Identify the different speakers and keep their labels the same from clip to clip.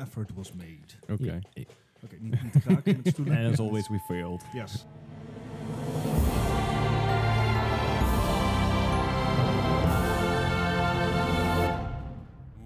Speaker 1: effort was made.
Speaker 2: Oké.
Speaker 1: Oké, niet, niet te kraken met stoelen.
Speaker 3: And as always, we failed.
Speaker 1: Yes.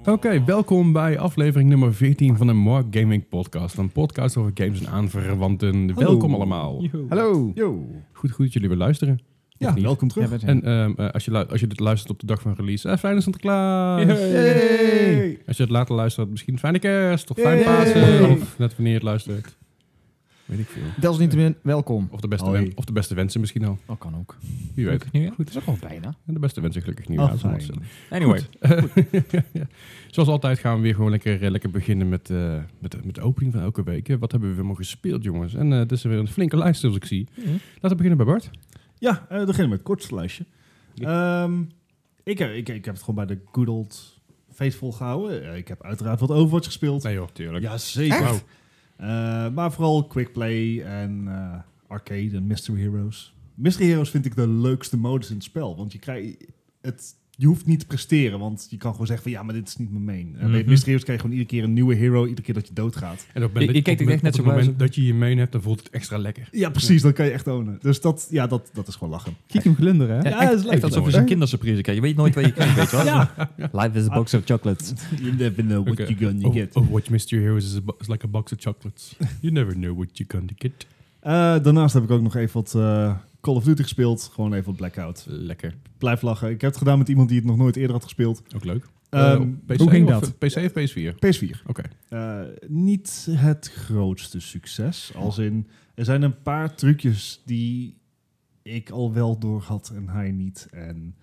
Speaker 2: Oké, welkom bij aflevering nummer 14 van de Mark Gaming Podcast. Een podcast over games en aanverwanten. Welkom allemaal. Hallo.
Speaker 1: Yo.
Speaker 2: Goed, goed dat jullie weer luisteren.
Speaker 1: Ja,
Speaker 2: Of niet?
Speaker 1: welkom terug.
Speaker 2: En ehm, eh, als, je lu- als je dit luistert op de dag van release, eh, fijne Sinterklaas.
Speaker 1: Hey.
Speaker 2: Als je het later luistert, misschien fijne kerst of fijne
Speaker 4: Yay.
Speaker 2: Pasen. Of net wanneer je het luistert. Weet ik veel.
Speaker 4: Desalniettemin, welkom.
Speaker 2: Of de beste,
Speaker 1: Hoi.
Speaker 2: wen- of de beste wensen misschien al.
Speaker 4: Dat kan ook.
Speaker 2: Wie weet.
Speaker 4: Goed, dat is ook al bijna.
Speaker 2: En de beste wensen gelukkig niet.
Speaker 1: Ah,
Speaker 2: Ja, dat is
Speaker 1: fijn.
Speaker 2: wel
Speaker 3: Anyway,
Speaker 2: Ja. Zoals altijd gaan we weer gewoon lekker, eh, lekker beginnen met, eh, met, de- met de opening van elke week. Eh, Wat hebben we weer allemaal gespeeld, jongens? En eh, het is weer een flinke lijst, zoals ik zie.
Speaker 3: Mhm.
Speaker 2: Laten we beginnen bij Bart.
Speaker 1: Ja, eh, we beginnen met het kortste lijstje. Ehm, ik, heb- ik, ik heb het gewoon bij de good old faithful gehouden. Eh, Ik heb uiteraard wat Overwatch gespeeld.
Speaker 2: Nee joh, tuurlijk.
Speaker 1: Ja, zeker.
Speaker 2: Echt?
Speaker 1: Eh, maar vooral Quick Play en eh, Arcade en Mystery Heroes. Mystery Heroes vind ik de leukste modus in het spel. Want je, krijgt het, je hoeft niet te presteren. Want je kan gewoon zeggen van ja, maar dit is niet mijn main. En bij
Speaker 3: Mhm.
Speaker 1: Mystery Heroes krijg je gewoon iedere keer een nieuwe hero. Iedere keer dat je doodgaat.
Speaker 2: En op het moment
Speaker 3: Ik-
Speaker 2: dat-
Speaker 3: ik keek
Speaker 2: op het
Speaker 3: echt
Speaker 2: moment-
Speaker 3: net zo
Speaker 2: op het moment
Speaker 3: blij
Speaker 2: dat je je main hebt, dan voelt het extra lekker.
Speaker 1: Ja, precies. Dan kan je echt ownen. Dus dat, ja, dat, dat is gewoon lachen.
Speaker 4: Kiet hem glunderen, hè?
Speaker 3: ja,
Speaker 1: Ja,
Speaker 3: echt,
Speaker 1: dat is leuk.
Speaker 3: echt alsof je zo'n kindersurprise krijgt. Je weet nooit wat je krijgt, weet je wel? Life is a box of chocolates.
Speaker 1: You never know what
Speaker 2: Oké.
Speaker 1: you're gonna
Speaker 2: Oh,
Speaker 1: get.
Speaker 2: oh, what Mystery Heroes is, a bo- is like a box of chocolates. You never know what you're gonna get.
Speaker 1: Eh, daarnaast heb ik ook nog even wat eh, Call of Duty gespeeld. Gewoon even wat Blackout.
Speaker 2: Lekker.
Speaker 1: Blijf lachen. Ik heb het gedaan met iemand die het nog nooit eerder had gespeeld.
Speaker 2: Ook leuk.
Speaker 1: Ehm,
Speaker 2: Eh, PC
Speaker 4: hoe ging
Speaker 2: of,
Speaker 4: dat?
Speaker 2: PC of PS4?
Speaker 1: PS4.
Speaker 2: Oké.
Speaker 1: Eh, niet het grootste succes. Als in, er zijn een paar trucjes die ik al wel door had en hij niet. En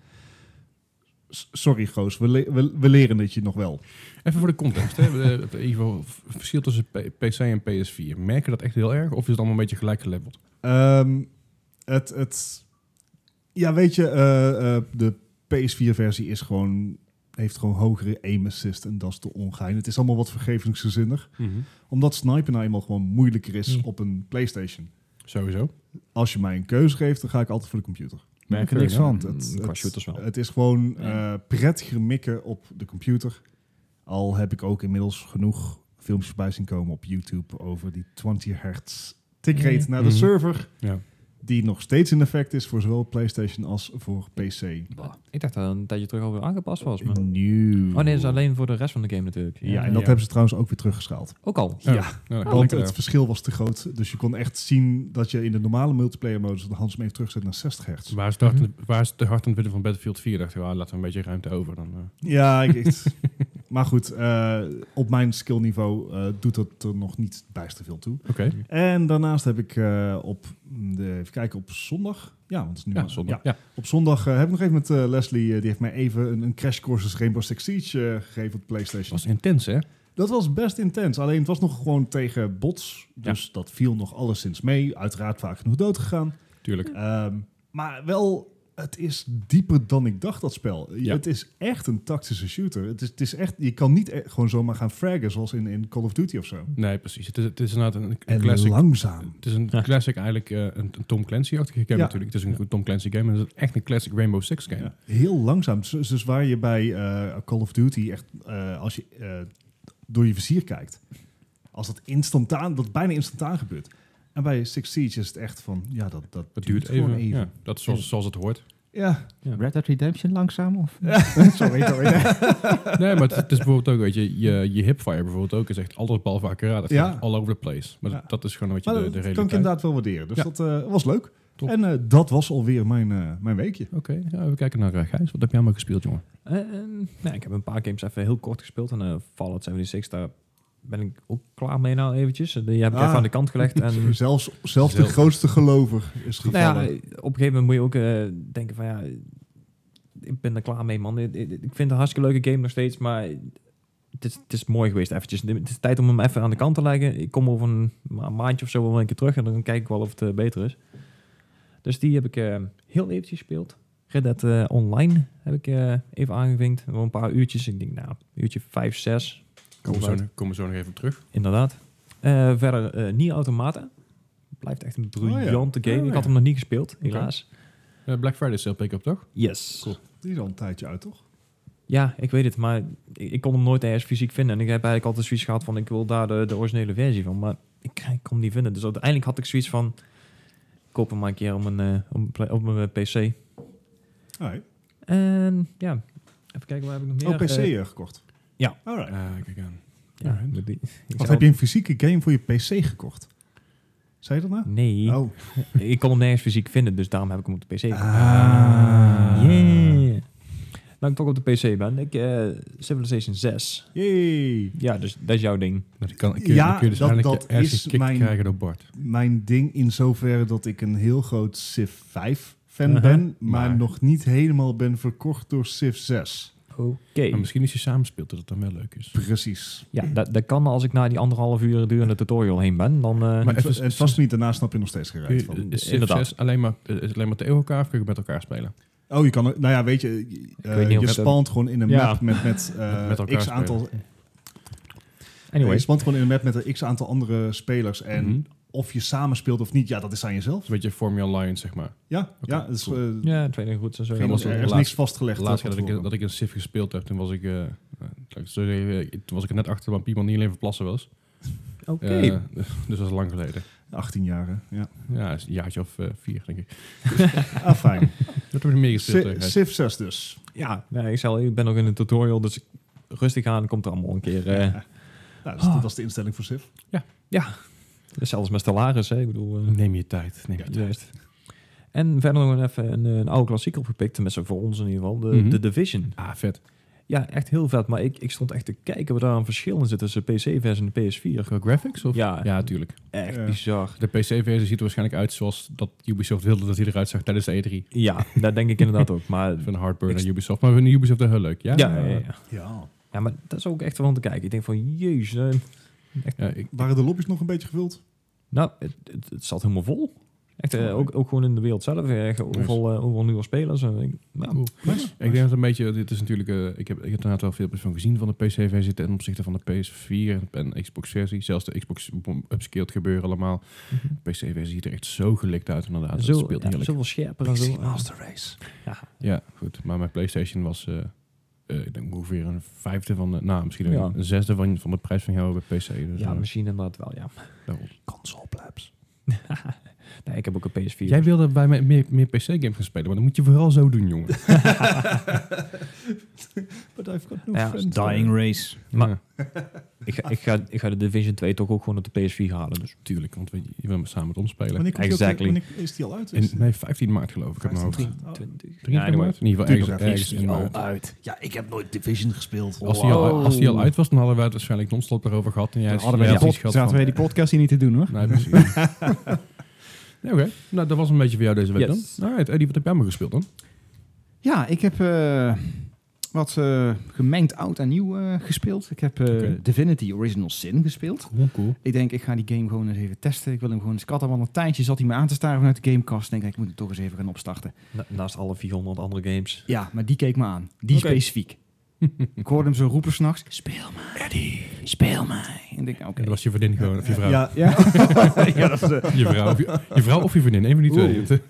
Speaker 1: s- sorry, Goos, we, le- we, we leren dit je nog wel.
Speaker 2: Even voor de context. Hè. We- eh, In ieder geval v- verschil tussen P- PC en PS4. Merk je dat echt heel erg? Of is het allemaal een beetje gelijk geleveld?
Speaker 1: Ehm, het, het, ja, weet je, eh, eh, de PS4-versie is gewoon, heeft gewoon hogere aim assist en dat is de ongein. Het is allemaal wat vergevingsgezinnig, omdat snipen nou eenmaal gewoon moeilijker is
Speaker 2: Ja.
Speaker 1: op een PlayStation.
Speaker 2: Sowieso.
Speaker 1: Als je mij een keuze geeft, dan ga ik altijd voor de computer.
Speaker 4: Merk er niks van.
Speaker 1: Het-
Speaker 3: Qua
Speaker 1: het-
Speaker 3: shooters wel.
Speaker 1: Het is gewoon
Speaker 3: Ja.
Speaker 1: eh, prettiger mikken op de computer. Al heb ik ook inmiddels genoeg filmpjes voorbij zien komen op YouTube over die 20 hertz tickrate
Speaker 3: Ja.
Speaker 1: naar de
Speaker 2: Mhm.
Speaker 1: server.
Speaker 2: Ja.
Speaker 1: Die nog steeds in effect is voor zowel PlayStation als voor PC.
Speaker 3: Ik dacht dat het een tijdje terug alweer aangepast was, maar...
Speaker 1: Nieuw.
Speaker 3: Oh nee, dat is alleen voor de rest van de game natuurlijk.
Speaker 1: Ja, en
Speaker 2: Ja.
Speaker 1: dat hebben ze trouwens ook weer teruggeschaald.
Speaker 3: Ook al.
Speaker 1: Ja,
Speaker 2: Nou, dan
Speaker 1: want
Speaker 2: lekker
Speaker 1: het
Speaker 2: daar.
Speaker 1: verschil was te groot. Dus je kon echt zien dat je in de normale multiplayer modus de handsome even terugzet naar 60 hertz.
Speaker 2: Waar is, het hart,
Speaker 1: Mhm.
Speaker 2: waar is het hart aan het winnen van Battlefield 4? Dacht ik, ah, laten we een beetje ruimte over. Dan, eh.
Speaker 1: Ja, ik, ik- maar goed, eh, op mijn skillniveau eh, doet dat er nog niet bijster veel toe.
Speaker 2: Oké.
Speaker 1: En daarnaast heb ik eh, op, de, even kijken, op zondag. Ja, want het is nu
Speaker 2: Ja,
Speaker 1: maar-
Speaker 2: zondag.
Speaker 1: ja,
Speaker 2: Ja.
Speaker 1: op zondag eh, heb ik nog even met eh, Leslie, eh, die heeft mij even een, een crash courses Rainbow Six Siege eh, gegeven op de
Speaker 2: Het
Speaker 1: PlayStation.
Speaker 2: was intens, hè?
Speaker 1: Dat was best intens, alleen het was nog gewoon tegen bots. Dus dat viel nog alleszins mee. Uiteraard vaak genoeg dood gegaan.
Speaker 2: Tuurlijk.
Speaker 1: Ehm, maar wel, het is dieper dan ik dacht, dat spel.
Speaker 2: Ja.
Speaker 1: Het is echt een tactische shooter. Het is, het is echt, je kan niet e- gewoon zomaar gaan fraggen zoals in, in Call of Duty of zo.
Speaker 2: Nee, precies. Het is, het is inderdaad een, een
Speaker 1: En
Speaker 2: classic.
Speaker 1: langzaam.
Speaker 2: Het is een
Speaker 3: Ja.
Speaker 2: classic eigenlijk, eh, een, een Tom Clancy-achtige game
Speaker 1: Ja.
Speaker 2: natuurlijk. Het is een Tom Clancy game en het is echt een classic Rainbow Six game.
Speaker 1: Ja. Heel langzaam. Dus, dus waar je bij eh, Call of Duty echt, eh, als je eh, door je vizier kijkt, als dat instantaan, dat bijna instantaan gebeurt. En bij Six Siege is het echt van, ja, dat, dat,
Speaker 2: Het duurt
Speaker 1: gewoon
Speaker 2: even. Ja, dat is zoals, zoals het hoort.
Speaker 1: Ja.
Speaker 4: Red Dead Redemption langzaam? Of?
Speaker 1: sorry, sorry.
Speaker 2: Nee, maar het, het is bijvoorbeeld ook, weet je, je, je hipfire bijvoorbeeld ook is echt alles behalve accuraat. Het
Speaker 1: Ja.
Speaker 2: gaat all over the place. Maar
Speaker 1: Ja.
Speaker 2: dat is gewoon een beetje
Speaker 1: Maar
Speaker 2: de, de
Speaker 1: dat kan ik
Speaker 2: realiteit. Oké,
Speaker 1: inderdaad wel waarderen. Dus
Speaker 2: Ja.
Speaker 1: dat eh, was leuk.
Speaker 2: Top.
Speaker 1: En eh, dat was alweer mijn, eh, mijn weekje.
Speaker 2: ja, even kijken naar eh, Gijs. Wat heb jij allemaal gespeeld, jongen?
Speaker 3: Ehm, nou, ik heb een paar games even heel kort gespeeld. En eh, Fallout 76, daar ben ik ook klaar mee nou eventjes. Die heb ik
Speaker 1: Ah.
Speaker 3: even aan de kant gelegd. En, nou
Speaker 1: Zelfs, zelfs de
Speaker 2: Zelf. Nou
Speaker 1: grootste gelover is gevallen.
Speaker 3: ja, op een gegeven moment moet je ook eh, denken van ja, ik ben er klaar mee man. Ik, ik- ik vind het een hartstikke leuke game nog steeds, maar het is, het is mooi geweest eventjes. Het is tijd om hem even aan de kant te leggen. Ik kom over een, ma- maandje of zo wel een keer terug en dan kijk ik wel of het eh, beter is. Dus die heb ik eh, heel eventjes gespeeld. Red Dead eh, Online heb ik eh, even aangevinkt. Wel een paar uurtjes. Ik denk nou, een uurtje vijf, zes.
Speaker 2: Komen we
Speaker 3: Komt
Speaker 2: zo, komen we zo nog even op terug.
Speaker 3: Inderdaad. Eh, verder, eh Nier Automata. Blijft echt een
Speaker 1: ja.
Speaker 3: briljante game.
Speaker 1: Oh, ja.
Speaker 3: Ik had hem nog niet gespeeld, helaas.
Speaker 2: Eh, Black Friday sale pick-up, toch?
Speaker 3: Yes.
Speaker 1: Die is al een tijdje uit, toch?
Speaker 3: Ja, ik weet het, maar ik, ik kon hem nooit ergens fysiek vinden. En ik heb eigenlijk altijd zoiets gehad van, ik wil daar de, de originele versie van. Maar ik, ik kon hem niet vinden. Dus uiteindelijk had ik zoiets van, ik koop hem maar een keer op mijn, eh, op mijn, pla- op mijn eh, PC.
Speaker 1: Alright.
Speaker 3: En ja, even kijken, waar heb ik nog meer?
Speaker 1: Ah, Oh, PC
Speaker 3: Eh,
Speaker 1: eh, gekocht?
Speaker 3: ja.
Speaker 1: Alright.
Speaker 2: Ah, kijk aan.
Speaker 3: ja,
Speaker 2: Alright.
Speaker 3: met die-
Speaker 1: Wat
Speaker 3: ik zou-
Speaker 1: heb je een fysieke game voor je PC gekocht? Zei je dat nou?
Speaker 3: Nee,
Speaker 1: Oh,
Speaker 3: ik kon hem nergens fysiek vinden, dus daarom heb ik hem op de PC. gekocht.
Speaker 1: Ah.
Speaker 3: Yeah. Nou, ik toch op de PC ben. Ik, eh, Civilization 6.
Speaker 1: jee.
Speaker 3: Ja, dus dat is jouw ding.
Speaker 2: Nou, dan kan, kun je,
Speaker 1: Ja,
Speaker 2: dan kun je dus
Speaker 1: dat-
Speaker 2: eigenlijk
Speaker 1: dat
Speaker 2: je ass
Speaker 1: is
Speaker 2: gekikt
Speaker 1: mijn-
Speaker 2: krijgen door Bart.
Speaker 1: Mijn ding in zoverre dat ik een heel groot Civ 5 fan
Speaker 3: Uh-huh.
Speaker 1: ben, maar,
Speaker 2: Maar-
Speaker 1: nog niet helemaal ben verkocht door Civ 6.
Speaker 3: Oké.
Speaker 2: Maar Nou, misschien is je samenspeelt dat het dan wel leuk is.
Speaker 1: Precies.
Speaker 3: Ja, dat, dat kan als ik na die anderhalf uur durende tutorial heen ben. Dan, eh,
Speaker 2: Maar
Speaker 1: Maar het,
Speaker 2: even-
Speaker 1: was, het was niet, daarna snap je nog steeds gereid
Speaker 2: Kun
Speaker 1: van.
Speaker 2: je, is
Speaker 3: Inderdaad.
Speaker 2: succes alleen maar, eh, is alleen maar tegen elkaar of kun je met elkaar spelen?
Speaker 1: Oh, je kan, er- nou ja, weet je, eh,
Speaker 3: niet of
Speaker 1: je
Speaker 3: het-
Speaker 1: spant gewoon in een
Speaker 3: Ja.
Speaker 1: map met, met, eh,
Speaker 2: Met elkaar
Speaker 1: x aantal. Je
Speaker 3: anyway.
Speaker 1: spant gewoon in een map met een x aantal andere spelers en
Speaker 2: Mhm.
Speaker 1: of je samen speelt of niet, ja, dat is aan jezelf.
Speaker 2: Een beetje Form Your Alliance, zeg maar.
Speaker 1: Ja,
Speaker 2: Oké,
Speaker 1: ja, dat is,
Speaker 2: cool.
Speaker 1: eh,
Speaker 3: Ja, training goed en zo.
Speaker 1: er
Speaker 2: was
Speaker 1: is
Speaker 2: het
Speaker 1: niks
Speaker 2: laatst-
Speaker 1: vastgelegd.
Speaker 2: De laatste
Speaker 1: eh,
Speaker 2: keer
Speaker 1: van
Speaker 2: dat ik, dat ik een Civ gespeeld heb, toen was ik, eh, eh, laat ik het zo zeggen, eh, toen was ik er net achter want iemand niet alleen verplassen was.
Speaker 3: Oké.
Speaker 2: Eh, dus dat is lang geleden.
Speaker 1: tevoren. 18 jaren, ja.
Speaker 2: Ja, is een jaartje of eh, vier, denk ik.
Speaker 1: Ah, fijn.
Speaker 2: Dat heb ik meer gespeeld. eh,
Speaker 1: Civ-
Speaker 2: tegen.
Speaker 1: Civ 6 dus.
Speaker 3: ja, nee, ik, zal, ik ben nog in een tutorial, dus ik- rustig aan. Komt er allemaal een keer. eh,
Speaker 1: Ja. Nou, dat, is, dat is de instelling voor Civ.
Speaker 3: Zelfs met Stellaris, hè. Ik bedoel... eh,
Speaker 2: Neem je tijd. Neem je tijd.
Speaker 3: juist. En verder nog even een, eh, een oude klassieker opgepikt. Tenminste, voor ons in ieder geval. De,
Speaker 2: Mhm.
Speaker 3: de Division.
Speaker 2: Ah, vet.
Speaker 3: Ja, echt heel vet. Maar ik, ik stond echt te kijken wat daar een verschil in zit tussen de PC-versie en de PS4.
Speaker 2: Qua graphics? Of?
Speaker 3: Ja,
Speaker 2: ja, tuurlijk.
Speaker 3: echt
Speaker 1: Ja.
Speaker 3: bizar.
Speaker 2: De PC-versie ziet er waarschijnlijk uit zoals dat Ubisoft wilde dat hij eruit zag tijdens de E E3.
Speaker 3: Ja, dat denk ik inderdaad ook. Maar
Speaker 2: Van
Speaker 3: Ik
Speaker 2: Hardburn
Speaker 3: st-
Speaker 2: en Ubisoft. Maar we vinden Ubisoft wel heel leuk. Ja,
Speaker 3: ja, ja, ja.
Speaker 1: Ja.
Speaker 3: Ja, maar dat is ook echt wel om te kijken. Ik denk van, jezus. eh,
Speaker 2: Ja, ik,
Speaker 1: Waren de lobby's nog een beetje gevuld?
Speaker 3: nou, het, het, het zat helemaal vol. Echt, eh, ook, ook gewoon in de wereld zelf. eh, Echt, overal, eh, overal nieuwe spelers. En ik, nou,
Speaker 2: Cool.
Speaker 1: Nice.
Speaker 2: ik denk dat het een beetje, dit is natuurlijk, eh, ik, heb, ik heb inderdaad wel veel van gezien van de PC-versie ten opzichte van de PS4 en Xbox-versie. Zelfs de Xbox upscaled gebeuren allemaal. De PC-versie ziet er echt zo gelikt uit inderdaad.
Speaker 3: zo,
Speaker 2: dat speelt
Speaker 3: ja,
Speaker 2: heerlijk.
Speaker 3: zoveel scherper en zo.
Speaker 1: Race.
Speaker 2: Ja, goed. Maar mijn PlayStation was, eh, eh, ik denk ongeveer een vijfde van de, nou misschien
Speaker 3: Ja.
Speaker 2: een zesde van, van de prijs van jou bij PC. Dus,
Speaker 3: Ja,
Speaker 2: eh,
Speaker 3: misschien inderdaad wel, ja.
Speaker 2: daarom.
Speaker 1: Console plebs.
Speaker 3: Nee, ik heb ook een PS4.
Speaker 2: Jij wilde bij mij meer, meer PC-games gaan spelen, maar dan moet je vooral zo doen, jongen.
Speaker 1: But I've got no
Speaker 3: Ja,
Speaker 1: friends.
Speaker 5: Dying Race.
Speaker 3: Maar-
Speaker 2: Ja,
Speaker 3: ik, ga, ik, ga, ik ga de Division 2 toch ook gewoon op de PS4 halen. Dus.
Speaker 2: tuurlijk, want we, je wil me samen met ons spelen.
Speaker 1: Wanneer, komt die op-
Speaker 3: Exactly.
Speaker 1: wanneer is die al uit?
Speaker 2: In,
Speaker 1: Is-
Speaker 2: nee, 15 maart geloof ik. uit mijn hoofd.
Speaker 1: 15. Oh.
Speaker 3: 20. Ja,
Speaker 2: 23
Speaker 3: anyway.
Speaker 2: maart? In ieder geval
Speaker 1: Tuurlijk,
Speaker 2: ergens,
Speaker 1: daar
Speaker 2: ergens in maart.
Speaker 5: uit.
Speaker 1: Ja, ik heb nooit Division gespeeld.
Speaker 2: Als die, al,
Speaker 5: Wow.
Speaker 2: als die al uit was, dan hadden we het waarschijnlijk non-stop erover gehad. En jij
Speaker 5: Dan
Speaker 2: is-
Speaker 5: hadden wij
Speaker 2: jij
Speaker 5: die
Speaker 2: had
Speaker 5: pod-
Speaker 2: iets gehad
Speaker 5: zaten wij die podcast hier niet te doen hoor.
Speaker 2: van- Nee, precies. Nee, Oké, nou dat was een beetje voor jou deze week
Speaker 3: Yes.
Speaker 2: dan. Alright, Eddie, wat heb jij maar gespeeld dan?
Speaker 5: Ja, ik heb eh, wat eh, gemengd oud en nieuw eh, gespeeld. Ik heb eh,
Speaker 2: Oké.
Speaker 5: Divinity Original Sin gespeeld.
Speaker 2: Cool, cool.
Speaker 5: Ik denk, ik ga die game gewoon eens even testen. Ik wil hem gewoon eens katten. Want een tijdje zat hij me aan te staren vanuit de gamecast. Ik denk, ik moet hem toch eens even gaan opstarten.
Speaker 3: Na- naast alle 400 andere games.
Speaker 5: Ja, maar die keek me aan. Die
Speaker 3: Oké.
Speaker 5: specifiek. ik hoorde hem zo roepen s'nachts. Speel mij. Speel mij. En ik denk, oké.
Speaker 2: En dat was je
Speaker 1: Oh.
Speaker 2: vriendin gewoon, of je vrouw.
Speaker 1: Ja,
Speaker 5: Ja.
Speaker 1: ja, dat is... eh,
Speaker 2: Je, vrouw of je, je vrouw of je vriendin, een van die twee.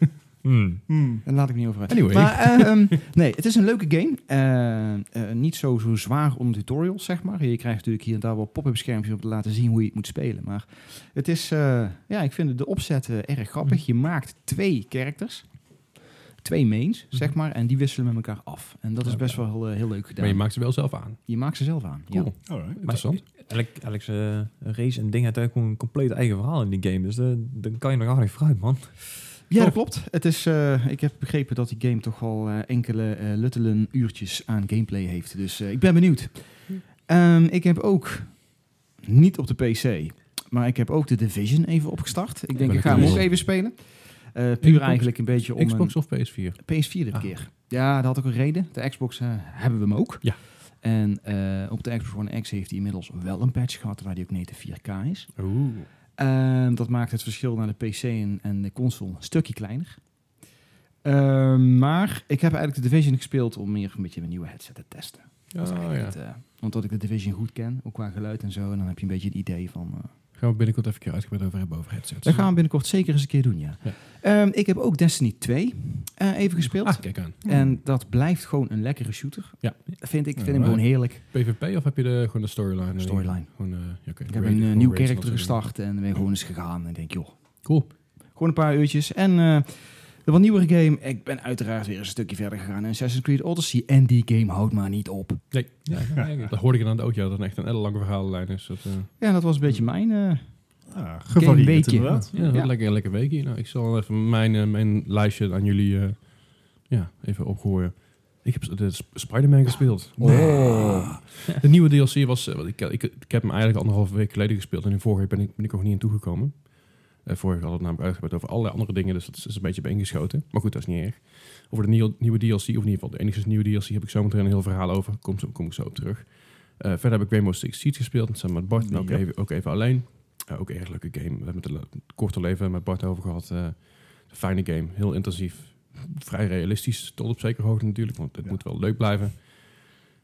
Speaker 3: Hmm.
Speaker 1: hmm.
Speaker 5: Daar laat ik niet over uit.
Speaker 2: Anyway.
Speaker 5: Maar eh, ehm, nee, het is een leuke game. Eh, eh, niet zo, zo zwaar om tutorials, zeg maar. Je krijgt natuurlijk hier en daar wel pop-up schermpjes om te laten zien hoe je het moet spelen. Maar het is, eh, ja, ik vind de opzet eh, erg grappig.
Speaker 2: Hm.
Speaker 5: Je maakt twee characters. Twee mains, zeg maar. En die wisselen met elkaar af. En dat is
Speaker 2: Oké.
Speaker 5: best wel eh, heel leuk gedaan.
Speaker 2: Hm. Maar je maakt ze wel zelf aan.
Speaker 5: Je maakt ze zelf aan.
Speaker 2: Cool.
Speaker 5: Ja.
Speaker 1: Alright.
Speaker 2: Interessant.
Speaker 3: Alex, Alex eh, Race en Ding had eigenlijk gewoon een compleet eigen verhaal in die game. Dus eh, dan kan je nog aardig vooruit, man.
Speaker 5: Ja, dat
Speaker 2: Tof.
Speaker 5: klopt. Het is, eh, ik heb begrepen dat die game toch al eh, enkele eh luttelen uurtjes aan gameplay heeft. Dus eh, ik ben benieuwd. Ehm, ik heb ook, niet op de PC, maar ik heb ook de Division even opgestart. Ik denk, ik ga hem ook even spelen. Eh, puur
Speaker 2: Xbox-
Speaker 5: eigenlijk een beetje om
Speaker 2: Xbox of PS4?
Speaker 5: een PS4 dit
Speaker 2: Ah.
Speaker 5: keer. Ja, dat had ook een reden. De Xbox eh, hebben we hem ook.
Speaker 2: Ja.
Speaker 5: En eh, op de Xbox One X heeft hij inmiddels wel een patch gehad waar die ook native 4K is.
Speaker 2: Oeh.
Speaker 5: Ehm, dat maakt het verschil naar de PC en, en de console een stukje kleiner. Ehm, maar ik heb eigenlijk de Division gespeeld om meer een beetje mijn nieuwe headset te testen. Dat is
Speaker 2: Oh,
Speaker 5: eigenlijk
Speaker 2: ja.
Speaker 5: het, eh, omdat ik de Division goed ken, ook qua geluid en zo. En dan heb je een beetje het idee van, eh,
Speaker 2: Gaan we binnenkort even een keer uitgebreid over hebben over headsets.
Speaker 4: Dat gaan we binnenkort zeker eens een keer doen, ja.
Speaker 2: Ja.
Speaker 4: Ehm, ik heb ook Destiny 2 eh, even gespeeld.
Speaker 2: Ah, kijk aan.
Speaker 4: En dat blijft gewoon een lekkere shooter.
Speaker 2: Ja.
Speaker 4: Vind ik, vind hem
Speaker 2: Alright.
Speaker 4: gewoon heerlijk.
Speaker 2: PvP of heb je de, gewoon de storyline?
Speaker 4: Storyline.
Speaker 2: Gewoon, eh, ja, oké.
Speaker 4: Ik heb
Speaker 2: Raid-
Speaker 4: een eh,
Speaker 2: gewoon
Speaker 4: nieuw
Speaker 2: raids en
Speaker 4: character
Speaker 2: dat soort
Speaker 4: gestart en ben gewoon eens gegaan. En denk, joh,
Speaker 2: dingen. Cool.
Speaker 4: gewoon een paar uurtjes. En eh, de wat nieuwere game, ik ben uiteraard weer een stukje verder gegaan in Assassin's Creed Odyssey. En die game houdt maar niet op.
Speaker 2: Nee, ja, ja, ja, dat hoorde ik inderdaad ook. Ja, dat het echt een hele lange verhaallijn is. Dat, eh,
Speaker 4: Ja, dat was een beetje mijn... eh,
Speaker 1: Ja, Ah, gevarieerd
Speaker 4: weekje.
Speaker 1: inderdaad.
Speaker 2: ja, dat
Speaker 4: Ja.
Speaker 2: Lekker, lekker weekje. Nou, ik zal even mijn, eh, mijn lijstje aan jullie eh, ja, even opgooien. Ik heb s- de Sp- Spider-Man gespeeld.
Speaker 4: Oh.
Speaker 2: De nieuwe DLC was... eh, want ik, ik, ik heb hem eigenlijk anderhalve week geleden gespeeld. En in vorige week ben ik, ben ik er nog niet aan toegekomen. Eh vorige week had het namelijk uitgebreid over allerlei andere dingen. Dus dat is, is een beetje bijeengeschoten. Maar goed, dat is niet erg. Over de nieuwe, nieuwe DLC, of in ieder geval de enigszins nieuwe DLC... heb ik zometeen een heel verhaal over. Kom, zo- kom ik zo op terug. Eh, verder heb ik Rainbow Six Siege gespeeld. Samen met Bart. En ook,
Speaker 1: Ja.
Speaker 2: even, ook even alleen. Eh, ook een erg leuke game. We hebben het er le- kort al even met Bart over gehad. Eh, een fijne game. Heel intensief. Vrij realistisch. Tot op zekere hoogte natuurlijk. Want het
Speaker 1: Ja.
Speaker 2: moet wel leuk blijven.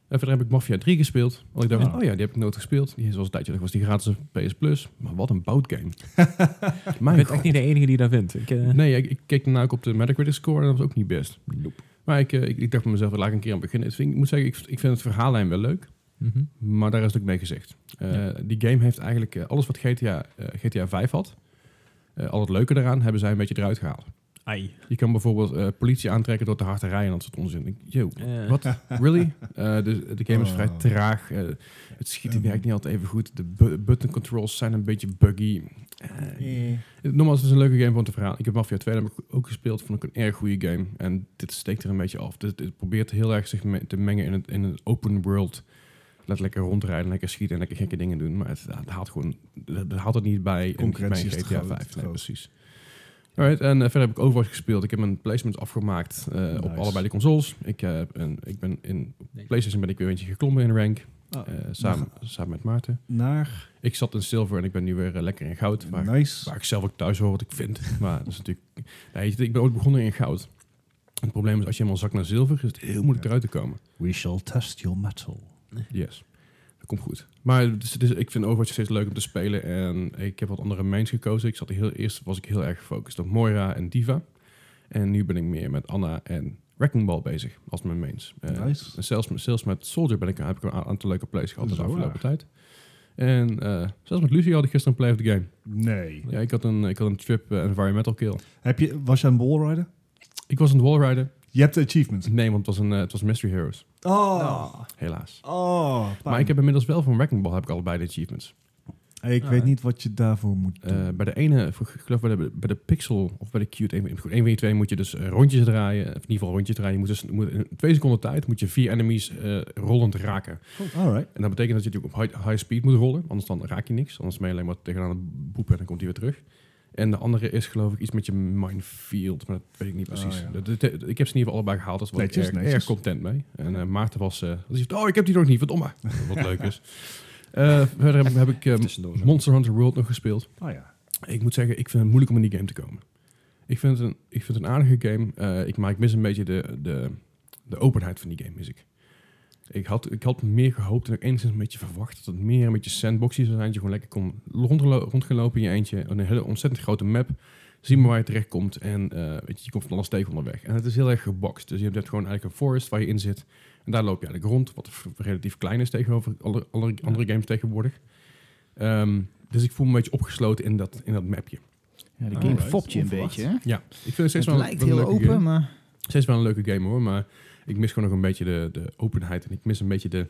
Speaker 2: En verder heb ik Mafia 3 gespeeld. Want ik dacht,
Speaker 1: Ja.
Speaker 2: oh ja, die heb ik nooit gespeeld. Die is al een tijdje, terug was die gratis op PS Plus. Maar wat een boutgame.
Speaker 3: Ik
Speaker 2: Mijn
Speaker 3: ben
Speaker 2: god.
Speaker 3: echt niet de enige die dat vindt. Ik, eh,
Speaker 2: Nee, ik, ik keek daarna ook op de Metacritic score en dat was ook niet best. Maar ik, eh, ik, ik dacht bij mezelf, laat ik een keer aan beginnen. Het vind ik ik moet zeggen, ik, ik vind het verhaallijn wel leuk.
Speaker 3: mhm.
Speaker 2: Maar daar is het ook mee gezegd. Eh, Die game heeft eigenlijk eh, alles wat GTA, eh, GTA 5 had. eh, al het leuke daaraan hebben zij een beetje eruit gehaald.
Speaker 3: Ai.
Speaker 2: Je kan bijvoorbeeld eh, politie aantrekken door te hard te rijden en dat soort onzin. Ik, yo,
Speaker 3: Eh,
Speaker 2: Wat? Really? Eh, de, de game is
Speaker 1: Oh.
Speaker 2: vrij traag. Eh, het schieten
Speaker 1: Ehm.
Speaker 2: werkt niet altijd even goed. De bu- button controls zijn een beetje buggy. Eh, Nogmaals, het is een leuke game van te verhaal. Ik heb Mafia 2 heb ik ook gespeeld. Vond ik een erg goede game. En dit steekt er een beetje af. Dit, dit probeert heel erg zich me- te mengen in het, in het open world. Laat lekker rondrijden, lekker schieten en lekker gekke dingen doen. Maar het, het haalt gewoon... Het haalt het niet bij, in- bij
Speaker 1: Concurrentie
Speaker 2: een
Speaker 1: is te
Speaker 2: GTA
Speaker 1: groot,
Speaker 2: 5.
Speaker 1: te
Speaker 2: Nee,
Speaker 1: groot.
Speaker 2: precies. Alright, en eh, verder heb ik Overwatch gespeeld. Ik heb mijn placements afgemaakt eh, op
Speaker 1: Nice.
Speaker 2: allebei de consoles. Ik, eh, heb een, ik ben in op PlayStation ben ik weer eentje geklommen in rank.
Speaker 1: Ah,
Speaker 2: eh, samen, samen met Maarten.
Speaker 1: Naar
Speaker 2: Ik zat in zilver en ik ben nu weer eh, lekker in goud. Waar,
Speaker 1: nice.
Speaker 2: waar ik zelf ook thuis hoor wat ik vind. maar dat is natuurlijk... Nee, weet je, ik ben ooit begonnen in goud. Het probleem is, als je helemaal zakt naar zilver, is het heel moeilijk
Speaker 1: Ja.
Speaker 2: eruit te komen.
Speaker 1: We shall test your metal.
Speaker 2: Yes. Dat komt goed. Maar het is- het is- ik vind Overwatch steeds leuk om te spelen. En ik heb wat andere mains gekozen. Ik zat heel, eerst was ik heel erg gefocust op Moira en Diva. En nu ben ik meer met Anna en Wrecking Ball bezig als mijn mains. Eh,
Speaker 1: Nice.
Speaker 2: en zelfs, met- zelfs met Soldier ben ik, heb ik een a- aantal leuke plays gehad de
Speaker 1: Zo
Speaker 2: afgelopen
Speaker 1: waar.
Speaker 2: tijd. En eh, zelfs met Lucy had ik gisteren een play of the game.
Speaker 1: Nee.
Speaker 2: Ja, ik had een, ik had een trip eh, environmental kill.
Speaker 1: Heb je, was je aan het wallrider?
Speaker 2: Ik was aan het wallrider.
Speaker 1: Je hebt de achievement.
Speaker 2: Nee, want het was, een, eh, het was Mystery Heroes.
Speaker 1: Oh.
Speaker 3: Ah.
Speaker 2: Helaas.
Speaker 1: Oh. pijn.
Speaker 2: Nou. Maar ik heb inmiddels wel van Wrecking Ball heb ik allebei de achievements.
Speaker 1: Ik weet niet wat je daarvoor moet doen.
Speaker 2: Eh, bij de ene, ik geloof bij de, bij de Pixel of bij de Cute, een, goed, een van die twee moet je dus eh, rondjes draaien. Of in ieder geval rondjes draaien. Je moet dus moet, in twee seconden tijd moet je vier enemies eh, rollend raken.
Speaker 1: Alright.
Speaker 2: En dat betekent dat je natuurlijk op high, high speed moet rollen. Anders dan raak je niks. Anders ben je alleen maar tegenaan het boepen en dan komt hij weer terug. En de andere is geloof ik iets met je minefield, maar dat weet ik niet precies.
Speaker 1: Ah, ja.
Speaker 2: Dat- dat- dat- ik heb ze in ieder geval allebei gehaald, dat was ik
Speaker 1: Netjes,
Speaker 2: erg,
Speaker 1: netjes.
Speaker 2: erg content mee. En eh, Maarten was, eh, die zegt, oh ik heb die nog niet, verdomme. Wat leuk is. Eh, verder heb, heb ik eh,
Speaker 3: Tussendoor. zo.
Speaker 2: Monster Hunter World nog gespeeld.
Speaker 1: Oh ja.
Speaker 2: Ik moet zeggen, ik vind het moeilijk om in die game te komen. Ik vind het een, ik vind het een aardige game, eh, ik, maar ik mis een beetje de, de, de openheid van die game, mis ik. Ik had, ik had meer gehoopt en ook enigszins een beetje verwacht dat het meer een beetje sandboxy zou zijn. Dat je gewoon lekker kon rondgelo- rondgelopen in je eentje. Een hele ontzettend grote map. Zie maar waar je terecht komt en eh, weet je, je komt van alles tegen onderweg. En het is heel erg geboxt. Dus je hebt gewoon eigenlijk een forest waar je in zit. En daar loop je eigenlijk rond, wat v- relatief klein is tegenover alle, alle andere games tegenwoordig. Ehm, dus ik voel me een beetje opgesloten in dat, in dat mapje.
Speaker 4: Ja, de
Speaker 1: Oh,
Speaker 4: game
Speaker 1: right.
Speaker 4: fopt je een
Speaker 1: Onverwacht.
Speaker 4: beetje, hè?
Speaker 2: Ja, ik vind het steeds
Speaker 4: Het
Speaker 2: wel,
Speaker 4: lijkt
Speaker 2: wel een
Speaker 4: heel
Speaker 2: leuke
Speaker 4: open,
Speaker 2: game.
Speaker 4: maar...
Speaker 2: Steeds wel een leuke game hoor, maar ik mis gewoon nog een beetje de, de openheid en ik mis een beetje de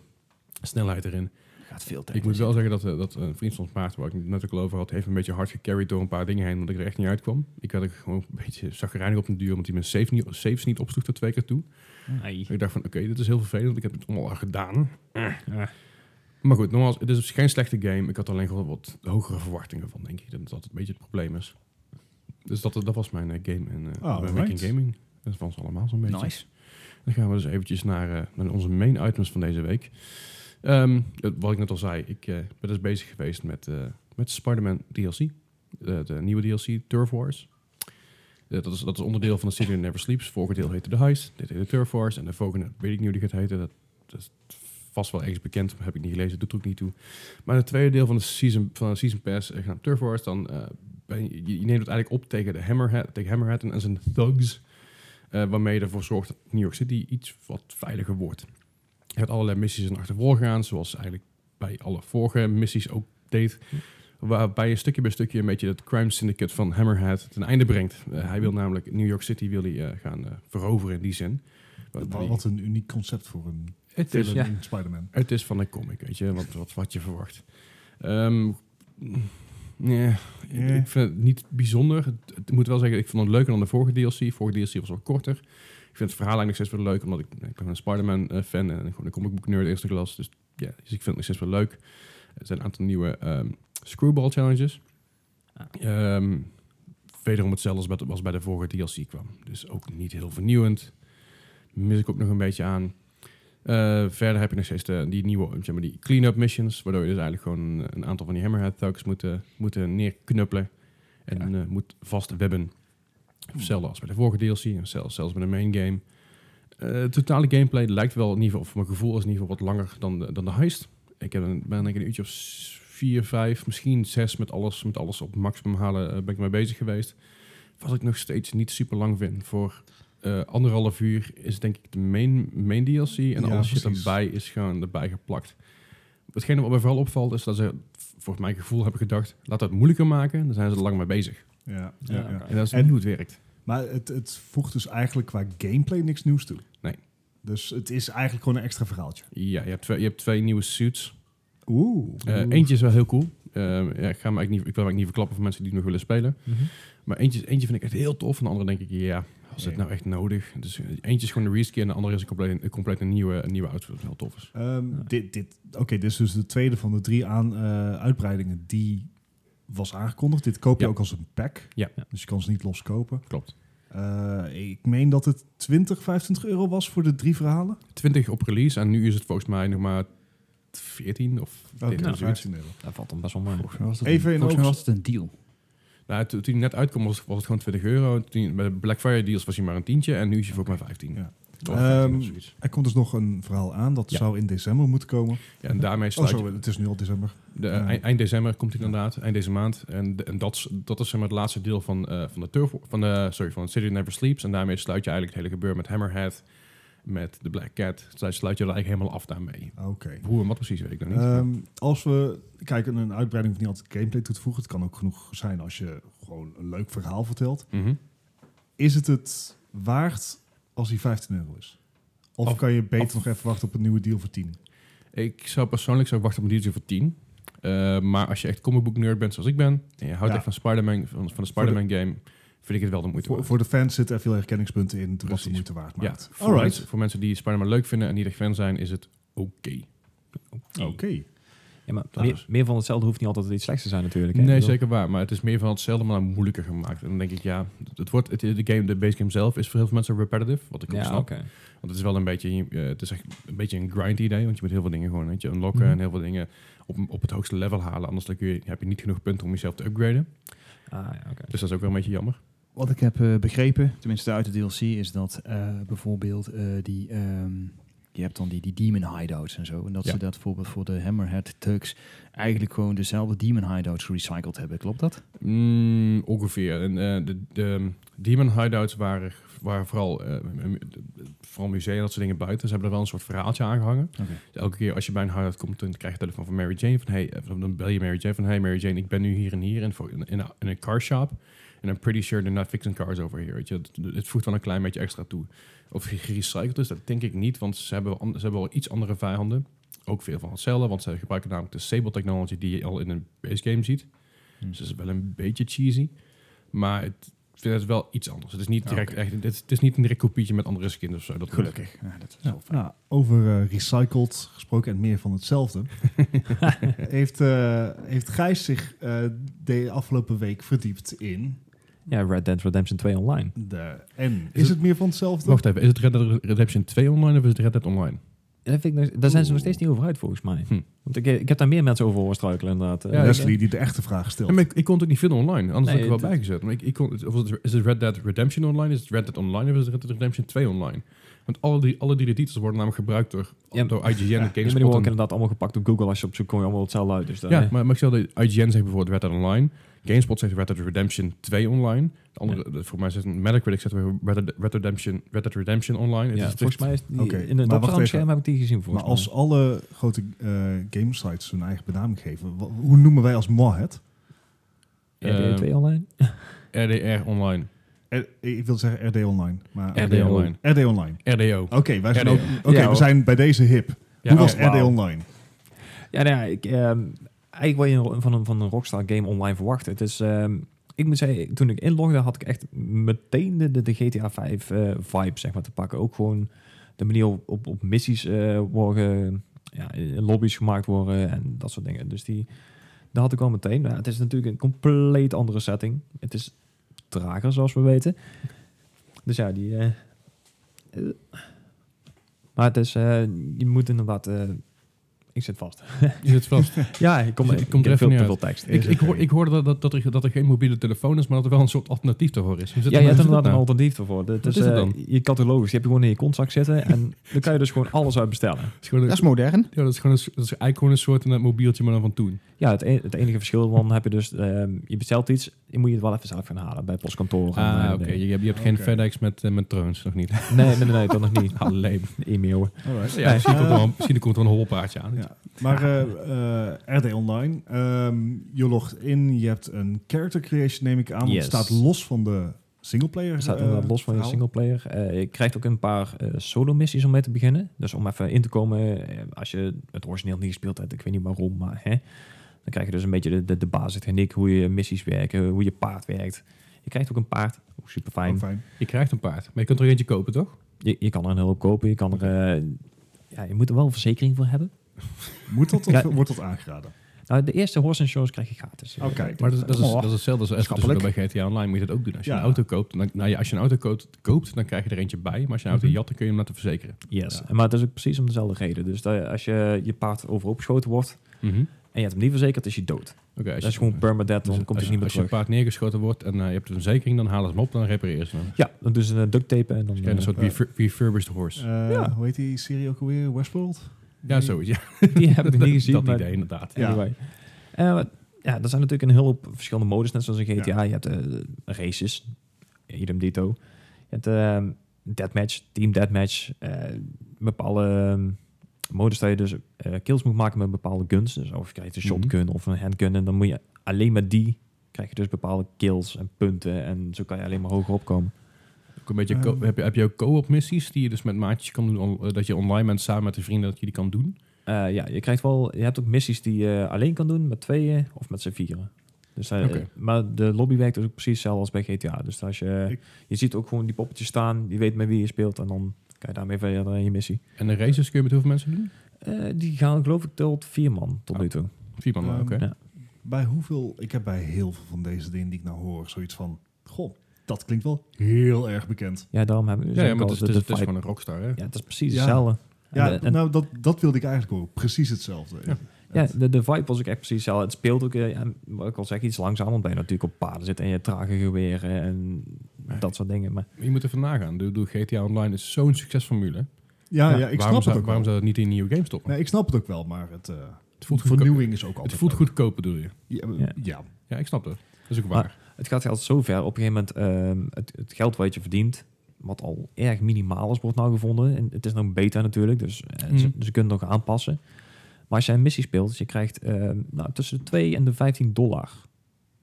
Speaker 2: snelheid erin.
Speaker 4: Gaat veel tijd.
Speaker 2: Ik moet wel zeggen dat, eh, dat een vriend van ons Maarten, waar ik het net ook al over had, heeft een beetje hard gecarried door een paar dingen heen, omdat ik er echt niet uitkwam. Ik had er gewoon een beetje zagrijnig op de duur, omdat hij mijn safe niet, saves niet opsloeg tot twee keer toe.
Speaker 3: Ai.
Speaker 2: Ik dacht van, oké, dit is heel vervelend, ik heb het allemaal al gedaan.
Speaker 3: Ah.
Speaker 2: Maar goed, nogmaals, het is geen slechte game. Ik had alleen gewoon wat hogere verwachtingen van, denk ik. Dat dat een beetje het probleem is. Dus dat, dat was mijn eh, game en
Speaker 1: Ah,
Speaker 2: eh mijn
Speaker 1: alright.
Speaker 2: week in gaming. Dat was allemaal zo'n beetje.
Speaker 4: Nice.
Speaker 2: Dan gaan we dus eventjes naar, eh, naar onze main items van deze week. Ehm, het- wat ik net al zei, ik eh, ben dus bezig geweest met, eh met Spider-Man DLC. Eh, de nieuwe DLC, Turf Wars. Eh, dat, is, dat is onderdeel van de serie Never Sleeps. Vorige deel heette The Heist, dit heette Turf Wars. En de volgende, weet ik niet hoe die gaat heten, dat, dat is vast wel ergens bekend, maar heb ik niet gelezen, doet er ook niet toe. Maar het tweede deel van de season, van de season pass, eh, genaamd Turf Wars, dan eh, ben je, je neemt het eigenlijk op tegen, de Hammerhead, tegen Hammerhead en zijn thugs, eh, waarmee je ervoor zorgt dat New York City iets wat veiliger wordt. Je hebt allerlei missies in achtervolg gaan, zoals eigenlijk bij alle vorige missies ook deed. Waarbij je stukje bij stukje een beetje het crime syndicate van Hammerhead ten einde brengt. Eh, hij wil namelijk New York City wil hij, eh, gaan eh, veroveren in die zin.
Speaker 1: Wa- Wat een uniek concept voor een
Speaker 2: het
Speaker 1: film
Speaker 2: is,
Speaker 1: in Spider-Man.
Speaker 2: het is van een comic, weet je, wat, wat, wat je verwacht. Ehm, nee, ik-
Speaker 1: Ja.
Speaker 2: Ik vind het niet bijzonder. Het- het- Ik moet wel zeggen, ik vond het leuker dan de vorige DLC. Vorige DLC was wat korter. Ik vind het verhaal eigenlijk nog steeds wel leuk, omdat ik, ik ben een Spider-Man-fan en gewoon een comic book nerd eerste klas. Dus ja, dus ik vind het nog steeds wel leuk. Er zijn een aantal nieuwe ehm, screwball challenges.
Speaker 3: Ah.
Speaker 2: Ehm, wederom hetzelfde als bij, de- als bij de vorige DLC kwam. Dus ook niet heel vernieuwend. Mis ik ook nog een beetje aan. Eh, verder heb je nog steeds de- die nieuwe zeg maar, die clean-up missions, waardoor je dus eigenlijk gewoon een, een aantal van die hammerhead thugs moet, eh, moeten neerknuppelen en eh, moet vastwebben. Hetzelfde als bij de vorige DLC, en zelfs, zelfs bij de main game. Eh, Het totale gameplay lijkt wel, in ieder geval, of mijn gevoel is in ieder geval wat langer dan de, dan de heist. Ik heb een, ben denk ik een uurtje of s- vier, vijf, misschien zes met alles, met alles op maximum halen eh, ben ik mee bezig geweest. Wat ik nog steeds niet super lang vind. Voor eh, anderhalf uur is denk ik de main, main DLC en
Speaker 1: Ja,
Speaker 2: alles shit
Speaker 1: precies.
Speaker 2: erbij is gewoon erbij geplakt. Hetgene wat me vooral opvalt is dat ze, voor mijn gevoel hebben gedacht, laat dat moeilijker maken, dan zijn ze er lang mee bezig.
Speaker 1: Ja, ja,
Speaker 3: Ja,
Speaker 1: ja.
Speaker 3: oké.
Speaker 2: En dat is
Speaker 1: En-
Speaker 2: niet hoe het werkt.
Speaker 1: Maar het, het voegt dus eigenlijk qua gameplay niks nieuws toe.
Speaker 2: Nee.
Speaker 1: Dus het is eigenlijk gewoon een extra verhaaltje.
Speaker 2: Ja, je hebt twee, je hebt twee nieuwe suits.
Speaker 1: Oeh.
Speaker 2: Eh, eentje is wel heel cool. Ehm, ja, ik, ga hem eigenlijk niet, ik wil hem eigenlijk niet verklappen voor mensen die het nog willen spelen.
Speaker 3: Mhm.
Speaker 2: Maar eentje, eentje vind ik echt heel tof. En de andere denk ik, ja, was het
Speaker 1: Nee.
Speaker 2: nou echt nodig? Dus eh, eentje is gewoon een reskin. En de andere is een compleet een, compleet een nieuwe, een nieuwe outfit. Wat heel tof is.
Speaker 1: Ehm,
Speaker 3: Ja.
Speaker 1: Dit, dit, Oké, dit is dus de tweede van de drie aan, eh, uitbreidingen die was aangekondigd. Dit koop je
Speaker 2: Ja.
Speaker 1: ook als een pack.
Speaker 2: Ja.
Speaker 1: Dus je kan ze niet los kopen.
Speaker 2: Klopt.
Speaker 1: Eh, ik meen dat het 20, 25 euro was voor de drie verhalen.
Speaker 2: 20 op release. En nu is het volgens mij nog maar 14 of
Speaker 1: Oké, nou,
Speaker 2: 13 of zoiets.
Speaker 1: 15 euro.
Speaker 3: Dat valt dan best wel mooi.
Speaker 1: Even in
Speaker 4: Volgens mij
Speaker 1: oogst-
Speaker 4: was het een deal.
Speaker 2: Nou, toen toen hij net uitkwam was, was het gewoon 20 euro. Toen, bij de Black Friday deals was hij maar een tientje. En nu is hij volgens mij 15.
Speaker 1: Ja.
Speaker 2: Of 15
Speaker 1: Ehm,
Speaker 2: of zoiets.
Speaker 1: Er komt dus nog een verhaal aan. Dat
Speaker 2: Ja.
Speaker 1: zou in december moeten komen.
Speaker 2: Ja, en daarmee
Speaker 1: Oh,
Speaker 2: sluit je-
Speaker 1: zo, het is nu al december.
Speaker 2: De,
Speaker 1: Ja.
Speaker 2: eind, eind december komt hij inderdaad, eind deze maand. En, de- en dat, is- dat is zeg maar, het laatste deel van, eh, van de turf, van de, sorry, van City Never Sleeps. En daarmee sluit je eigenlijk het hele gebeuren met Hammerhead, met de Black Cat. Sluit, sluit je er eigenlijk helemaal af daarmee.
Speaker 1: Oké.
Speaker 2: Hoe en wat precies weet ik nog niet.
Speaker 1: Ehm, als we kijken, een uitbreiding hoeft niet altijd gameplay toe te voegen. Het kan ook genoeg zijn als je gewoon een leuk verhaal vertelt.
Speaker 2: Mhm.
Speaker 1: Is het het waard als die 15 euro is? Of,
Speaker 2: Of-
Speaker 1: kan je beter
Speaker 2: of-
Speaker 1: nog even wachten op een nieuwe deal voor 10?
Speaker 2: Ik zou persoonlijk zou ik wachten op een DLC voor 10. Eh, maar als je echt comic book nerd bent zoals ik ben, en je houdt
Speaker 1: Ja.
Speaker 2: echt van, Spider-Man, van, van de Spider-Man game, vind ik het wel de moeite
Speaker 1: Voor,
Speaker 2: waard.
Speaker 1: voor de fans zitten er veel herkenningspunten in dus wat de
Speaker 2: Precies.
Speaker 1: moeite waard
Speaker 2: ja,
Speaker 1: maakt.
Speaker 2: voor, mensen, voor mensen die Spider-Man leuk vinden en die er fan zijn, is het oké.
Speaker 1: Oké.
Speaker 3: Ja, maar
Speaker 2: Dat
Speaker 3: meer,
Speaker 2: is-
Speaker 3: meer van hetzelfde hoeft niet altijd iets slechts te zijn natuurlijk. hè.
Speaker 2: Nee,
Speaker 3: Ik bedoel-
Speaker 2: zeker waar. Maar het is meer van hetzelfde, maar dan moeilijker gemaakt. En dan denk ik, ja, het wordt, het, de, game, de base game zelf is voor heel veel mensen repetitive, wat ik ook
Speaker 3: Ja,
Speaker 2: snap.
Speaker 3: oké.
Speaker 2: Want het is wel een beetje, eh, het is echt een beetje een grind idee, want je moet heel veel dingen gewoon weet je, unlocken
Speaker 3: Mhm.
Speaker 2: en heel veel dingen op, op het hoogste level halen. Anders dan kun je, heb je niet genoeg punten om jezelf te upgraden.
Speaker 3: Ah, ja, oké.
Speaker 2: Dus dat is ook wel een beetje jammer.
Speaker 4: Wat ik heb eh, begrepen, tenminste uit de DLC, is dat eh, bijvoorbeeld eh, die... ehm, je hebt dan die, die demon hideouts en zo. En dat
Speaker 2: Ja.
Speaker 4: ze dat bijvoorbeeld voor de Hammerhead Tugs eigenlijk gewoon dezelfde demon hideouts gerecycled hebben. Klopt dat?
Speaker 2: Mm, ongeveer. En, eh, de, de Demon Hideouts waren, waren vooral, eh, mu- vooral musea en dat soort dingen buiten. Ze hebben er wel een soort verhaaltje aan gehangen.
Speaker 4: Oké.
Speaker 2: Dus elke keer als je bij een hideout komt, dan krijg je een telefoon van Mary Jane. Van, hey, eh, dan bel je Mary Jane van, hey Mary Jane, ik ben nu hier en hier in, in, in, in een car shop. En I'm pretty sure they're not fixing cars over here. Weet je. Het, het voegt wel een klein beetje extra toe. Of ge- gerecycled is, dat denk ik niet. Want ze hebben, wel an- ze hebben wel iets andere vijanden. Ook veel van hetzelfde. Want ze gebruiken namelijk de Sable technology die je al in een base game ziet.
Speaker 4: Hmm.
Speaker 2: Dus dat is wel een beetje cheesy. Maar het, ik vind het wel iets anders. Het is niet
Speaker 4: Ah,
Speaker 2: direct
Speaker 4: oké.
Speaker 2: echt. Het, is- het is niet een direct kopietje met andere skins of zo. Dat
Speaker 4: Gelukkig. Ja, dat is wel fijn.
Speaker 1: Nou, over eh, recycled gesproken en meer van hetzelfde. heeft, eh, heeft Gijs zich eh, de afgelopen week verdiept in
Speaker 3: Ja, Red Dead Redemption 2 online.
Speaker 1: de... En is,
Speaker 2: het-
Speaker 1: het meer van hetzelfde?
Speaker 2: Wacht even, is het Red Dead Redemption 2 online of is het Red Dead Online?
Speaker 3: Ja, Dat vind ik nog- daar zijn ze nog steeds niet over uit, volgens mij.
Speaker 2: Hm.
Speaker 3: Want ik, ik heb daar meer mensen over horen struikelen, inderdaad. Eh,
Speaker 2: Ja,
Speaker 3: ik-
Speaker 1: Leslie die de echte vraag stelt.
Speaker 2: Ja, maar ik, ik kon het ook niet vinden online, anders
Speaker 3: Nee,
Speaker 2: had ik er
Speaker 3: dat-
Speaker 2: wel bijgezet. Maar ik, ik kon, het- of het- is het Red Dead Redemption online? Is het Red Dead Online of is het Red Dead Redemption 2 online? Want alle drie, alle drie de titels worden namelijk gebruikt door,
Speaker 3: Ja,
Speaker 2: door IGN en
Speaker 3: Ja, maar
Speaker 2: GameSpot.
Speaker 3: die worden
Speaker 2: en-
Speaker 3: inderdaad allemaal gepakt op Google. Als je op zoek komt, allemaal hetzelfde uit. Dus dan,
Speaker 2: Ja, maar, maar ik stel dat IGN zegt bijvoorbeeld Red Dead Online. GameSpot zegt Red Dead Redemption 2 online. De andere, de- voor mij zegt Metacritic zegt weer Red Dead, Red Redemption, Red Dead Redemption online. Het
Speaker 3: Ja,
Speaker 2: is- het
Speaker 3: volgens
Speaker 2: is-
Speaker 3: mij is die,
Speaker 1: Oké,
Speaker 3: in
Speaker 1: maar
Speaker 3: het
Speaker 1: wacht
Speaker 3: opscherm
Speaker 1: even.
Speaker 3: heb ik die gezien
Speaker 1: Maar
Speaker 3: volgens
Speaker 1: als alle grote eh gamesites hun eigen benaming geven, wa- hoe noemen wij als MOD het?
Speaker 3: mij. RDR2
Speaker 2: eh,
Speaker 3: online?
Speaker 2: RDR online.
Speaker 1: R- Eh, ik wil zeggen RD Online. Maar
Speaker 2: RD online.
Speaker 1: RD Online.
Speaker 2: RDO.
Speaker 1: Oké, wij zijn,
Speaker 2: RD.
Speaker 1: ook, oké,
Speaker 3: Ja,
Speaker 1: we
Speaker 3: hoor.
Speaker 1: zijn bij deze hip.
Speaker 2: Ja,
Speaker 1: Hoe
Speaker 2: oh,
Speaker 1: was
Speaker 2: wauw.
Speaker 1: RD Online?
Speaker 3: Ja, nou ja, ik, ehm, eigenlijk wat je van een, van een Rockstar game online verwacht. Het is, ehm, ik moet zeggen, toen ik inlogde had ik echt meteen de, de, de GTA 5 eh, vibe zeg maar, te pakken. Ook gewoon de manier op, op, op missies eh, worden, ja, eh, lobby's gemaakt worden en dat soort dingen. Dus die, dat had ik al meteen. Nou, het is natuurlijk een compleet andere setting. Het is trager, zoals we weten. Dus ja, die... eh, eh. maar het is, eh, je moet inderdaad... eh, ik zit vast.
Speaker 2: Je zit vast.
Speaker 3: Ja, ik kom,
Speaker 2: Dus
Speaker 3: ik
Speaker 2: het komt
Speaker 3: heb
Speaker 2: er even
Speaker 3: veel
Speaker 2: niet
Speaker 3: te
Speaker 2: uit.
Speaker 3: veel tekst.
Speaker 2: ik,
Speaker 1: Is
Speaker 2: ik,
Speaker 1: oké.
Speaker 2: hoor, ik hoorde dat- dat, dat, er, dat er geen mobiele telefoon is, maar dat er wel een soort alternatief daarvoor is. Hoe zit
Speaker 3: Ja,
Speaker 2: dat
Speaker 3: je hebt
Speaker 2: nou?
Speaker 3: inderdaad een
Speaker 2: Hoe zit
Speaker 3: alternatief ervoor. Dat is,
Speaker 2: is het
Speaker 3: eh,
Speaker 2: dan?
Speaker 3: je catalogus. Die heb je gewoon in je kontzak zitten. En dan kan je dus gewoon alles uit bestellen.
Speaker 2: dat nou? Het is gewoon een-
Speaker 4: Dat is modern.
Speaker 2: ja, dat is gewoon een, dat is eigenlijk gewoon een soort inderdaad mobieltje, maar dan van toen.
Speaker 3: Ja, het, e- het enige verschil dan heb je dus... ehm, je bestelt iets, je moet je het wel even zelf gaan halen bij postkantoor. en,
Speaker 2: Ah,
Speaker 3: eh,
Speaker 2: oké. Je, hebt- je hebt geen
Speaker 1: Oké.
Speaker 2: FedEx met, eh, met drones, nog niet.
Speaker 3: Nee, nee, nee, nee, dat nog niet.
Speaker 2: Alleen.
Speaker 3: E-mail.
Speaker 1: Alright.
Speaker 2: Ja, misschien,
Speaker 1: Eh,
Speaker 2: komt er wel, misschien komt er wel een hobbelpaardje aan.
Speaker 1: ja. Maar eh, eh, RD Online, ehm, je logt in, je hebt een character creation neem ik aan, want
Speaker 3: Yes.
Speaker 1: het staat los van de singleplayer.
Speaker 3: Het staat
Speaker 1: eh,
Speaker 3: inderdaad los van je
Speaker 1: verhaal.
Speaker 3: singleplayer. Eh je krijgt ook een paar eh, solo-missies om mee te beginnen. Dus om even in te komen, eh, als je het origineel niet gespeeld hebt, ik weet niet waarom, maar hè, dan krijg je dus een beetje de, de, de basistechniek, hoe je missies werken, hoe je paard werkt. Je krijgt ook een paard, ook super
Speaker 1: Ook
Speaker 2: Oh,
Speaker 3: fijn.
Speaker 1: Oh, fijn.
Speaker 2: Je krijgt een paard, maar je kunt er eentje kopen, toch?
Speaker 3: Je, je kan er een hulp kopen, je kan er... eh, ja, je moet er wel een verzekering voor hebben.
Speaker 1: Moet dat of
Speaker 3: Ja.
Speaker 1: wordt dat aangeraden?
Speaker 3: Nou, de eerste horse insurance krijg je gratis. Eh,
Speaker 1: Oh, kijk.
Speaker 2: Maar dat, is- dat, is,
Speaker 1: Oh.
Speaker 2: dat is hetzelfde als- als dus ook
Speaker 4: Schappelijk.
Speaker 2: bij GTA Online moet je dat ook doen. Als je
Speaker 1: Ja.
Speaker 2: een auto koopt, dan, nou ja, als je een auto koopt, koopt, dan krijg je er eentje bij. Maar als je een auto
Speaker 3: Mhm.
Speaker 2: jat, dan kun je hem laten verzekeren.
Speaker 3: Yes.
Speaker 1: Ja.
Speaker 3: En Maar het is ook precies om dezelfde reden. Dus dat, als je je paard overhoop geschoten wordt en je hebt hem niet verzekerd, is je dood.
Speaker 2: Oké, als
Speaker 3: Mhm. Dat
Speaker 2: je-
Speaker 3: is gewoon permadeath,
Speaker 2: dus
Speaker 3: dan komt
Speaker 2: als,
Speaker 3: hij niet meer
Speaker 2: Als je
Speaker 3: terug.
Speaker 2: paard neergeschoten wordt en eh, je hebt een verzekering, dan halen ze hem op, dan repareren ze hem. Dus
Speaker 3: Ja, dan doen ze een duct tape en dan... eh,
Speaker 2: je krijgt een soort
Speaker 1: Ja.
Speaker 2: refur- refurbished horse.
Speaker 1: Eh,
Speaker 3: Ja.
Speaker 1: Hoe heet die serie ook alweer? Westworld?
Speaker 2: ja, zoiets. Ja.
Speaker 3: eh, die heb ik nog
Speaker 2: Dat-
Speaker 3: niet gezien.
Speaker 2: Dat
Speaker 3: maar
Speaker 2: idee, inderdaad.
Speaker 1: Ja.
Speaker 3: Anyway. Eh, maar- ja, er zijn natuurlijk een heel hoop verschillende modus, net zoals in GTA.
Speaker 1: Ja.
Speaker 3: Je hebt eh, races, idem dito. Je hebt eh, deathmatch, team deathmatch. eh, bepaalde ehm, modus dat je dus eh, kills moet maken met bepaalde guns. Dus of je krijgt een
Speaker 2: Mhm.
Speaker 3: shotgun of een handgun. En dan moet je alleen met die krijg je dus bepaalde kills en punten. En zo kan je alleen maar hoger opkomen.
Speaker 2: Ook een beetje co-
Speaker 1: Ehm.
Speaker 2: heb, je, heb je ook co-op missies die je dus met maatjes kan doen, on- eh, dat je online bent samen met de vrienden, dat je die kan doen?
Speaker 3: Eh, ja, je krijgt wel. Je hebt ook missies die je alleen kan doen met tweeën of met z'n vieren. Dus, eh,
Speaker 2: Oké.
Speaker 3: Maar de lobby werkt dus ook precies hetzelfde als bij GTA. Dus als je,
Speaker 1: Ik-
Speaker 3: je ziet ook gewoon die poppetjes staan, die weet met wie je speelt en dan kan je daarmee verder in je missie.
Speaker 2: En de races kun je met hoeveel mensen doen?
Speaker 3: Eh, die gaan geloof ik tot vier man tot nu toe.
Speaker 2: Vier man,
Speaker 1: Ehm,
Speaker 2: oké.
Speaker 3: ja.
Speaker 1: Bij hoeveel, ik heb bij heel veel van deze dingen die ik nou hoor, zoiets van, goh, dat klinkt wel heel erg bekend.
Speaker 3: Ja, daarom hebben we
Speaker 2: Ja,
Speaker 3: dus
Speaker 2: ja,
Speaker 3: ook
Speaker 2: maar
Speaker 3: al
Speaker 2: het is,
Speaker 3: de-
Speaker 2: het is,
Speaker 3: de
Speaker 2: het is
Speaker 3: vibe.
Speaker 2: gewoon een rockstar, hè?
Speaker 3: Ja, het is precies
Speaker 1: Ja.
Speaker 3: hetzelfde. En
Speaker 1: Ja,
Speaker 3: de- en-
Speaker 1: nou, dat, dat wilde ik eigenlijk horen. Precies hetzelfde.
Speaker 2: Ja.
Speaker 3: ja, de, de vibe was ook echt precies hetzelfde. Het speelt ook, eh, ja, wat ik al zeg, iets langzamer, want bij natuurlijk op paarden zit en je trage geweren en dat soort dingen. Maar
Speaker 2: Maar Je moet even nagaan. De, de GTA Online is zo'n succesformule.
Speaker 1: Ja, ja,
Speaker 3: Ja,
Speaker 1: ik
Speaker 2: waarom
Speaker 1: snap
Speaker 2: zou,
Speaker 1: het ook
Speaker 2: Waarom
Speaker 1: wel.
Speaker 2: zou dat niet in een nieuwe game stoppen?
Speaker 1: Nee, ik snap het ook wel, maar het, eh,
Speaker 2: het voelt goedkoop.
Speaker 1: vernieuwing is ook altijd
Speaker 2: Het voelt
Speaker 1: leuk.
Speaker 2: goedkoop, bedoel je?
Speaker 1: Ja,
Speaker 3: Ja.
Speaker 1: eh, ja.
Speaker 2: Ja, ik snap dat. Dat is ook waar.
Speaker 3: Het gaat zelfs zover. Op een gegeven moment, ehm, het, het geld wat je verdient, wat al erg minimaal is, wordt nou gevonden. En het is nog beta natuurlijk, dus eh,
Speaker 2: Mhm.
Speaker 3: ze, ze kunnen nog aanpassen. Maar als jij een missie speelt, dus je krijgt ehm, nou, tussen de 2 en de 15 dollar.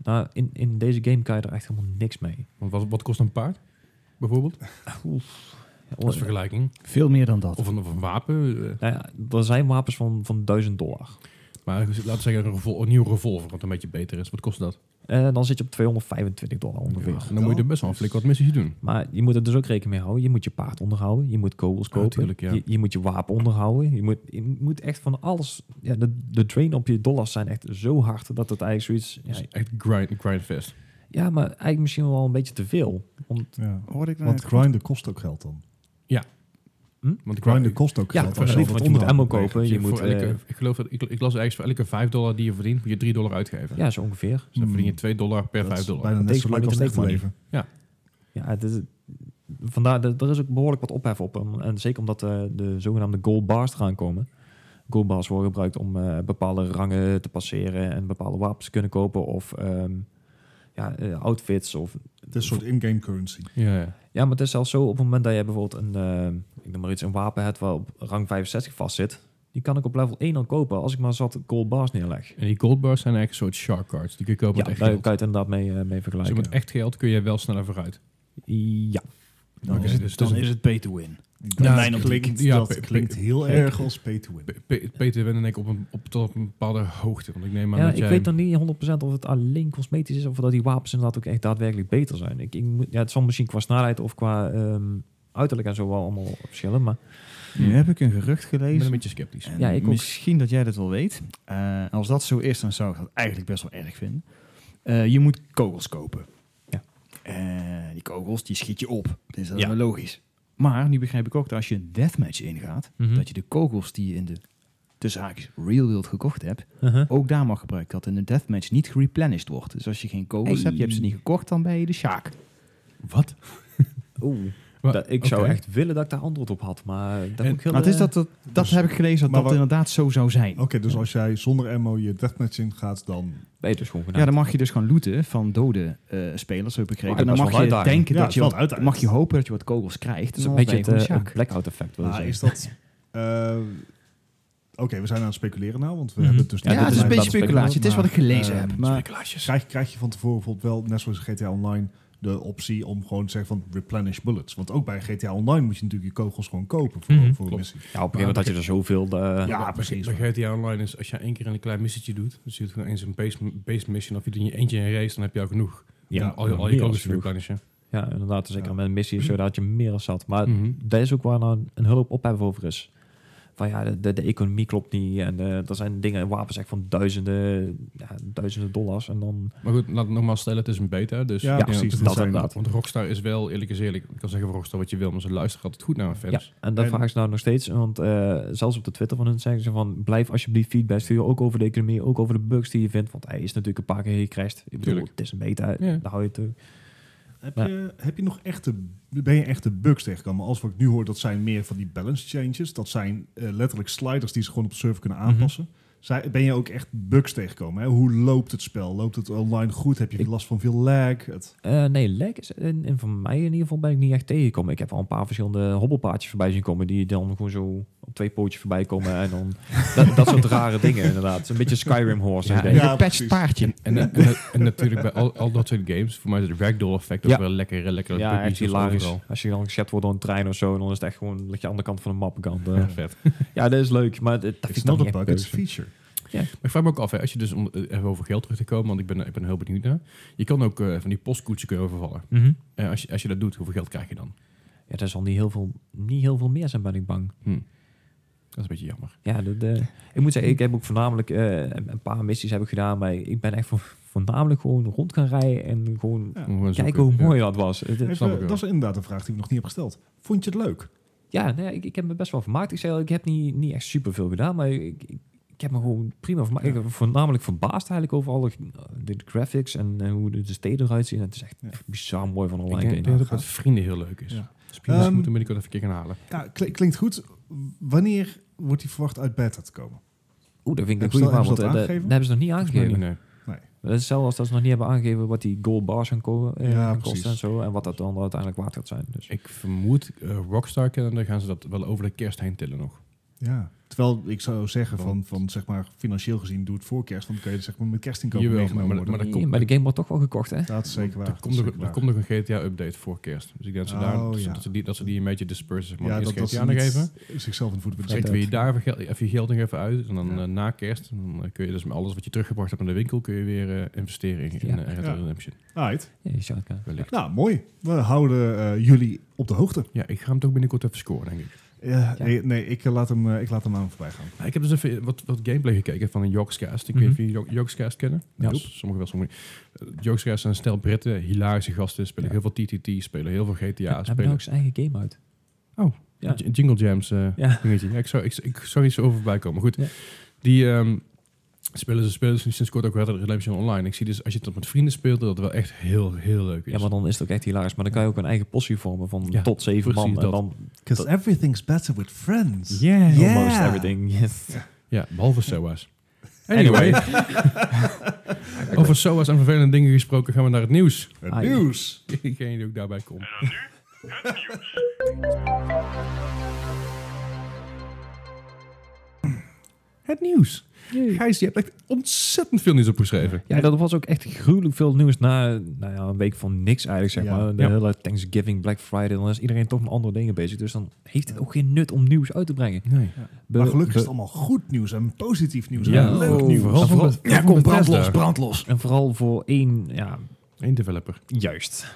Speaker 3: Nou, in, in deze game kan je er echt helemaal niks mee.
Speaker 2: Want wat, wat kost een paard? Bijvoorbeeld? Als
Speaker 3: Nou
Speaker 2: vergelijking.
Speaker 4: Veel meer dan dat.
Speaker 2: Of een, of een wapen. eh.
Speaker 3: ja, er zijn wapens van, van 1000 dollar.
Speaker 2: Maar laten we zeggen een, revol- een nieuw revolver, wat een beetje beter is. Wat kost dat?
Speaker 3: Eh, dan zit je op 225 dollar ongeveer.
Speaker 2: Ja, dan moet je er best wel een flink wat missies doen.
Speaker 3: Maar je moet er dus ook rekening mee houden. Je moet je paard onderhouden. Je moet kogels kopen.
Speaker 2: tuurlijk, ja.
Speaker 3: je, je moet je wapen onderhouden. Je moet, je moet echt van alles... Ja, de, de drain op je dollars zijn echt zo hard dat het eigenlijk zoiets...
Speaker 2: Dus
Speaker 3: Ja,
Speaker 2: echt grind, grindfest.
Speaker 3: ja, maar eigenlijk misschien wel een beetje te veel. Want,
Speaker 1: Ja.
Speaker 4: Hoor ik nou
Speaker 1: Want
Speaker 4: net-
Speaker 1: grinden kost ook geld dan.
Speaker 2: Want
Speaker 1: Grinden kost ook
Speaker 3: ja,
Speaker 1: geld.
Speaker 2: voor
Speaker 1: als
Speaker 2: elk
Speaker 1: al
Speaker 3: want
Speaker 1: wat
Speaker 3: je moet ammo
Speaker 1: onderhoud moet
Speaker 3: kopen.
Speaker 2: Dus
Speaker 3: Je
Speaker 2: voor
Speaker 3: moet,
Speaker 2: elke-
Speaker 3: eh,
Speaker 2: ik geloof dat ik, ik las ergens voor elke 5 dollar die je verdient, moet je 3 dollar uitgeven.
Speaker 3: ja, zo ongeveer.
Speaker 2: Dus dan verdien je 2 dollar per
Speaker 1: Dat
Speaker 2: 5
Speaker 1: is
Speaker 2: dollar.
Speaker 1: Bijna net
Speaker 3: Takes
Speaker 1: zo leuk
Speaker 3: money
Speaker 1: als
Speaker 3: to
Speaker 1: echt
Speaker 3: make
Speaker 1: leven.
Speaker 3: Ja, het is, vandaar, dat- er is ook behoorlijk wat ophef op. En, en zeker omdat eh, de zogenaamde gold bars eraan komen. Gold bars worden gebruikt om eh, bepaalde rangen te passeren en bepaalde wapens te kunnen kopen of ehm, ja, eh, outfits. Of,
Speaker 1: Het is een soort in-game currency.
Speaker 2: Ja, ja.
Speaker 3: ja, maar het is zelfs zo, op het moment dat je bijvoorbeeld een, eh, ik noem maar iets, een wapen hebt waar op rang 65 vast zit, die kan ik op level 1 al kopen als ik maar zat gold bars neerleg.
Speaker 2: En die goldbars zijn eigenlijk een soort shark cards. Die kun je kopen
Speaker 3: Ja, daar
Speaker 2: met echt
Speaker 3: kan
Speaker 2: geld.
Speaker 3: je het inderdaad mee, eh, mee
Speaker 2: Dus
Speaker 3: vergelijken.
Speaker 2: met echt geld kun je wel sneller vooruit.
Speaker 3: Ja.
Speaker 2: Dan
Speaker 3: Oké.
Speaker 2: is het- dan is
Speaker 4: Nou, het pay to win.
Speaker 1: Dat
Speaker 2: mijn optiek.
Speaker 1: klinkt,
Speaker 2: Ja,
Speaker 1: dat
Speaker 2: pe- pe-
Speaker 1: klinkt heel
Speaker 2: pe-
Speaker 1: erg als pay to win.
Speaker 2: P- P- Peter Wennen en ik op een, op, tot op een bepaalde hoogte. Want ik neem aan
Speaker 3: ja,
Speaker 2: dat
Speaker 3: ik
Speaker 2: jij...
Speaker 3: weet dan niet 100% of het alleen cosmetisch is of dat die wapens inderdaad ook echt daadwerkelijk beter zijn. Ik, ik moet, ja, het zal misschien qua snelheid of qua ehm, uiterlijk en zo wel allemaal verschillen. Maar
Speaker 4: Nu heb ik een gerucht
Speaker 2: Ik ben
Speaker 4: gelezen.
Speaker 2: een beetje sceptisch.
Speaker 4: En
Speaker 3: Ja, ik ook.
Speaker 4: misschien dat jij dat wel weet. Eh, als dat zo is, dan zou ik dat eigenlijk best wel erg vinden. Eh, je moet kogels kopen.
Speaker 3: Ja.
Speaker 4: Eh, die kogels, die schiet je op. Dat is dat
Speaker 3: Ja.
Speaker 4: wel logisch. Maar nu begrijp ik ook dat als je een deathmatch ingaat,
Speaker 3: Mhm.
Speaker 4: dat je de kogels die je in de tussen haakjes real world gekocht hebt,
Speaker 3: Uh-huh.
Speaker 4: ook daar mag gebruiken. Dat in een deathmatch niet gereplenished wordt. Dus als je geen kogels
Speaker 3: Hey.
Speaker 4: hebt, je hebt ze niet gekocht, dan ben je de sjaak.
Speaker 3: Eh,
Speaker 2: Wat?
Speaker 3: Oeh,
Speaker 2: Wa-
Speaker 3: dat, ik zou
Speaker 2: oké.
Speaker 3: echt willen dat ik daar antwoord op had, maar dat
Speaker 2: En-
Speaker 3: moet ik heel...
Speaker 4: Maar het is
Speaker 3: eh,
Speaker 4: dat, dat, dat
Speaker 1: Dus-
Speaker 4: heb ik gelezen dat
Speaker 1: maar
Speaker 4: dat
Speaker 1: wa-
Speaker 4: inderdaad zo zou zijn.
Speaker 1: Oké, dus als jij zonder ammo je deathmatch ingaat, dan...
Speaker 3: ben je dus gewoon
Speaker 4: Ja,
Speaker 3: genaaid.
Speaker 4: dan mag je dus gaan looten van dode eh, spelers, heb ik begrepen.
Speaker 3: Oh,
Speaker 4: en
Speaker 3: dat
Speaker 4: dan mag je
Speaker 3: is wel een uitdaging.
Speaker 4: denken
Speaker 1: Ja,
Speaker 4: dat je
Speaker 1: het is wel
Speaker 4: wat-
Speaker 1: een uitdaging.
Speaker 4: mag je hopen dat je wat kogels krijgt.
Speaker 3: Het is een
Speaker 4: dan
Speaker 3: beetje
Speaker 4: ben
Speaker 3: het
Speaker 4: je gewoon
Speaker 3: eh,
Speaker 4: Sjaak.
Speaker 3: blackout effect. wil je
Speaker 1: Ah,
Speaker 3: zeggen.
Speaker 1: is dat... eh, Oké, we zijn aan het speculeren nou, want we
Speaker 3: Mhm.
Speaker 1: hebben het dus...
Speaker 3: Ja,
Speaker 4: Ja,
Speaker 1: niet
Speaker 4: het is een
Speaker 1: over-
Speaker 3: dat
Speaker 4: beetje
Speaker 3: is
Speaker 4: speculatie. Het is wat ik gelezen
Speaker 1: ehm,
Speaker 4: heb. Eh, Maar
Speaker 2: Speculaties.
Speaker 1: Krijg, krijg je van tevoren bijvoorbeeld wel, net zoals GTA Online, de optie om gewoon te zeggen van replenish bullets. Want ook bij GTA Online moet je natuurlijk je kogels gewoon kopen voor,
Speaker 3: Mhm.
Speaker 1: voor een
Speaker 2: Klopt.
Speaker 1: missie.
Speaker 3: Ja, op een gegeven moment had je er zoveel... eh,
Speaker 1: Ja,
Speaker 2: Bij-
Speaker 1: precies.
Speaker 2: Bij GTA Online is, als je één keer een klein missietje doet, dus je doet gewoon eens een base, base mission of je doet in je eentje een race, dan heb je al genoeg. om al, je- al je
Speaker 3: meer
Speaker 2: kogels
Speaker 3: als
Speaker 2: te
Speaker 3: genoeg.
Speaker 2: replenishen.
Speaker 3: Ja, inderdaad. Zeker
Speaker 1: Ja. Mm.
Speaker 3: met een missie of zo, daar had je meer als zat. Maar
Speaker 2: Mhm.
Speaker 3: dat is ook waar nou een hulp ophef over is. Van ja, de, de, de economie klopt niet. En eh er zijn dingen, wapens echt van duizenden, ja, duizenden dollars. En dan...
Speaker 2: Maar goed, laat ik nogmaals stellen, het is een beta, dus...
Speaker 1: Ja,
Speaker 2: ik denk
Speaker 1: precies.
Speaker 2: dat-
Speaker 1: Dit
Speaker 3: dat
Speaker 1: zijn-
Speaker 3: inderdaad.
Speaker 2: Want Rockstar is wel, eerlijk is eerlijk, ik kan zeggen van Rockstar wat je wil, maar ze luisteren altijd goed naar hun
Speaker 3: Ja,
Speaker 2: fans.
Speaker 3: en dat
Speaker 1: En-
Speaker 3: vraag ik ze nou nog steeds. Want eh, zelfs op de Twitter van hun zeggen ze van... blijf alsjeblieft feedback sturen. Ook over de economie, ook over de bugs die je vindt. Want hij is natuurlijk een paar keer gecrashed. Ik bedoel,
Speaker 2: Tuurlijk.
Speaker 3: het is een beta.
Speaker 2: Ja.
Speaker 3: Daar hou je het... eh,
Speaker 1: Heb,
Speaker 3: Ja.
Speaker 1: je, heb je nog echte, ben je echte bugs tegengekomen? Als wat ik nu hoor, dat zijn meer van die balance changes. Dat zijn eh, letterlijk sliders die ze gewoon op de server kunnen aanpassen. Zij, ben je ook echt bugs tegengekomen? Hè? Hoe loopt het spel? Loopt het online goed? Heb je
Speaker 3: Ik-
Speaker 1: last van veel lag? Het,
Speaker 3: Eh, nee, lek is in, in van mij in ieder geval ben ik niet echt tegengekomen. Ik heb al een paar verschillende hobbelpaadjes voorbij zien komen die dan gewoon zo op twee pootjes voorbij komen en dan dat, dat soort rare dingen inderdaad. Het is Een beetje Skyrim horse. dus
Speaker 4: ja,
Speaker 3: Ja,
Speaker 4: een
Speaker 1: Ja,
Speaker 4: gepatcht
Speaker 1: precies.
Speaker 4: paardje.
Speaker 2: En, en, en, en natuurlijk bij al, al dat soort games, voor mij is het ragdoll effect ook
Speaker 3: Ja.
Speaker 2: wel lekker, eh, lekker.
Speaker 3: ja
Speaker 2: puppies
Speaker 3: echt hilarisch. Als je dan geschept wordt door een trein of zo, dan is het echt gewoon lig je aan de andere kant van de mappenkant. eh.
Speaker 2: Ja, vet.
Speaker 3: Ja, dat is leuk, maar dat, dat
Speaker 1: it's
Speaker 3: vind ik dan
Speaker 1: not
Speaker 3: niet
Speaker 1: a
Speaker 3: echt
Speaker 1: bug, it's a
Speaker 3: leuk.
Speaker 1: feature.
Speaker 2: Maar ik vraag me ook af, hè, als je dus om eh, even over geld terug te komen, want ik ben, ik ben heel benieuwd naar. Je kan ook eh, van die postkoetsen kunnen overvallen.
Speaker 3: Mhm.
Speaker 2: Eh, als, je, als je dat doet, hoeveel geld krijg je dan?
Speaker 3: Ja, dat zal niet heel, veel, niet heel veel meer zijn, ben ik bang.
Speaker 2: Dat is een beetje jammer.
Speaker 3: Ja, dat, eh, ik moet zeggen, ik heb ook voornamelijk eh, een een paar missies heb ik gedaan, maar ik ben echt vo- voornamelijk gewoon rond gaan rijden en gewoon
Speaker 1: Ja.
Speaker 2: Om gewoon te
Speaker 3: kijken hoe
Speaker 2: zoeken.
Speaker 3: mooi dat was. Het- het-
Speaker 1: Even,
Speaker 2: snap ik wel.
Speaker 1: dat is inderdaad een vraag die ik nog niet heb gesteld. Vond je het leuk?
Speaker 3: Ja, nou ja, ik, ik heb me best wel vermaakt. Ik zei al, ik heb niet, niet echt superveel gedaan, maar ik, ik, ik heb me gewoon prima vermaakt. Ik ben voornamelijk verbaasd eigenlijk over alle de graphics en, eh, hoe de, de steden eruit zien. Het is echt,
Speaker 1: Ja.
Speaker 3: echt bizar mooi van
Speaker 2: Ja. Ik
Speaker 3: online
Speaker 2: denk, ik
Speaker 3: game.
Speaker 2: denk dat het met vrienden heel leuk is.
Speaker 1: Ja.
Speaker 2: Dus misschien
Speaker 1: Ehm,
Speaker 2: moeten we binnenkort even een keer gaan halen.
Speaker 1: Ja, kli- klinkt goed. Wanneer wordt die verwacht uit beta te komen?
Speaker 3: Oeh, dat vind ik een
Speaker 1: Hebben ze
Speaker 3: goede
Speaker 1: dat-
Speaker 3: vraag,
Speaker 1: hebben ze
Speaker 3: want
Speaker 1: dat
Speaker 3: eh, dat, dat
Speaker 1: aangegeven?
Speaker 3: hebben ze nog niet
Speaker 2: Volgens mij
Speaker 3: aangegeven.
Speaker 2: niet, nee.
Speaker 3: Dat is hetzelfde als dat ze nog niet hebben aangegeven wat die gold bars gaan ko- eh,
Speaker 1: Ja,
Speaker 3: gaan
Speaker 1: precies.
Speaker 3: kosten en zo. En wat dat dan uiteindelijk waard gaat zijn. Dus.
Speaker 2: Ik vermoed, eh, Rockstar kennende gaan ze dat wel over de kerst heen tillen nog.
Speaker 1: Ja. Terwijl ik zou zeggen, van, van zeg maar, financieel gezien, doe het voor kerst. Want dan kun je er, zeg maar, met kerstinkomen
Speaker 2: Jawel,
Speaker 1: meegenomen
Speaker 2: maar-
Speaker 1: worden.
Speaker 2: maar dat
Speaker 3: Nee,
Speaker 2: komt-
Speaker 3: maar de game wordt toch wel gekocht, hè?
Speaker 1: dat is zeker waar.
Speaker 2: Er
Speaker 1: dat is
Speaker 2: komt, nog,
Speaker 1: zeker
Speaker 2: er
Speaker 1: waar.
Speaker 2: komt nog een GTA-update voor kerst. Dus ik denk dat ze,
Speaker 1: Oh,
Speaker 2: daar, dat, ze-
Speaker 1: ja.
Speaker 2: dat ze die, dat ze die een beetje dispersen. Zeg maar.
Speaker 1: ja,
Speaker 2: Eerst
Speaker 1: dat, dat
Speaker 2: GTA
Speaker 1: ze
Speaker 2: nog
Speaker 1: niet
Speaker 2: even.
Speaker 1: zichzelf in de voet willen
Speaker 2: Trekt
Speaker 1: schieten.
Speaker 2: weer daar even, geld, even je geld nog even uit. En dan
Speaker 1: Ja.
Speaker 2: eh, na kerst dan eh, kun je dus met alles wat je teruggebracht hebt aan de winkel... kun je weer eh, investeren in,
Speaker 3: Ja.
Speaker 2: in eh, Red Dead
Speaker 1: Ja.
Speaker 2: Redemption.
Speaker 1: Alright.
Speaker 3: Ja, je zou het kunnen.
Speaker 2: Wellicht.
Speaker 1: Nou, mooi. We houden eh, jullie op de hoogte.
Speaker 2: Ja, ik ga hem toch binnenkort even scoren, denk ik.
Speaker 1: Eh, Nee, nee ik, eh, laat hem, eh, ik laat hem aan hem voorbij gaan.
Speaker 2: Nou, ik heb dus even wat, wat gameplay gekeken van een Jogscast. Ik weet
Speaker 3: Mhm.
Speaker 2: niet of jullie Jog- Jogscast kennen.
Speaker 3: Ja.
Speaker 2: Joep, Sommigen wel, sommigen niet. Eh, Jogscast zijn een stel Britten, hilarische gasten. Spelen heel veel TTT, spelen heel veel GTA.
Speaker 3: Ja, hebben nou
Speaker 2: spelen
Speaker 3: ook zijn eigen game uit.
Speaker 2: Oh,
Speaker 3: ja.
Speaker 2: J- Jingle Jams eh
Speaker 3: Ja.
Speaker 2: dingetje. Ja, ik, zou, ik, ik zou iets over voorbij komen. Goed,
Speaker 3: Ja.
Speaker 2: die, ehm, Spelen ze spelen ze sinds kort ook Red Dead Redemption Online. Ik zie dus als je dat met vrienden speelt, dat het wel echt heel, heel leuk is.
Speaker 3: Ja, maar dan is het ook echt hilarisch. Maar dan kan je ook een eigen possie vormen van
Speaker 2: Ja,
Speaker 3: tot zeven
Speaker 2: precies
Speaker 3: man.
Speaker 2: dat.
Speaker 3: En dan
Speaker 1: Because everything's better with friends.
Speaker 3: yeah,
Speaker 1: Yeah.
Speaker 3: almost everything. Yes.
Speaker 2: Ja, behalve SOA's.
Speaker 3: Anyway.
Speaker 2: Over SOA's en vervelende dingen gesproken gaan we naar het nieuws.
Speaker 1: Het
Speaker 3: Ah, ja.
Speaker 1: nieuws.
Speaker 2: Degene die ook daarbij komt. Het nieuws. Gijs, je hebt echt ontzettend veel nieuws opgeschreven.
Speaker 3: Ja, dat was ook echt gruwelijk veel nieuws na nou ja, een week van niks eigenlijk, zeg
Speaker 1: Ja.
Speaker 3: maar. De
Speaker 2: Ja.
Speaker 3: hele Thanksgiving, Black Friday, dan is iedereen toch met andere dingen bezig. Dus dan heeft het ook geen nut om nieuws uit te brengen.
Speaker 2: Nee.
Speaker 3: Be-
Speaker 1: Maar gelukkig is
Speaker 3: be-
Speaker 1: het allemaal goed nieuws en positief nieuws.
Speaker 2: Ja.
Speaker 1: en leuk
Speaker 2: Oh,
Speaker 1: nieuws.
Speaker 2: vooral van Be-
Speaker 1: ja,
Speaker 2: van
Speaker 1: kom,
Speaker 2: Bethesda.
Speaker 1: brand los, brand los.
Speaker 3: En vooral voor één, ja,
Speaker 2: Eén developer.
Speaker 3: juist.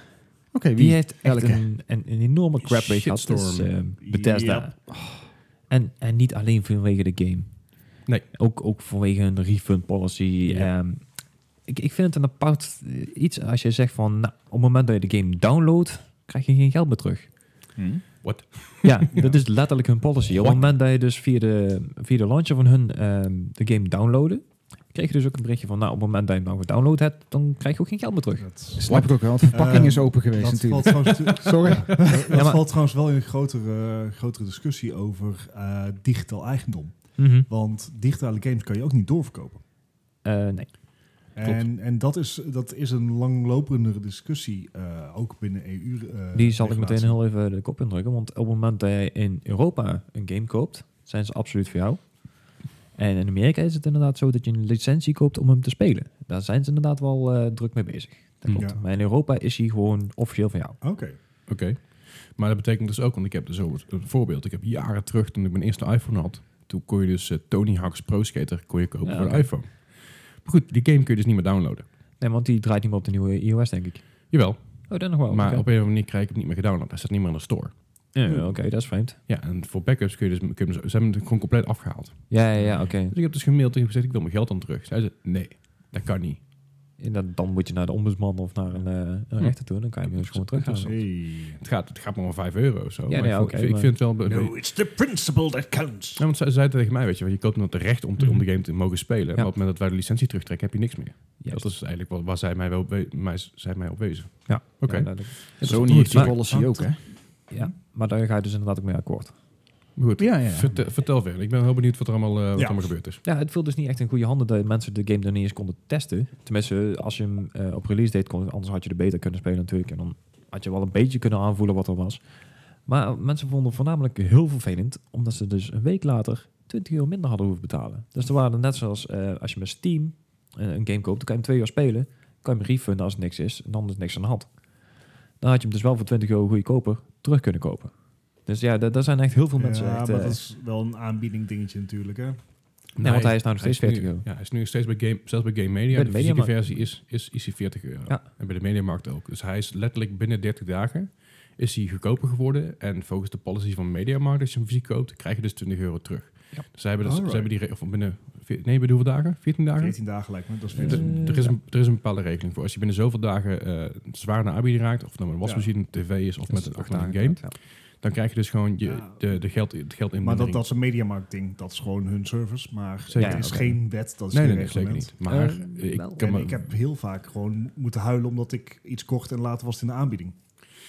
Speaker 4: Oké,
Speaker 3: Die
Speaker 4: wie?
Speaker 3: heeft echt
Speaker 4: Elke.
Speaker 3: een, een, een enorme crap week gehad, dat is eh,
Speaker 2: Shitstorm.
Speaker 3: Bethesda.
Speaker 1: Yep.
Speaker 3: En, en niet alleen vanwege de game.
Speaker 2: Nee.
Speaker 3: Ook, ook vanwege hun refund policy.
Speaker 2: Ja.
Speaker 3: ehm. ik, ik vind het een apart eh, iets als je zegt van, nou, op het moment dat je de game downloadt, krijg je geen geld meer terug.
Speaker 4: eh,
Speaker 3: Ja, dat is letterlijk hun policy. Op het
Speaker 2: What?
Speaker 3: moment dat je dus via de, via de launcher van hun ehm, de game downloaden, kreeg je dus ook een berichtje van, nou, op het moment dat je hem nou gedownload hebt, dan krijg je ook geen geld meer terug.
Speaker 1: Dat,
Speaker 4: Snap ik ook wel, want de verpakking
Speaker 1: Eh,
Speaker 4: is open geweest
Speaker 1: dat valt
Speaker 4: natuurlijk.
Speaker 1: trouwens,
Speaker 4: Sorry.
Speaker 1: Ja, dat
Speaker 3: maar-
Speaker 1: valt trouwens wel in een grotere, eh, grotere discussie over eh, digitaal eigendom.
Speaker 2: Mhm.
Speaker 1: Want digitale games kan je ook niet doorverkopen.
Speaker 3: Eh, nee.
Speaker 1: En, en dat, is, dat is een langlopendere discussie, eh, ook binnen EU. eh,
Speaker 3: Die zal ik
Speaker 1: regulatie.
Speaker 3: meteen heel even de kop indrukken. Want op het moment dat jij in Europa een game koopt, zijn ze absoluut voor jou. En in Amerika is het inderdaad zo dat je een licentie koopt om hem te spelen. Daar zijn ze inderdaad wel eh, druk mee bezig. Dat
Speaker 2: Mm.
Speaker 3: klopt.
Speaker 1: Ja.
Speaker 3: Maar in Europa is hij gewoon officieel van jou.
Speaker 1: Oké.
Speaker 2: Oké. Maar dat betekent dus ook, want ik heb dus ook een voorbeeld. Ik heb jaren terug, toen ik mijn eerste iPhone had, toen kon je dus eh, Tony Hawk's Pro Skater kon je kopen
Speaker 3: Ja,
Speaker 2: voor
Speaker 3: oké.
Speaker 2: de iPhone. Maar goed, die game kun je dus niet meer downloaden.
Speaker 3: Nee, want die draait niet meer op de nieuwe iOS, denk ik.
Speaker 2: Jawel,
Speaker 3: Oh, dat nog wel.
Speaker 2: maar
Speaker 3: Oké.
Speaker 2: op een of andere manier krijg ik hem niet meer gedownload. Hij staat niet meer in de store.
Speaker 3: Ja, ja, Oké, dat is vreemd.
Speaker 2: Ja, en voor backups kun je dus, kun je dus ze hebben het gewoon compleet afgehaald.
Speaker 3: Ja, ja, ja oké.
Speaker 2: Dus ik heb dus gemaild en ik heb gezegd, ik wil mijn geld dan terug. Zij zei, nee, dat kan niet.
Speaker 3: En dan, dan moet je naar de ombudsman of naar een, eh, een
Speaker 2: Hm.
Speaker 3: rechter toe. Dan kan je hem dus gewoon terughalen.
Speaker 2: Interessant. Het gaat, het gaat maar om 5 euro of zo.
Speaker 3: Ja,
Speaker 2: Maar
Speaker 3: nee,
Speaker 2: ik, vond-
Speaker 3: oké,
Speaker 2: ik vind- ik
Speaker 3: maar-
Speaker 2: vind het wel... be-
Speaker 1: No, it's the principle that counts.
Speaker 2: Ja, want zij zei tegen mij, weet je, wel, je koopt hem het recht om, te, om de
Speaker 3: Mhm.
Speaker 2: game te mogen spelen. Maar op het moment dat wij de licentie terugtrekken, heb je niks meer.
Speaker 3: Juist.
Speaker 2: Dat is eigenlijk wat, waar zij mij, wel be- mij, zij mij op wezen.
Speaker 3: Ja.
Speaker 2: Oké.
Speaker 3: Ja, duidelijk.
Speaker 2: Interessant.
Speaker 4: Sony heeft die
Speaker 2: Maar-
Speaker 4: policy ook, hè?
Speaker 3: ja, maar daar ga je dus inderdaad ook mee akkoord.
Speaker 2: maar goed,
Speaker 4: Ja, ja.
Speaker 2: Vertel, vertel verder. Ik ben heel benieuwd wat er allemaal, eh, wat
Speaker 1: Ja.
Speaker 2: allemaal gebeurd is.
Speaker 3: Ja, het viel dus niet echt in goede handen dat mensen de game dan niet eens konden testen. Tenminste, als je hem eh, op release date kon, anders had je er beter kunnen spelen natuurlijk. En dan had je wel een beetje kunnen aanvoelen wat er was. Maar mensen vonden het voornamelijk heel vervelend, omdat ze dus een week later 20 euro minder hadden hoeven betalen. Dus er waren net zoals eh, als je met Steam eh, een game koopt, dan kan je hem twee uur spelen, kan je hem refunden als er niks is en dan is niks aan de hand. Dan had je hem dus wel voor 20 euro goedkoper terug kunnen kopen. Dus ja, da- daar zijn echt heel veel mensen.
Speaker 1: ja,
Speaker 3: echt,
Speaker 1: maar
Speaker 3: eh,
Speaker 1: dat is wel een aanbieding dingetje natuurlijk, hè?
Speaker 3: Nee, want hij is nou nog steeds
Speaker 2: is nu-
Speaker 3: 40 euro.
Speaker 2: Ja, hij is nu nog steeds bij Game, zelfs bij Game Media. Bij
Speaker 3: Bij de
Speaker 2: de, fysieke
Speaker 3: Mediamarkt.
Speaker 2: versie is, is, is hij 40 euro.
Speaker 3: Ja.
Speaker 2: En bij de Mediamarkt ook. Dus hij is letterlijk binnen 30 dagen is hij goedkoper geworden. En volgens de policy van Mediamarkt, als je hem fysiek koopt, krijg je dus 20 euro terug.
Speaker 3: Ja.
Speaker 2: Dus zij hebben, dat, zij
Speaker 1: Alright.
Speaker 2: hebben die re- of binnen, veer- nee, bij hoeveel dagen? 14 dagen?
Speaker 1: 14 dagen lijkt me. Dat is
Speaker 2: Er-
Speaker 1: veel.
Speaker 3: Eh,
Speaker 2: er, is een, er is een bepaalde regeling voor. Als je binnen zoveel dagen eh zwaar naar aanbieding raakt, of het dan met een wasmachine, een tv is of met een achteraan game, dan krijg je dus gewoon je,
Speaker 1: Ja.
Speaker 2: de, de geld, het geld in.
Speaker 1: maar dat, dat is een mediamarktding. Dat is gewoon hun service. Maar
Speaker 2: Zeker.
Speaker 1: het is
Speaker 3: Ja, oké.
Speaker 1: geen wet, dat is
Speaker 2: nee,
Speaker 1: geen
Speaker 2: nee, nee, zeker
Speaker 1: reglement.
Speaker 2: niet. Maar
Speaker 3: Eh,
Speaker 2: ik,
Speaker 3: wel.
Speaker 2: kan
Speaker 1: En
Speaker 2: me-
Speaker 1: ik heb heel vaak gewoon moeten huilen omdat ik iets kocht en later was het in de aanbieding.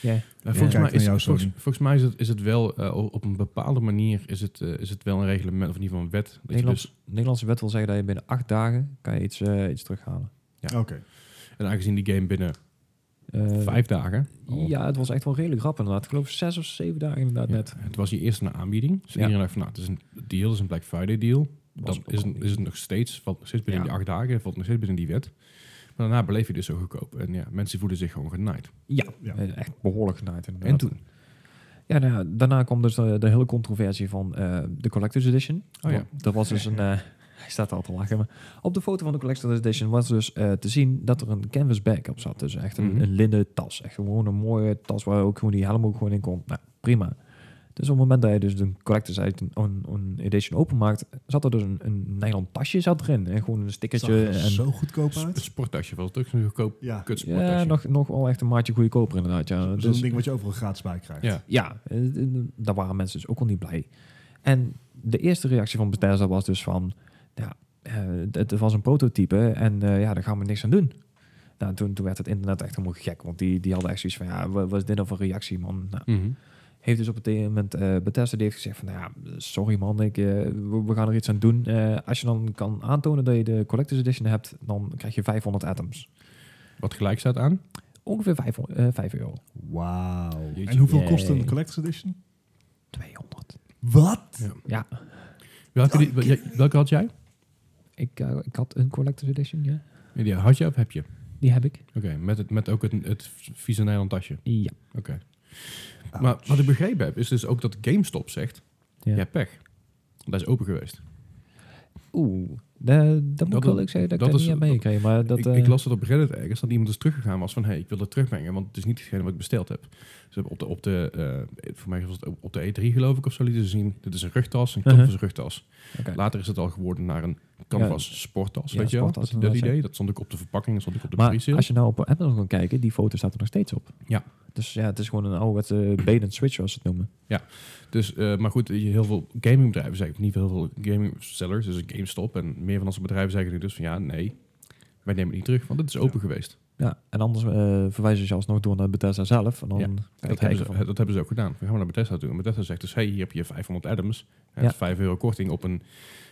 Speaker 3: Ja.
Speaker 2: Ja, volgens,
Speaker 1: Kijk
Speaker 2: mij
Speaker 1: naar
Speaker 2: is,
Speaker 1: jou,
Speaker 2: volgens,
Speaker 1: Sony.
Speaker 2: volgens mij is het, is het wel eh, o- op een bepaalde manier is het, eh, is het wel een reglement, of in ieder geval een wet. Dat je
Speaker 3: Nederlands,
Speaker 2: dus,
Speaker 3: Nederlandse wet wil zeggen dat je binnen acht dagen kan je iets, eh, iets terughalen.
Speaker 2: Ja.
Speaker 1: Oké.
Speaker 2: en aangezien die game binnen
Speaker 3: Eh,
Speaker 2: vijf dagen. al-
Speaker 3: Ja, het was echt wel redelijk rap inderdaad. Ik geloof zes of zeven dagen inderdaad
Speaker 2: Oh. ja,
Speaker 3: net.
Speaker 2: Het was hier eerst een aanbieding. Dus
Speaker 3: Ja.
Speaker 2: iedereen dacht van nou, het is een deal, het is een Black Friday deal. Dan
Speaker 3: ook
Speaker 2: is het,
Speaker 3: al-
Speaker 2: is het nog steeds, valt nog steeds binnen
Speaker 3: Ja.
Speaker 2: die acht dagen, valt nog steeds binnen die wet. Maar daarna bleef je dus zo goedkoop. En ja, mensen voelen zich gewoon genaaid.
Speaker 3: Ja,
Speaker 1: Ja.
Speaker 3: eh, echt behoorlijk genaaid inderdaad.
Speaker 2: En toen?
Speaker 3: Ja, nou ja, daarna kwam dus eh, de hele controversie van eh, de Collector's Edition.
Speaker 2: Oh ja.
Speaker 3: Want Er was dus een... eh, hij staat al te lachen, maar op de foto van de Collector's Edition was dus eh, te zien dat er een canvas bag op zat. Dus echt een,
Speaker 2: Mhm.
Speaker 3: een linnen tas. Echt gewoon een mooie tas waar ook gewoon die helm ook gewoon in kon. Nou, prima. Dus op het moment dat je dus de Collector's Edition, een, een edition openmaakt, zat er dus een, een nylon tasje zat erin. En gewoon een stickertje.
Speaker 1: Zag er dus
Speaker 3: en,
Speaker 1: zo goedkoop
Speaker 2: Sp-
Speaker 1: uit.
Speaker 2: sporttasje was het ook zo'n goedkoop
Speaker 1: Ja,
Speaker 2: kutsporttasje.
Speaker 3: ja, nog, nog wel echt een maatje goedkoper inderdaad. Ja.
Speaker 1: dat is
Speaker 3: Dus-
Speaker 1: een ding wat je overal gratis bij krijgt.
Speaker 2: Ja.
Speaker 3: ja, eh, eh, daar waren mensen dus ook al niet blij. En de eerste reactie van Bethesda was dus van... Ja, eh, het, het was een prototype en eh, ja, daar gaan we niks aan doen. Nou, toen, toen werd het internet echt helemaal gek, want die, die hadden echt zoiets van, ja, wa- wat is dit nou voor reactie, man? Nou,
Speaker 2: Mhm.
Speaker 3: heeft dus op het ene moment eh Bethesda die heeft gezegd van, nou ja, sorry man, ik, eh, we, we gaan er iets aan doen. Eh, als je dan kan aantonen dat je de Collector's Edition hebt, dan krijg je 500 atoms.
Speaker 2: Wat gelijk staat aan?
Speaker 3: Ongeveer 5, eh 5 euro.
Speaker 1: Wauw.
Speaker 2: Jeetje.
Speaker 1: En hoeveel
Speaker 3: Yay.
Speaker 1: kost een Collector's Edition?
Speaker 3: 200.
Speaker 1: Wat?
Speaker 3: Ja,
Speaker 2: Welke, die- wel- jij- welke had jij?
Speaker 3: ik, eh, ik had een Collector's Edition, ja.
Speaker 2: Ja, die had je of heb je?
Speaker 3: Die heb ik.
Speaker 2: Oké, met, het, met ook het, het vieze Nederland tasje.
Speaker 3: Ja.
Speaker 2: Oké. Maar wat ik begrepen heb, is dus ook dat GameStop zegt,
Speaker 3: Ja.
Speaker 2: je hebt pech. Dat is open geweest.
Speaker 3: Oeh, da- dat moet
Speaker 2: Dat
Speaker 3: ik wel
Speaker 2: is-
Speaker 3: leuk zeggen dat,
Speaker 2: dat
Speaker 3: ik dat
Speaker 2: is-
Speaker 3: niet heb meegekregen. Maar dat,
Speaker 2: ik,
Speaker 3: eh,
Speaker 2: ik las het op Reddit ergens dat iemand dus teruggegaan was van... hé, hey, ik wil het terugbrengen, want het is niet hetgene wat ik besteld heb. Ze hebben op de, op de, eh, voor mij was het op- op de E3 geloof ik of zo lieten ze zien... dit is een rugtas, een
Speaker 3: Uh-huh.
Speaker 2: canvas rugtas.
Speaker 3: Oké.
Speaker 2: Later is het al geworden naar een canvas sporttas,
Speaker 3: Ja,
Speaker 2: weet je wel?
Speaker 3: sporttas,
Speaker 2: Dat, dat
Speaker 3: inderdaad,
Speaker 2: idee, dat stond ook op de verpakking, dat stond ook op de
Speaker 3: maar
Speaker 2: pre-sale.
Speaker 3: als je nou op Amazon kan kijken, die foto staat er nog steeds op.
Speaker 2: Ja.
Speaker 3: Dus ja, het is gewoon een ouderwetse bait and switch, zoals ze het noemen.
Speaker 2: Dus, eh, maar goed, je- heel veel gamingbedrijven zeggen, niet heel veel gaming sellers, dus GameStop en meer van onze bedrijven zeggen nu dus van ja, nee, wij nemen het niet terug, want het is open geweest.
Speaker 3: Ja, en anders eh, verwijzen ze alsnog door naar Bethesda zelf. En dan
Speaker 2: Ja,
Speaker 3: kan je
Speaker 2: Dat hebben,
Speaker 3: kijken
Speaker 2: ze,
Speaker 3: van,
Speaker 2: dat hebben ze ook gedaan. We gaan maar naar Bethesda toe. En Bethesda zegt dus, hey, hier heb je 500 atoms en
Speaker 3: Ja.
Speaker 2: 5 euro korting op een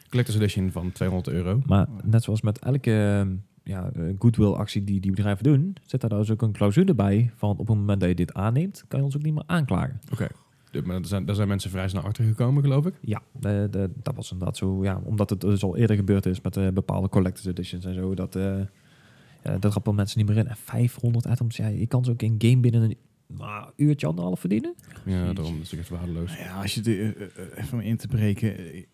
Speaker 2: collector's edition van 200 euro.
Speaker 3: Maar net zoals met elke ehm, ja, eh, goodwill-actie die die bedrijven doen, zit daar dus ook een clausule bij van op het moment dat je dit aanneemt, kan je ons ook niet meer aanklagen.
Speaker 2: De- Maar daar zijn, daar zijn mensen vrij snel achter gekomen, geloof ik.
Speaker 3: Ja, de, de, dat was inderdaad zo. Ja, omdat het dus al eerder gebeurd is met eh, bepaalde collector's editions en zo. Dat, eh ja, dat rappen mensen niet meer in. En 500 atoms, ja, je kan ze ook in game binnen een nou, uurtje anderhalf verdienen.
Speaker 2: Ja, daarom is het echt waardeloos.
Speaker 4: Ja, als je de, eh, eh, even om in te breken. eh,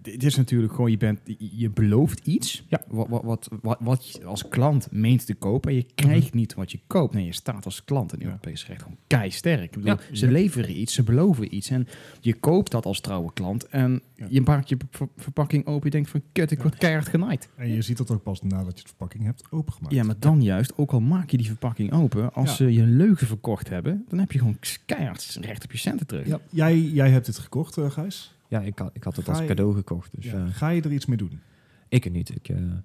Speaker 4: Dit is natuurlijk gewoon, je, bent, je belooft iets.
Speaker 3: Ja.
Speaker 4: Wat, wat, wat, wat, wat je als klant meent te kopen. En je krijgt niet wat je koopt. Nee, je staat als klant in
Speaker 1: Mhm. Ja.
Speaker 4: Europees recht gewoon keisterk. Ik bedoel,
Speaker 2: Ja.
Speaker 4: ze
Speaker 1: Ja.
Speaker 4: leveren iets, ze beloven iets. En je koopt dat als trouwe klant. En
Speaker 1: Ja.
Speaker 4: je maakt je ver- verpakking open. Je denkt van, kut, ik
Speaker 1: Ja.
Speaker 4: word keihard genaaid.
Speaker 1: En je ziet dat ook pas nadat je de verpakking hebt opengemaakt.
Speaker 4: Ja, maar dan juist, ook al maak je die verpakking open. Als
Speaker 1: Ja.
Speaker 4: ze je leugen verkocht hebben, dan heb je gewoon keihard recht op je centen terug.
Speaker 1: Ja, jij, jij hebt dit gekocht, eh, Gijs.
Speaker 3: Ja, ik, had- ik had het
Speaker 1: Ga
Speaker 3: als
Speaker 1: je-
Speaker 3: cadeau gekocht. Dus
Speaker 1: Ja.
Speaker 3: eh,
Speaker 1: Ga je er iets mee doen?
Speaker 3: ik er niet. Ik, eh, nou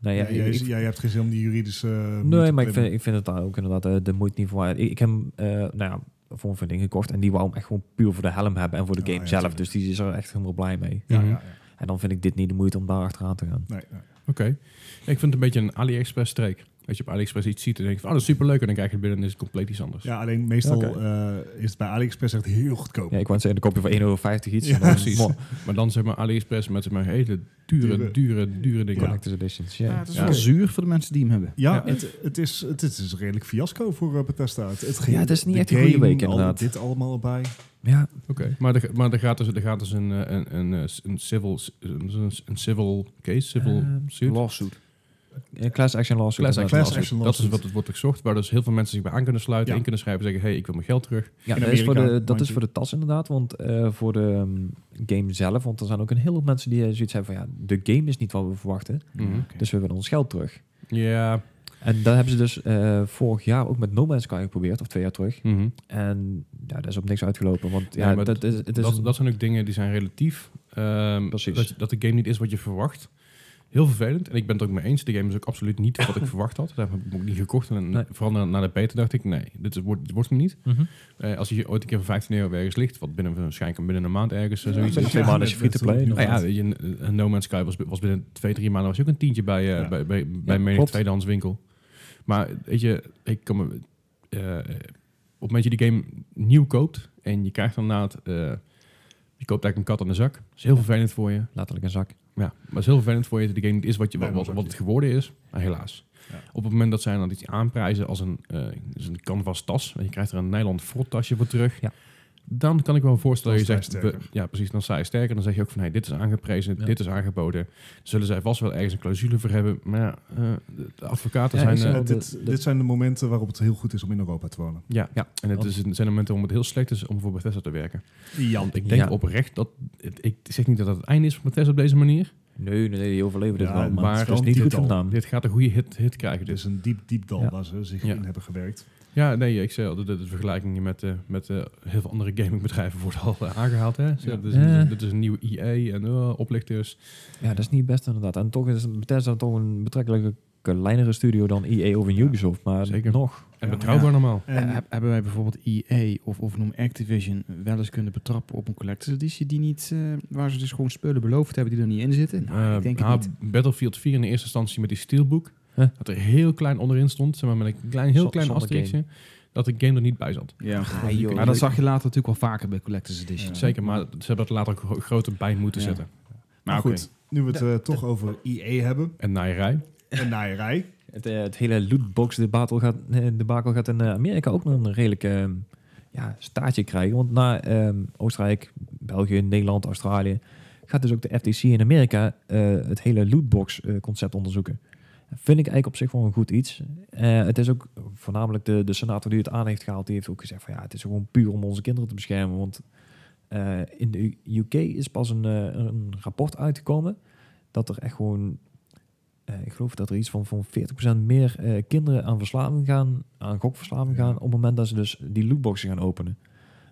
Speaker 3: ja,
Speaker 1: Ja, jij,
Speaker 3: ik- ik-
Speaker 1: jij hebt geen zin om die juridische... eh, moeite
Speaker 3: nee,
Speaker 1: te
Speaker 3: maar ik
Speaker 1: klimmen.
Speaker 3: vind, ik vind het daar ook inderdaad eh, de moeite niet voor. waard. Ik, ik heb hem, eh, nou ja, voor een vriendin gekocht. En die wou hem echt gewoon puur voor de helm hebben en voor de
Speaker 1: Oh,
Speaker 3: game
Speaker 1: ja,
Speaker 3: zelf.
Speaker 1: tuurlijk.
Speaker 3: Dus die is er echt helemaal blij mee.
Speaker 1: Ja,
Speaker 2: Mhm.
Speaker 1: ja, ja.
Speaker 3: En dan vind ik dit niet de moeite om daar achteraan te gaan.
Speaker 1: Nee, nee.
Speaker 2: Oké. Ik vind het een beetje een AliExpress-streek. Als je op AliExpress iets ziet en denkt van, oh, dat is superleuk. En dan krijg je het binnen en is het compleet iets anders.
Speaker 1: Ja, alleen meestal
Speaker 3: Oké.
Speaker 1: eh, is het bij AliExpress echt heel goedkoop.
Speaker 3: Ja, ik wou zeggen, dan koop je voor 1,50 iets.
Speaker 1: Ja,
Speaker 3: en dan-
Speaker 2: precies.
Speaker 3: Mo-
Speaker 2: Maar dan zeg maar AliExpress met zeg maar hele
Speaker 1: Dure.
Speaker 2: dure, dure, dure dingen.
Speaker 1: Ja.
Speaker 3: Collector's Editions,
Speaker 4: Ja,
Speaker 3: ja.
Speaker 4: het is
Speaker 2: Ja.
Speaker 4: wel zuur voor de mensen die hem hebben.
Speaker 1: Ja,
Speaker 2: Ja.
Speaker 1: Het, het, is, het is een redelijk fiasco voor eh, Bethesda. Het, het,
Speaker 3: Ja, het is niet
Speaker 1: de
Speaker 3: echt een goede
Speaker 1: game,
Speaker 3: week,
Speaker 1: al
Speaker 3: inderdaad.
Speaker 1: dit allemaal bij.
Speaker 3: Ja,
Speaker 2: Oké, maar, er, maar er gaat dus, er gaat dus een, eh, een, een, eh, een, civil, een, een civil case, civil
Speaker 3: Eh,
Speaker 2: suit.
Speaker 4: Lawsuit.
Speaker 3: eh, Class Action Lawsuit.
Speaker 2: Class action
Speaker 3: inderdaad.
Speaker 1: Class action
Speaker 2: lawsuit. Dat is
Speaker 1: lawsuit.
Speaker 2: wat het wordt gezocht, waar dus heel veel mensen zich bij aan kunnen sluiten,
Speaker 1: Ja.
Speaker 2: in kunnen schrijven, zeggen, hé, hey, ik wil mijn geld terug.
Speaker 3: Ja,
Speaker 1: In
Speaker 3: dat, is voor,
Speaker 1: Amerika,
Speaker 3: de, dat
Speaker 1: mind
Speaker 3: is
Speaker 1: you.
Speaker 3: voor de tas inderdaad, want eh, voor de ehm, game zelf, want er zijn ook een heleboel mensen die eh, zoiets hebben van, ja, de game is niet wat we verwachten,
Speaker 2: Mhm.
Speaker 3: dus we willen ons geld terug.
Speaker 2: Ja.
Speaker 3: En dat hebben ze dus eh, vorig jaar ook met No Man's Sky geprobeerd, of twee jaar terug.
Speaker 2: Mhm.
Speaker 3: En ja, daar is op niks uitgelopen, want
Speaker 2: Nee,
Speaker 3: ja,
Speaker 2: maar
Speaker 3: dat is, het is
Speaker 2: Dat,
Speaker 3: een-
Speaker 2: dat zijn ook dingen die zijn relatief. Ehm,
Speaker 3: Precies.
Speaker 2: dat, dat de game niet is wat je verwacht. Heel vervelend. En ik ben het ook mee eens. De game is ook absoluut niet wat ik verwacht had. Daarom heb ik hem ook niet gekocht. En
Speaker 3: Nee.
Speaker 2: vooral na, na de beta dacht ik, nee, dit, is, wordt, dit wordt hem niet.
Speaker 3: Mhm.
Speaker 2: Eh, als je ooit een keer voor 15 euro ergens ligt, wat binnen waarschijnlijk binnen een maand ergens eh, zoiets.
Speaker 3: ben
Speaker 2: is.
Speaker 3: twee maanden is free to play,
Speaker 1: Ja,
Speaker 2: Nou ja,
Speaker 1: ja,
Speaker 2: weet je, een- een No Man's Sky was, was binnen twee, drie maanden was je ook een tientje bij, eh
Speaker 1: Ja.
Speaker 2: bij, bij, bij
Speaker 3: Ja,
Speaker 2: menig
Speaker 3: klopt.
Speaker 2: tweedehands winkel. Maar weet je, ik kan me, eh, op het moment dat je die game nieuw koopt en je krijgt dan na het, eh, je koopt eigenlijk een kat aan de zak. Dat is heel vervelend voor je.
Speaker 3: Letterlijk een zak.
Speaker 2: Ja, maar het is heel vervelend voor je dat de game niet is wat, je,
Speaker 1: Nee,
Speaker 2: wat, wat,
Speaker 1: dat
Speaker 2: wat het geworden is. Maar helaas.
Speaker 1: Ja.
Speaker 2: Op het moment dat zij dan iets aanprijzen als een, eh, dus een canvas tas. En je krijgt er een nylon frottasje voor terug.
Speaker 3: Ja.
Speaker 2: Dan kan ik me wel voorstellen.
Speaker 1: Dan
Speaker 2: dat je
Speaker 1: sta
Speaker 2: zegt,
Speaker 1: je
Speaker 2: we- ja, precies. Dan sta je sterker. Dan zeg je ook van hey, dit is aangeprezen.
Speaker 3: Ja.
Speaker 2: Dit is aangeboden. Zullen zij vast wel ergens een clausule voor hebben. Maar ja, eh, de- de advocaten
Speaker 3: Ja,
Speaker 2: zijn.
Speaker 3: ik zeg
Speaker 2: eh,
Speaker 3: al, de-
Speaker 1: dit,
Speaker 3: de-
Speaker 1: dit zijn de momenten waarop het heel goed is om in Europa te wonen.
Speaker 2: ja.
Speaker 3: Ja.
Speaker 2: en het is, een- zijn momenten om het heel slecht is om voor Bethesda te werken.
Speaker 1: Jan.
Speaker 2: Want ik denk
Speaker 3: Ja.
Speaker 2: oprecht dat. het- ik zeg niet dat dat het einde is van Bethesda op deze manier.
Speaker 3: Nee, nee, nee, die overleven dit
Speaker 1: Ja,
Speaker 3: wel.
Speaker 1: maar
Speaker 3: Maar
Speaker 1: het
Speaker 3: het
Speaker 1: is
Speaker 3: is niet
Speaker 1: wel
Speaker 3: goed
Speaker 1: dit al.
Speaker 3: gedaan.
Speaker 2: Dit gaat een goede hit, hit krijgen.
Speaker 1: Het
Speaker 2: Dus.
Speaker 1: is een diep, diep dal
Speaker 3: Ja.
Speaker 1: waar ze zich
Speaker 2: Ja.
Speaker 1: in hebben gewerkt.
Speaker 2: Ja, nee, ik zei al, dit is vergelijkingen met, eh, met eh, heel veel andere gamingbedrijven wordt al eh, aangehaald. Hè? Zo,
Speaker 1: Ja.
Speaker 2: dit, is, dit is-
Speaker 3: Eh.
Speaker 2: dit is een nieuwe EA en eh, oplichters.
Speaker 3: Ja, dat is niet best inderdaad. En toch is Bethesda toch een betrekkelijk kleinere studio dan EA of een
Speaker 1: Ja,
Speaker 3: Ubisoft. Maar
Speaker 2: zeker.
Speaker 3: nog.
Speaker 2: En
Speaker 4: Ja,
Speaker 2: betrouwbaar normaal.
Speaker 1: En,
Speaker 4: Eh, heb- hebben wij bijvoorbeeld EA of, of noem Activision wel eens kunnen betrappen op een collector's editie die niet, eh, waar ze dus gewoon spullen beloofd hebben die er niet in zitten? Nou,
Speaker 2: Eh,
Speaker 4: ik denk het
Speaker 2: nou,
Speaker 4: niet.
Speaker 2: Battlefield 4 in de eerste instantie met die steelbook.
Speaker 3: Huh?
Speaker 2: Dat er heel klein onderin stond, zeg maar, met een klein, heel
Speaker 3: Zo-
Speaker 2: klein
Speaker 3: zonder
Speaker 2: asterichtje. Dat de game er niet bij zat.
Speaker 4: Ja,
Speaker 3: Ah, joh.
Speaker 4: maar dat zag je later natuurlijk wel vaker bij collector's edition.
Speaker 1: Ja.
Speaker 2: Zeker, maar ze hebben dat later ook gro- groter bij moeten
Speaker 4: Ja.
Speaker 2: zetten.
Speaker 3: ah,
Speaker 1: maar
Speaker 4: oké.
Speaker 1: nou, goed, nu we het eh, toch over IE hebben
Speaker 2: En naaierij.
Speaker 1: en naaierij.
Speaker 3: Het, eh, het hele lootbox debakel gaat, eh, debakel gaat in eh, Amerika ook nog een redelijk ehm, ja, staartje krijgen. Want na ehm, Oostenrijk, België, Nederland, Australië gaat dus ook de FTC in Amerika eh, het hele lootbox eh, concept onderzoeken. Vind ik eigenlijk op zich wel een goed iets. Eh, het is ook voornamelijk de, de senator die het aan heeft gehaald, die heeft ook gezegd van ja, het is gewoon puur om onze kinderen te beschermen. Want eh, in de U- UK is pas een, eh, een rapport uitgekomen dat er echt gewoon eh, ik geloof dat er iets van, van 40% meer eh, kinderen aan verslaving gaan, aan gokverslaving
Speaker 1: Ja.
Speaker 3: gaan, op het moment dat ze dus die lootboxen gaan openen.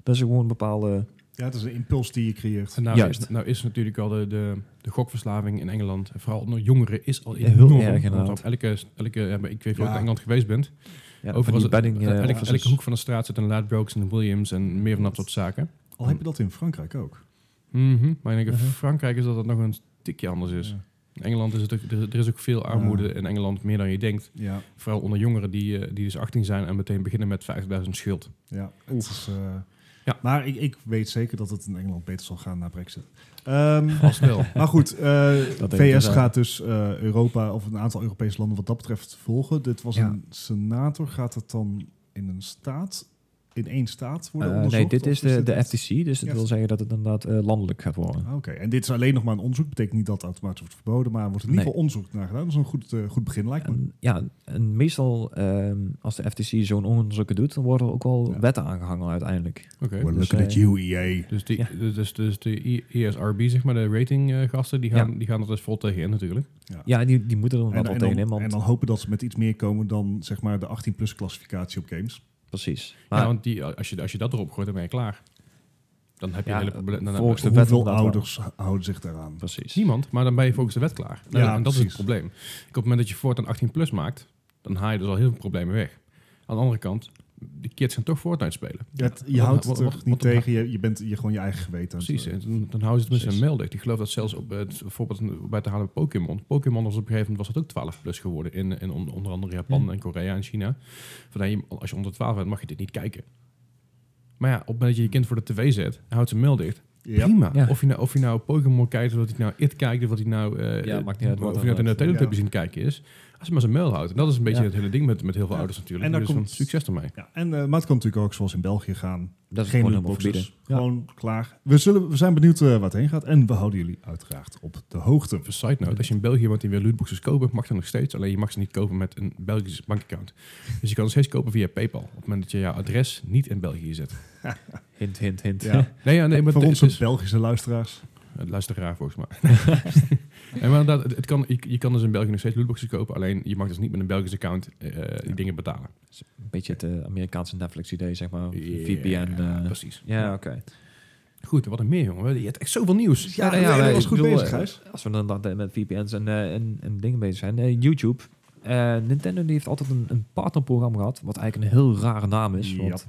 Speaker 3: Dat is gewoon bepaalde.
Speaker 1: Ja, het is een impuls die je creëert.
Speaker 2: En nou,
Speaker 3: Juist.
Speaker 2: Is, nou is natuurlijk al de, de, de gokverslaving in Engeland, en vooral onder jongeren, is al
Speaker 3: Ja,
Speaker 2: enorm.
Speaker 3: heel erg
Speaker 2: Want
Speaker 3: inderdaad.
Speaker 2: op elke, elke, ja, maar ik weet wel
Speaker 1: Ja.
Speaker 2: dat Engeland geweest bent.
Speaker 3: Ja,
Speaker 2: Overal
Speaker 3: van die
Speaker 2: zit-
Speaker 3: bedding. eh,
Speaker 2: elke,
Speaker 3: opties.
Speaker 2: elke hoek van de straat zitten Ladbrokes en Williams en meer van dat soort zaken.
Speaker 1: Al heb je dat in Frankrijk ook.
Speaker 2: Mhm. Maar ik denk in
Speaker 3: Mhm.
Speaker 2: Frankrijk is dat dat nog een tikje anders
Speaker 3: Dus.
Speaker 2: is.
Speaker 1: Ja.
Speaker 2: In Engeland is het ook, er, er is ook veel armoede
Speaker 1: Ja.
Speaker 2: in Engeland, meer dan je denkt.
Speaker 1: Ja,
Speaker 2: Vooral onder jongeren die, eh, die dus 18 zijn en meteen beginnen met 50.000 schuld.
Speaker 1: ja. Het is, eh,
Speaker 2: Ja.
Speaker 1: Maar ik, ik weet zeker dat het in Engeland beter zal gaan na Brexit. Ehm,
Speaker 2: Als wel.
Speaker 1: Maar goed, eh,
Speaker 3: denk ik dus
Speaker 1: VS
Speaker 3: wel.
Speaker 1: gaat dus eh, Europa of een aantal Europese landen wat dat betreft volgen. Dit was
Speaker 3: Ja.
Speaker 1: een senator. Gaat het dan in een staat, in één staat worden
Speaker 3: Eh,
Speaker 1: onderzocht?
Speaker 3: nee, dit
Speaker 1: Of
Speaker 3: is de,
Speaker 1: dit-
Speaker 3: de FTC, dus dat
Speaker 1: Ja.
Speaker 3: wil zeggen dat het inderdaad eh, landelijk gaat worden.
Speaker 1: Ah, Oké, en dit is alleen nog maar een onderzoek. Betekent niet dat het automatisch wordt verboden, maar er wordt in ieder
Speaker 3: Nee.
Speaker 1: geval onderzoek naar gedaan. Dat is een goed, eh, goed begin, lijkt me.
Speaker 3: En, ja, en meestal ehm, als de FTC zo'n onderzoeken doet, dan worden er ook wel
Speaker 1: Ja.
Speaker 3: wetten aangehangen uiteindelijk.
Speaker 2: Oké.
Speaker 1: We're
Speaker 3: dus,
Speaker 1: looking
Speaker 3: eh,
Speaker 1: at you, EA.
Speaker 2: Dus, die,
Speaker 3: Ja.
Speaker 2: dus, dus de ESRB, zeg maar, de ratinggasten, die, gaan, die gaan er dus vol tegen in natuurlijk.
Speaker 3: Ja, die, die moeten er
Speaker 1: En,
Speaker 3: inderdaad
Speaker 1: en
Speaker 3: wel
Speaker 1: dan,
Speaker 3: tegen in, want
Speaker 1: en dan hopen dat ze met iets meer komen dan zeg maar de 18-plus klassificatie op games.
Speaker 3: precies.
Speaker 2: Ja,
Speaker 3: Maar
Speaker 2: want die, als, je, als je dat erop gooit, dan ben je klaar. Dan heb je
Speaker 3: Ja,
Speaker 2: een hele probleem. dan-
Speaker 3: volgens de wet
Speaker 1: Hoeveel
Speaker 3: inderdaad wel.
Speaker 1: ouders houden zich daaraan?
Speaker 3: precies.
Speaker 2: Niemand, maar dan ben je volgens de wet klaar.
Speaker 1: Ja,
Speaker 2: Nou, en dat is
Speaker 1: precies.
Speaker 2: het probleem. Kijk, Op het moment dat je voortaan 18 plus maakt, dan haal je dus al heel veel problemen weg. Aan de andere kant, die kids gaan toch Fortnite spelen.
Speaker 1: Dat, je
Speaker 2: Wat-
Speaker 1: houdt
Speaker 2: wat-
Speaker 1: het er
Speaker 2: wat-
Speaker 1: niet
Speaker 2: wat-
Speaker 1: tegen, je, je bent je gewoon je eigen geweten. aan het-
Speaker 2: Precies, en dan, dan houden ze het
Speaker 3: Precies.
Speaker 2: mensen meldig. Ik geloof dat zelfs op eh, het bijvoorbeeld bij te halen bij Pokémon. Pokémon was op een gegeven moment was dat ook 12 plus geworden in, in on- onder andere Japan
Speaker 3: Ja.
Speaker 2: en Korea en China. Van, hey, als je onder 12 bent, mag je dit niet kijken. Maar ja, op het moment dat je je kind voor de tv zet, hij houdt ze meldig.
Speaker 1: Ja.
Speaker 2: Prima.
Speaker 3: Ja.
Speaker 2: Of, je nou, of je nou Pokémon kijkt, of dat hij nou It kijkt, of dat hij nou... eh,
Speaker 3: Ja, maakt niet uit
Speaker 2: Of
Speaker 3: wat
Speaker 2: je
Speaker 3: dan
Speaker 2: nou naar
Speaker 3: ook.
Speaker 2: televisie
Speaker 1: Ja.
Speaker 2: aan het kijken is. Als hij maar zijn mail houdt. En dat is een beetje
Speaker 3: Ja.
Speaker 2: het hele ding met, met heel veel
Speaker 1: Ja.
Speaker 2: ouders natuurlijk.
Speaker 1: En daar
Speaker 2: Dus van,
Speaker 1: komt-
Speaker 2: Succes ermee.
Speaker 1: Ja, en, eh, maar het kan natuurlijk ook zoals in België gaan.
Speaker 3: Dat is
Speaker 1: Geen
Speaker 3: gewoon helemaal verbieden.
Speaker 1: lootboxes. Gewoon klaar. We, zullen, we zijn benieuwd eh, waar het heen gaat. En we houden jullie uiteraard op de hoogte.
Speaker 2: Even side note, als je in België woont en weer lootboxes kopen, mag dat nog steeds. Alleen je mag ze niet kopen met een Belgisch bankaccount. Dus je kan ze steeds kopen via Paypal. Op het moment dat je jouw adres niet in België zet.
Speaker 3: Hint, hint, hint.
Speaker 1: Ja.
Speaker 2: Nee, ja, nee, maar
Speaker 1: Voor
Speaker 2: het
Speaker 1: onze
Speaker 2: is- dus-
Speaker 1: Belgische luisteraars.
Speaker 2: Het luistert raar volgens mij. en maar inderdaad, het, het kan, je, je kan dus in België nog steeds lootboxes kopen. Alleen je mag dus niet met een Belgisch account eh, die dingen betalen.
Speaker 3: Een beetje het eh, Amerikaanse Netflix-idee, zeg maar.
Speaker 2: Ja,
Speaker 3: VPN. eh.
Speaker 2: precies.
Speaker 3: ja, oké.
Speaker 2: Goed, wat een meer, jongen. Je hebt echt zoveel nieuws.
Speaker 3: Ja, ja,
Speaker 1: dat
Speaker 3: nee,
Speaker 1: was
Speaker 3: ik
Speaker 1: goed
Speaker 3: bedoel,
Speaker 1: bezig,
Speaker 3: eh,
Speaker 1: Gijs.
Speaker 3: Als we dan dat, eh, met VPN's en, eh, en, en dingen bezig zijn. eh, YouTube. Eh, Nintendo die heeft altijd een, een partnerprogramma gehad. Wat eigenlijk een heel rare naam is. Want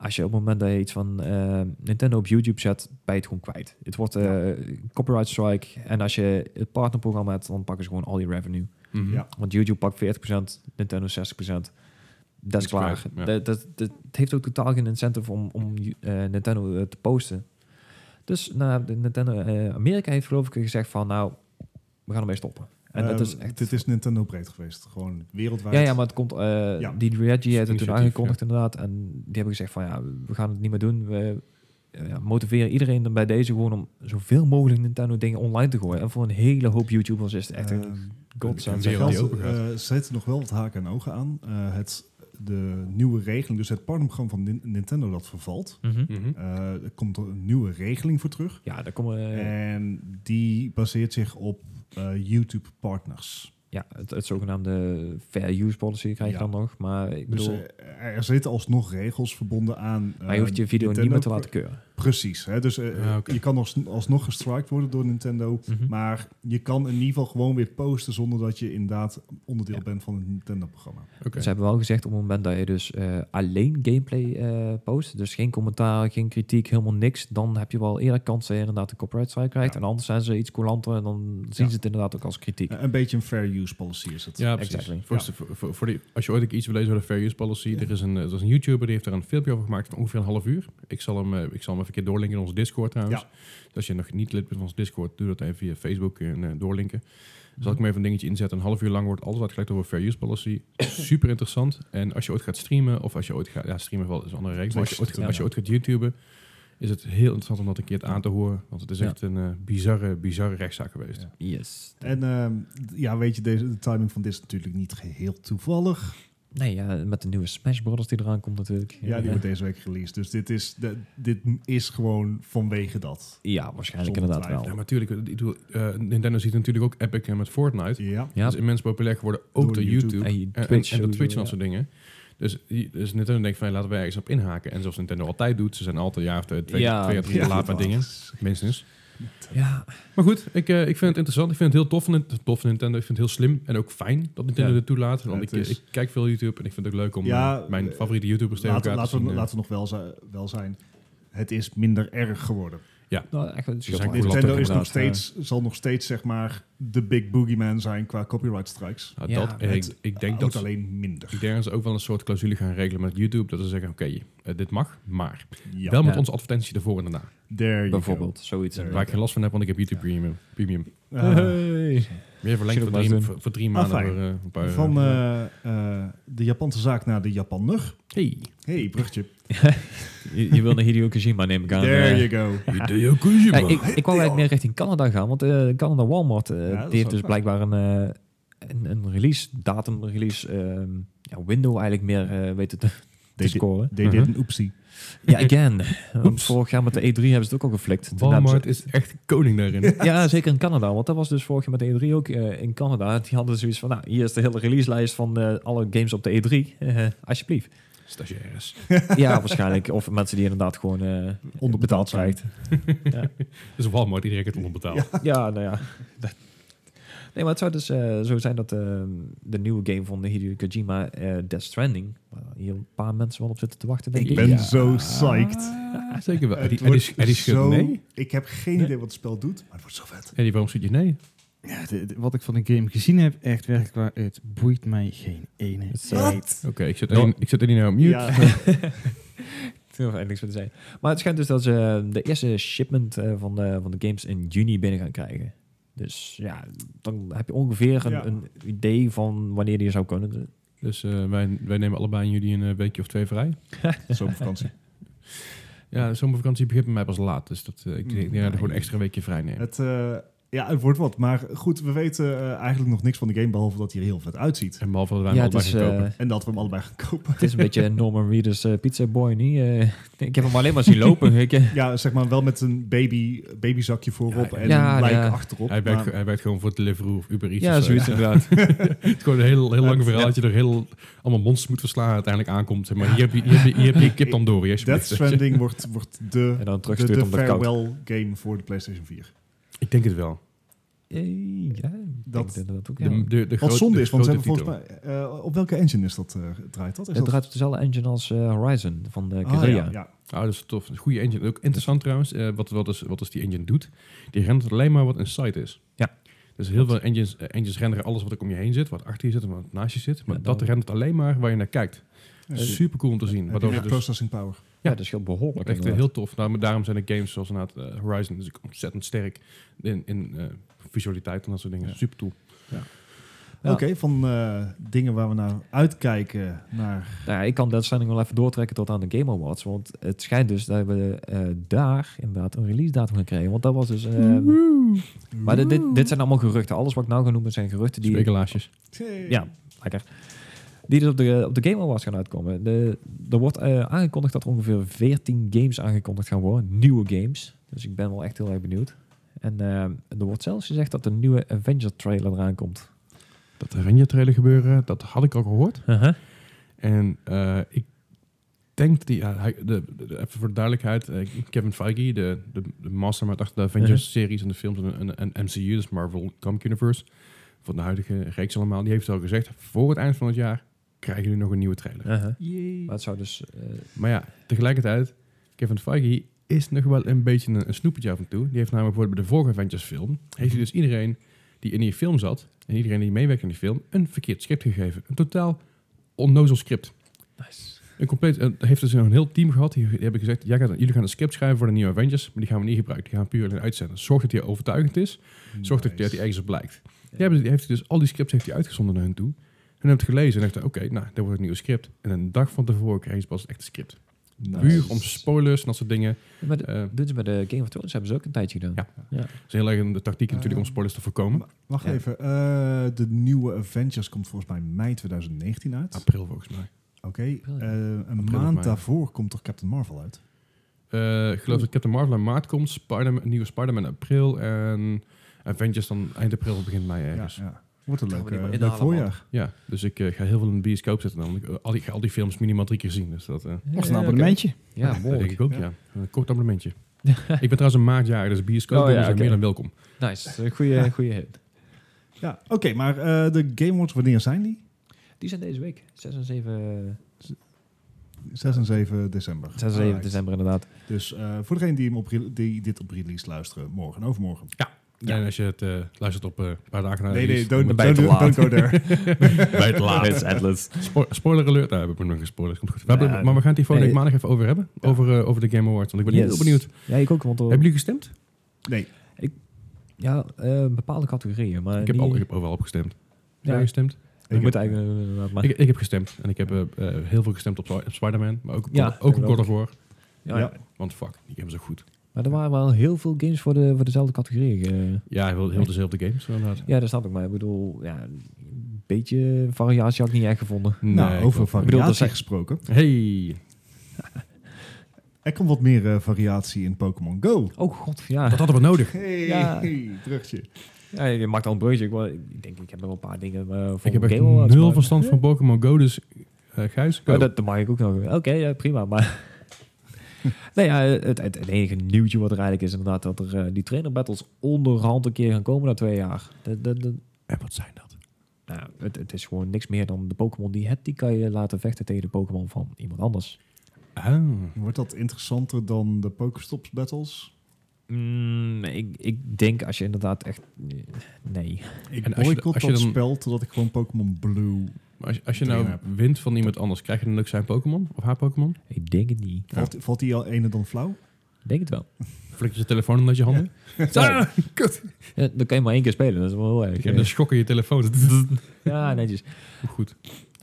Speaker 3: als je op het moment dat je iets van eh, Nintendo op YouTube zet, ben je het gewoon kwijt. Het wordt eh, copyright strike. En als je het partnerprogramma hebt, dan pakken ze gewoon al je revenue.
Speaker 2: Mhm.
Speaker 1: Ja.
Speaker 3: Want YouTube pakt 40%, Nintendo 60%. Dat is
Speaker 2: is
Speaker 3: klaar.
Speaker 2: kwijt, ja.
Speaker 3: Dat, dat, dat- het heeft ook totaal geen incentive om, om eh, Nintendo eh, te posten. Dus nou, de Nintendo eh, Amerika heeft geloof ik gezegd van nou, we gaan ermee stoppen. En dat
Speaker 1: Ehm,
Speaker 3: is echt...
Speaker 1: Dit is Nintendo breed geweest. Gewoon wereldwijd.
Speaker 3: ja, ja, maar het komt... eh,
Speaker 1: Ja.
Speaker 3: Die Reggie heeft het
Speaker 2: Initiatief,
Speaker 3: toen aangekondigd inderdaad. En die hebben gezegd van ja, we gaan het niet meer doen. We eh, ja, motiveren iedereen dan bij deze gewoon om zoveel mogelijk Nintendo dingen online te gooien. En voor een hele hoop YouTubers is het echt een
Speaker 1: Ehm,
Speaker 3: godsend.
Speaker 2: wereld die
Speaker 1: geld,
Speaker 2: open gaat.
Speaker 1: eh, ze zetten nog wel wat haken en ogen aan. Eh, het de nieuwe regeling, dus het partnerprogramma van Nin- Nintendo dat vervalt.
Speaker 3: Mhm.
Speaker 2: Mhm.
Speaker 1: Eh, er komt er een nieuwe regeling voor terug.
Speaker 3: Ja, daar komen eh, we...
Speaker 1: En die baseert zich op eh, YouTube partners.
Speaker 3: ja, het, het zogenaamde fair use policy krijg je
Speaker 1: Ja.
Speaker 3: dan nog. Maar ik
Speaker 1: Dus
Speaker 3: bedoel,
Speaker 1: eh, er zitten alsnog regels verbonden aan. eh,
Speaker 3: maar je hoeft je video niet
Speaker 1: Nintendo
Speaker 3: meer te laten keuren.
Speaker 1: Precies. Hè? Dus eh,
Speaker 2: Ah, oké.
Speaker 1: je kan als, alsnog gestrikt worden door Nintendo.
Speaker 3: Mhm.
Speaker 1: Maar je kan in ieder geval gewoon weer posten zonder dat je inderdaad onderdeel bent van het Nintendo-programma.
Speaker 2: Oké.
Speaker 3: Dus Ze hebben wel gezegd op het moment dat je dus eh, alleen gameplay eh, post, dus geen commentaar, geen kritiek, helemaal niks, dan heb je wel eerder kans dat je inderdaad een copyright strike krijgt.
Speaker 1: Ja.
Speaker 3: En anders zijn ze iets coulanter en dan zien
Speaker 1: Ja.
Speaker 3: ze het inderdaad ook als kritiek.
Speaker 1: Eh, een beetje een fair use policy is het.
Speaker 2: Ja, precies.
Speaker 3: Exactly.
Speaker 2: Voor, voor- voor, voor die, als je ooit ook iets wil lezen over de fair use policy, er, is een, eh, er is een YouTuber die heeft daar een filmpje over gemaakt van ongeveer een half uur. Ik zal hem, eh, ik zal hem even een keer doorlinken in onze Discord trouwens.
Speaker 1: Ja.
Speaker 2: Dus als je nog niet lid bent van ons Discord, doe dat even via Facebook en eh, doorlinken. Zal ik me even een dingetje inzetten. Een half uur lang wordt alles uitgelegd over fair use policy. Super interessant. En als je ooit gaat streamen, of als je ooit gaat... Ja, streamen wel is een andere reeks. Maar als je, ooit,
Speaker 1: Ja.
Speaker 2: als je ooit gaat YouTuben, is het heel interessant om dat een keer aan te horen. Want het is
Speaker 3: Ja.
Speaker 2: echt een eh, bizarre, bizarre rechtszaak geweest.
Speaker 1: Ja.
Speaker 3: Yes.
Speaker 1: En ehm, d- ja, weet je, deze, de timing van dit is natuurlijk niet geheel toevallig.
Speaker 3: Nee, ja, met de nieuwe Smash Brothers die eraan komt natuurlijk.
Speaker 1: Ja, die wordt deze week released. Dus dit is, de, dit is gewoon vanwege dat.
Speaker 3: Ja, waarschijnlijk
Speaker 1: Zonder
Speaker 3: inderdaad
Speaker 2: Ja,
Speaker 3: wel.
Speaker 2: maar natuurlijk, ik bedoel, eh, Nintendo ziet natuurlijk ook Epic eh, met Fortnite.
Speaker 1: Ja.
Speaker 3: Ja,
Speaker 2: Dat is immens populair geworden, ook
Speaker 1: Door
Speaker 2: door,
Speaker 1: YouTube.
Speaker 2: YouTube. En,
Speaker 3: je
Speaker 2: en,
Speaker 3: Twitch
Speaker 2: en door
Speaker 3: sowieso,
Speaker 2: Twitch en dat
Speaker 3: ja.
Speaker 2: soort dingen. Dus, die- dus Nintendo denkt van, hey, laten wij ergens op inhaken. En zoals Nintendo altijd doet, ze zijn altijd een jaar of twee, twee
Speaker 3: Ja.
Speaker 2: jaar drie jaar laat met dingen. Minstens.
Speaker 3: Ja,
Speaker 2: Maar goed, ik, eh, ik vind het interessant. Ik vind het heel tof van, Nint- tof van Nintendo. Ik vind het heel slim en ook fijn dat Nintendo
Speaker 1: Ja.
Speaker 2: dit toelaat. Want
Speaker 1: Het
Speaker 2: ik,
Speaker 1: is-
Speaker 2: ik kijk veel YouTube en ik vind het ook leuk om
Speaker 1: Ja,
Speaker 2: eh, mijn
Speaker 1: eh,
Speaker 2: favoriete YouTubers tegen
Speaker 1: Laten,
Speaker 2: elkaar te
Speaker 1: laten, we,
Speaker 2: zien.
Speaker 1: laten
Speaker 2: eh,
Speaker 1: we nog wel, zi- wel zijn. Het is minder erg geworden.
Speaker 3: nou, echt, het scheelt
Speaker 2: zijn
Speaker 3: wel.
Speaker 2: goed
Speaker 1: Dus Nintendo
Speaker 2: laptop
Speaker 1: is nog
Speaker 3: inderdaad, eh.
Speaker 1: steeds, zal nog steeds zeg maar de big boogeyman zijn qua copyright strikes.
Speaker 2: nou,
Speaker 3: Ja,
Speaker 2: dat, en ik,
Speaker 1: het-
Speaker 2: ik
Speaker 1: Ook
Speaker 2: denk dat ze-
Speaker 1: alleen minder.
Speaker 2: ik denk dat ze ook wel een soort clausule gaan regelen met YouTube. Dat ze zeggen, oké, eh, dit mag, maar
Speaker 1: Ja,
Speaker 2: Wel met
Speaker 3: Ja.
Speaker 2: onze advertentie ervoor en daarna.
Speaker 1: there you go.
Speaker 3: Bijvoorbeeld, zoiets.
Speaker 1: Daar-
Speaker 2: Waar ik geen last van heb, want ik heb YouTube
Speaker 1: Ja.
Speaker 2: Premium. Premium.
Speaker 1: Eh,
Speaker 2: Meer verlengd
Speaker 3: Zullen
Speaker 2: voor
Speaker 3: we
Speaker 2: drie,
Speaker 3: maar eens
Speaker 2: voor, voor drie
Speaker 1: Ah,
Speaker 2: maanden.
Speaker 1: fijn.
Speaker 2: voor, eh, een paar,
Speaker 1: Van
Speaker 2: eh,
Speaker 1: eh, eh, de Japanse zaak naar de Japanner.
Speaker 2: hey.
Speaker 1: hey, bruggetje.
Speaker 3: Je, je wil naar Hideo Kojima neem ik aan. eh.
Speaker 1: There you go.
Speaker 2: Hideo Kojima.
Speaker 3: Ja, ik, ik wou eigenlijk meer richting Canada gaan, want eh, Canada Walmart eh,
Speaker 1: dat is
Speaker 3: die heeft
Speaker 1: ook
Speaker 3: dus
Speaker 1: waar.
Speaker 3: blijkbaar een, eh, een, een release datum, een release ehm, ja, window eigenlijk meer eh, weten te, te
Speaker 1: They did-
Speaker 3: scoren.
Speaker 1: They
Speaker 2: Uh-huh.
Speaker 1: did an oepsie.
Speaker 3: Ja, again. Want
Speaker 2: Oeps.
Speaker 3: vorig jaar met de E3 hebben ze het ook al geflikt. Toen
Speaker 2: Walmart
Speaker 3: hebben
Speaker 2: is echt koning daarin.
Speaker 3: ze- Ja, zeker in Canada, want dat was dus vorig jaar met de E3 ook eh, in Canada. Die hadden zoiets van, nou, hier is de hele releaselijst van eh, alle games op de E3. Eh, alsjeblieft.
Speaker 2: Stagiaires.
Speaker 3: Ja, waarschijnlijk. Of mensen die inderdaad gewoon eh,
Speaker 1: Onderbetaald zijn.
Speaker 3: krijgt.
Speaker 2: Dus Walmart, iedereen krijgt onderbetaald.
Speaker 3: Ja, nou ja. Dat- Nee, maar het zou dus eh, zo zijn dat eh, de nieuwe game van Hideo Kojima, eh Death Stranding, waar hier een paar mensen wel op zitten te wachten, denk ik.
Speaker 1: Ik ben
Speaker 3: Ja.
Speaker 1: zo psyched.
Speaker 2: Ah, zeker wel.
Speaker 1: Het
Speaker 2: Eddie,
Speaker 1: wordt
Speaker 2: Eddie, Eddie schudt
Speaker 1: zo-
Speaker 2: nee.
Speaker 1: Ik heb geen idee wat het spel doet, maar het wordt zo vet.
Speaker 2: Eddie, waarom schiet je nee?
Speaker 4: Ja, de- de- wat ik van de game gezien heb, echt werkelijk waar, het boeit mij geen ene.
Speaker 3: Het is, eh,
Speaker 1: Wat?
Speaker 2: Oké, ik zet
Speaker 3: Nou-
Speaker 2: Eddie- ik zet Eddie nou op mute.
Speaker 1: Ja.
Speaker 3: Ik hoef er niks meer te zeggen. Maar het schijnt dus dat ze eh, de eerste shipment eh, van, de, van de games in juni binnen gaan krijgen. Dus ja, dan heb je ongeveer een,
Speaker 1: Ja.
Speaker 3: een idee van wanneer die zou kunnen.
Speaker 2: Dus eh, wij, wij nemen allebei aan jullie een eh, weekje of twee vrij.
Speaker 1: Zo op vakantie.
Speaker 2: Ja, zomervakantie begint bij mij pas laat. Dus dat, eh, ik denk,
Speaker 1: Mm.
Speaker 2: ja, er gewoon extra een weekje vrij nemen.
Speaker 1: Het, eh, ja, het wordt wat. Maar goed, we weten eh, eigenlijk nog niks van de game, behalve dat hij er heel vet uitziet.
Speaker 2: En behalve dat wij
Speaker 3: ja,
Speaker 2: hem
Speaker 3: het
Speaker 2: allebei
Speaker 3: is,
Speaker 2: gaan kopen.
Speaker 3: eh,
Speaker 1: En dat we hem allebei gaan kopen.
Speaker 3: het is een beetje Norman Reedus eh, Pizza Boy, niet? Eh, ik heb hem alleen maar zien lopen. Ik, eh,
Speaker 1: Ja, zeg maar wel met een baby, babyzakje voorop
Speaker 2: Ja,
Speaker 1: en
Speaker 3: ja,
Speaker 1: een lijk
Speaker 3: ja.
Speaker 1: achterop.
Speaker 2: Hij werkt,
Speaker 1: maar-
Speaker 2: ge- hij werkt gewoon voor Deliveroo of Uber Eats.
Speaker 3: ja,
Speaker 2: of zo.
Speaker 3: zoiets inderdaad.
Speaker 2: Het is gewoon een heel, heel lang
Speaker 1: Ja.
Speaker 2: verhaal dat je er heel, allemaal monsters moet verslaan en uiteindelijk aankomt. Zeg maar hier heb je, hier heb je, hier heb je kip dan door. je
Speaker 1: Death Stranding wordt, wordt de,
Speaker 3: En dan
Speaker 1: de,
Speaker 3: terugstuurt
Speaker 1: de
Speaker 3: omdat het koud.
Speaker 1: farewell game voor de PlayStation 4.
Speaker 2: Ik denk het wel.
Speaker 3: Eh, Ja,
Speaker 1: Dat-
Speaker 3: dat, dat, dat ook. Ja.
Speaker 2: De, de, de
Speaker 1: Wat
Speaker 2: groot-
Speaker 1: zonde
Speaker 2: de
Speaker 1: is, want ze
Speaker 2: grote
Speaker 1: hebben volgens
Speaker 2: titel.
Speaker 1: mij... eh, op welke engine is dat eh, draait dat? Is
Speaker 3: het
Speaker 1: dat...
Speaker 3: draait op dezelfde engine als eh, Horizon van de
Speaker 1: Ah,
Speaker 3: Korea.
Speaker 1: ja, ja.
Speaker 2: Ah, dat is tof. Een goede engine. Ook interessant trouwens, eh, wat, wat, is, wat is die engine doet. Die rendert alleen maar wat een site is.
Speaker 3: Ja.
Speaker 2: Dus heel veel engines, eh, engines renderen alles wat er om je heen zit, wat achter je zit en wat naast je zit. Maar
Speaker 3: Ja,
Speaker 2: dat
Speaker 3: dan-
Speaker 2: rendert alleen maar waar je naar kijkt. Super cool om te zien.
Speaker 1: Heb je
Speaker 2: Waardoor
Speaker 1: meer
Speaker 2: het dus
Speaker 1: processing power.
Speaker 3: Ja, dat scheelt behoorlijk.
Speaker 2: echt eh,
Speaker 3: inderdaad.
Speaker 2: heel tof. Nou, daarom zijn de games zoals inderdaad eh, Horizon dus ook ontzettend sterk in, in eh, visualiteit en dat soort dingen.
Speaker 1: Ja.
Speaker 2: Super tool.
Speaker 3: Ja.
Speaker 1: Oké, van eh, dingen waar we naar uitkijken naar...
Speaker 3: Nou, ja, ik kan dat Stranding wel even doortrekken tot aan de Game Awards. Want het schijnt dus dat we eh, daar inderdaad een release datum gaan krijgen. Want dat was dus... eh, maar dit, dit, dit zijn allemaal geruchten. Alles wat ik nou ga noemen zijn geruchten die...
Speaker 2: Speculaasjes.
Speaker 3: Ja, lekker. Die dus op de, op de Game Awards gaan uitkomen. De, er wordt eh, aangekondigd dat er ongeveer 14 games aangekondigd gaan worden. Nieuwe games. Dus ik ben wel echt heel erg benieuwd. En eh, er wordt zelfs gezegd dat een nieuwe Avenger trailer eraan komt.
Speaker 2: Dat Avenger trailer gebeuren, dat had ik al gehoord. En eh, ik denk die, ja, hij- de, de- de- even voor de duidelijkheid, eh, Kevin Feige, de, de, de mastermind achter de Avengers-series en de films en, en, en MCU, dus Marvel Comic Universe, van de huidige reeks allemaal, die heeft al gezegd, voor het eind van het jaar krijgen jullie nog een nieuwe trailer.
Speaker 3: Maar het zou dus... eh,
Speaker 2: Maar ja, tegelijkertijd, Kevin Feige is nog wel een beetje een, een snoepetje af en toe. Die heeft namelijk bijvoorbeeld bij de vorige Avengers film, heeft hij dus iedereen die in die film zat, en iedereen die meewerkt in die film, een verkeerd script gegeven. Een totaal onnozel script.
Speaker 3: nice.
Speaker 2: Een compleet, en heeft dus een heel team gehad. Die, die hebben gezegd, jij gaat, jullie gaan een script schrijven voor de nieuwe Avengers, maar die gaan we niet gebruiken. Die gaan we puur alleen uitzenden. Zorg dat die overtuigend is. Zorg dat dat die ergens op blijkt. Die hebben, die heeft hij dus al die scripts heeft hij uitgezonden naar hen toe. En hebben het gelezen en dachten, oké, nou, daar wordt een nieuw script. En een dag van tevoren kreeg je pas echt een script.
Speaker 1: Nice.
Speaker 2: Puur om spoilers en dat soort dingen.
Speaker 3: Ja, Maar de-
Speaker 2: Eh,
Speaker 3: dit is bij de Game of Thrones hebben ze ook een tijdje gedaan.
Speaker 2: Ja. dat is heel erg een de tactiek natuurlijk om
Speaker 1: Ehm,
Speaker 2: spoilers te voorkomen.
Speaker 1: Wacht
Speaker 3: Ja.
Speaker 1: even. eh, de nieuwe Avengers komt volgens mij mei 2019 uit.
Speaker 2: April volgens mij.
Speaker 1: Oké. eh, een
Speaker 2: April of
Speaker 1: maand
Speaker 2: mei.
Speaker 1: daarvoor komt toch Captain Marvel uit?
Speaker 2: Eh, ik geloof dat Captain Marvel in maart komt. Spider nieuwe Spider-Man in april. En Avengers dan eind april of begin mei ergens. Ja,
Speaker 1: Ja, ja. Wordt een
Speaker 3: Gaan
Speaker 1: leuk,
Speaker 3: we die
Speaker 1: eh,
Speaker 3: maar
Speaker 1: leuk
Speaker 3: inhalen,
Speaker 1: voorjaar.
Speaker 2: dus ik eh, ga heel veel in de bioscoop zitten. Dan. Ik, eh, al, die, ik ga al die films minimaal drie keer zien. Dus dat, eh,
Speaker 4: Nog
Speaker 3: Ja,
Speaker 4: een
Speaker 3: oké.
Speaker 4: abonnementje.
Speaker 3: Ja,
Speaker 2: dat denk
Speaker 3: mooi.
Speaker 2: ik ook, ja.
Speaker 1: Ja.
Speaker 2: Een kort abonnementje. ik ben trouwens een maartjaar, dus bioscoop
Speaker 3: Oh ja,
Speaker 2: zijn
Speaker 3: oké.
Speaker 2: meer dan welkom.
Speaker 3: Nice. Een goede, goede hit.
Speaker 1: Ja, oké. maar eh, de Game Awards, wanneer zijn die?
Speaker 3: Die zijn deze week. 6 en 7,
Speaker 1: 6 en 7 december.
Speaker 3: 6 en 7
Speaker 2: Ah,
Speaker 1: Alright.
Speaker 3: december inderdaad.
Speaker 1: Dus eh, voor degenen die, hem op, re- die dit op release luisteren, morgen, overmorgen. Ja.
Speaker 2: En als je het eh, luistert op eh, een paar dagen na de
Speaker 1: Nee, nee,
Speaker 2: release,
Speaker 1: don't, don't,
Speaker 2: dan
Speaker 3: bij te
Speaker 1: do-
Speaker 3: laat.
Speaker 1: don't go there.
Speaker 2: moet- bij het laatst.
Speaker 3: It's endless.
Speaker 2: Spo- spoiler alert. Nou, we hebben nog geen spoilers. Komt goed. We
Speaker 3: Ja.
Speaker 2: hebben- maar we gaan het hier volgende week
Speaker 3: Nee.
Speaker 2: maandag even over hebben.
Speaker 1: Ja.
Speaker 2: Over, eh, over de Game Awards. Want ik ben
Speaker 3: Yes. Eh,
Speaker 2: heel benieuwd.
Speaker 3: Ja, ik ook. Want er-
Speaker 2: Hebben jullie gestemd?
Speaker 1: Nee,
Speaker 3: ja, eh, bepaalde categorieën. Maar
Speaker 2: ik, heb
Speaker 3: niet-
Speaker 2: al, ik heb overal op gestemd. Heb
Speaker 3: Ja.
Speaker 2: jij gestemd?
Speaker 3: je
Speaker 1: ik
Speaker 3: moet
Speaker 1: heb-
Speaker 3: eigenlijk... eh, inderdaad, maar-
Speaker 2: Ik, ik heb gestemd. En ik heb eh, eh, heel veel gestemd op, Spi- op Spider-Man. Maar ook op,
Speaker 3: Ja,
Speaker 2: God- ook op
Speaker 3: dat
Speaker 2: God of War.
Speaker 3: ja,
Speaker 1: ja.
Speaker 2: Want fuck, die game is ook goed.
Speaker 3: Maar er waren wel heel veel games voor, de, voor dezelfde categorieën. eh.
Speaker 2: Ja, heel, heel dezelfde games inderdaad.
Speaker 3: Ja, dat snap ik. Maar ik bedoel, ja, een beetje variatie had ik niet echt gevonden.
Speaker 1: Nou,
Speaker 2: Nee,
Speaker 1: over
Speaker 2: klopt.
Speaker 1: variatie
Speaker 3: bedoel, dat zijn-
Speaker 1: gesproken.
Speaker 2: Hey,
Speaker 1: Er komt wat meer eh, variatie in Pokémon Go.
Speaker 3: Oh god, ja.
Speaker 2: dat hadden we nodig.
Speaker 1: Hey,
Speaker 3: Ja.
Speaker 1: terugje.
Speaker 3: ja je maakt al een breukje. Ik, wou- ik denk, ik heb nog een paar dingen eh, voor
Speaker 2: Ik heb
Speaker 3: mijn
Speaker 2: echt
Speaker 3: Game Awards,
Speaker 2: nul
Speaker 3: maar-
Speaker 2: verstand van Pokémon Go, dus eh Gijs, go.
Speaker 3: Oh, dat, dat mag ik ook nog. Oké, ja, prima. Maar nee, ja, het, het, het enige nieuwtje wat er eigenlijk is inderdaad dat er eh, die trainer battles onderhand een keer gaan komen na twee jaar. Dat, dat, dat-
Speaker 2: En wat zijn dat?
Speaker 3: nou, het, het is gewoon niks meer dan de Pokémon die je hebt. Die kan je laten vechten tegen de Pokémon van iemand anders.
Speaker 2: Ah.
Speaker 1: Wordt dat interessanter dan de Pokestops battles?
Speaker 3: Mm, ik, ik denk als je inderdaad echt... Nee.
Speaker 1: Ik
Speaker 2: En als je-
Speaker 1: boycott
Speaker 2: als je
Speaker 1: dat
Speaker 2: dan-
Speaker 1: spel totdat ik gewoon Pokémon Blue...
Speaker 2: Maar als, als je
Speaker 1: Trainer
Speaker 2: nou wint van iemand anders, krijg je dan ook zijn Pokémon? Of haar Pokémon?
Speaker 3: Ik denk het niet.
Speaker 1: Valt, valt die al ene dan flauw?
Speaker 3: Ik denk het wel.
Speaker 2: Flikker je telefoon omdat je handen?
Speaker 3: Sorry.
Speaker 2: Ah, kut.
Speaker 3: Ja, dan kan je maar één keer spelen. Dat is wel heel erg. eh.
Speaker 2: Ik heb een schok in je telefoon.
Speaker 3: Ja, netjes.
Speaker 2: Goed.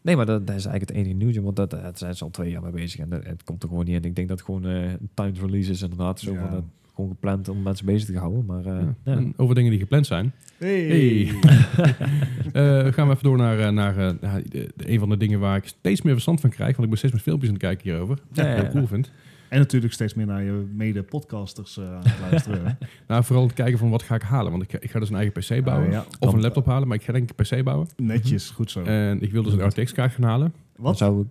Speaker 3: Nee, maar dat, dat is eigenlijk het enige nieuwtje, want dat, dat zijn ze al twee jaar mee bezig en dat, het komt er gewoon niet in. Ik denk dat het gewoon eh timed release is inderdaad, zo
Speaker 1: Ja.
Speaker 3: van dat, gewoon gepland om mensen bezig te houden, maar eh,
Speaker 2: Ja.
Speaker 3: ja.
Speaker 2: En Over dingen die gepland zijn.
Speaker 1: Hey.
Speaker 2: Hey. Eh, gaan we even door naar, eh, naar eh, naar de- de- een van de dingen waar ik steeds meer verstand van krijg. Want ik ben steeds meer filmpjes aan het kijken hierover. Dat ik
Speaker 3: Ja, ja,
Speaker 2: heel
Speaker 3: ja.
Speaker 2: cool vind.
Speaker 1: En natuurlijk steeds meer naar je mede-podcasters eh, aan het luisteren.
Speaker 2: Nou, vooral het kijken van wat ga ik halen. Want ik, ga- ik ga dus een eigen PC bouwen.
Speaker 1: Ah, ja.
Speaker 2: Of een
Speaker 1: Dan-
Speaker 2: laptop halen, maar ik ga denk ik een PC bouwen.
Speaker 1: Netjes, goed zo.
Speaker 3: Oh.
Speaker 2: En ik wil dus een RTX-kaart gaan halen.
Speaker 3: Dan
Speaker 1: Wat?
Speaker 3: zou ik,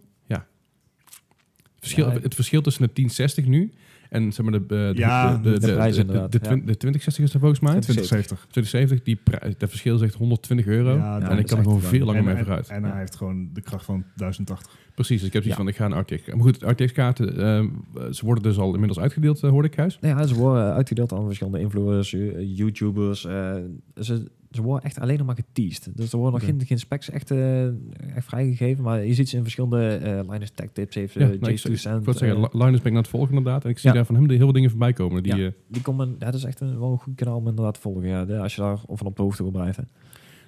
Speaker 2: Verschil,
Speaker 3: Ja.
Speaker 2: Het verschil tussen de 1060 nu en zeg maar de, eh, de, de-
Speaker 1: Ja,
Speaker 2: de, de,
Speaker 3: de prijs
Speaker 2: de- de-
Speaker 3: inderdaad,
Speaker 2: de,
Speaker 3: ja.
Speaker 2: twin- de 2060 is er volgens mij.
Speaker 1: 2070.
Speaker 2: 2070, die pri- dat verschil zegt 120 euro.
Speaker 1: Ja,
Speaker 2: en
Speaker 3: dat
Speaker 2: ik
Speaker 3: is
Speaker 2: kan er gewoon
Speaker 3: echt
Speaker 2: veel
Speaker 3: wel-
Speaker 2: langer
Speaker 1: en,
Speaker 2: mee
Speaker 1: en-
Speaker 2: vooruit.
Speaker 1: En, hij heeft gewoon de kracht van 1080.
Speaker 2: Precies, dus ik heb zoiets
Speaker 3: Ja.
Speaker 2: van, ik ga een RTX... Maar goed, RTX-kaarten, ehm, ze worden dus al inmiddels uitgedeeld, eh, hoorde ik, Huis.
Speaker 3: nou ja, ze worden uitgedeeld aan verschillende influencers, eh, YouTubers, eh, ze, ze worden echt alleen nog maar geteased. Dus er worden nog
Speaker 2: Oké.
Speaker 3: geen, geen specs echt, eh, echt vrijgegeven, maar je ziet ze in verschillende eh Linus Tech Tips, heeft
Speaker 2: Ja,
Speaker 3: eh,
Speaker 2: nou, ik-
Speaker 3: Jace Toussaint,
Speaker 2: Ik wil zeggen,
Speaker 3: eh,
Speaker 2: Li- Linus ben ik aan het volgen inderdaad. En ik zie
Speaker 3: Ja.
Speaker 2: daar van hem de heel veel dingen voorbij komen. Die,
Speaker 3: Ja.
Speaker 2: eh,
Speaker 3: die komen, ja, dat is echt een, wel een goed kanaal om inderdaad te volgen, ja, de- als je daar van op de hoogte wil blijven.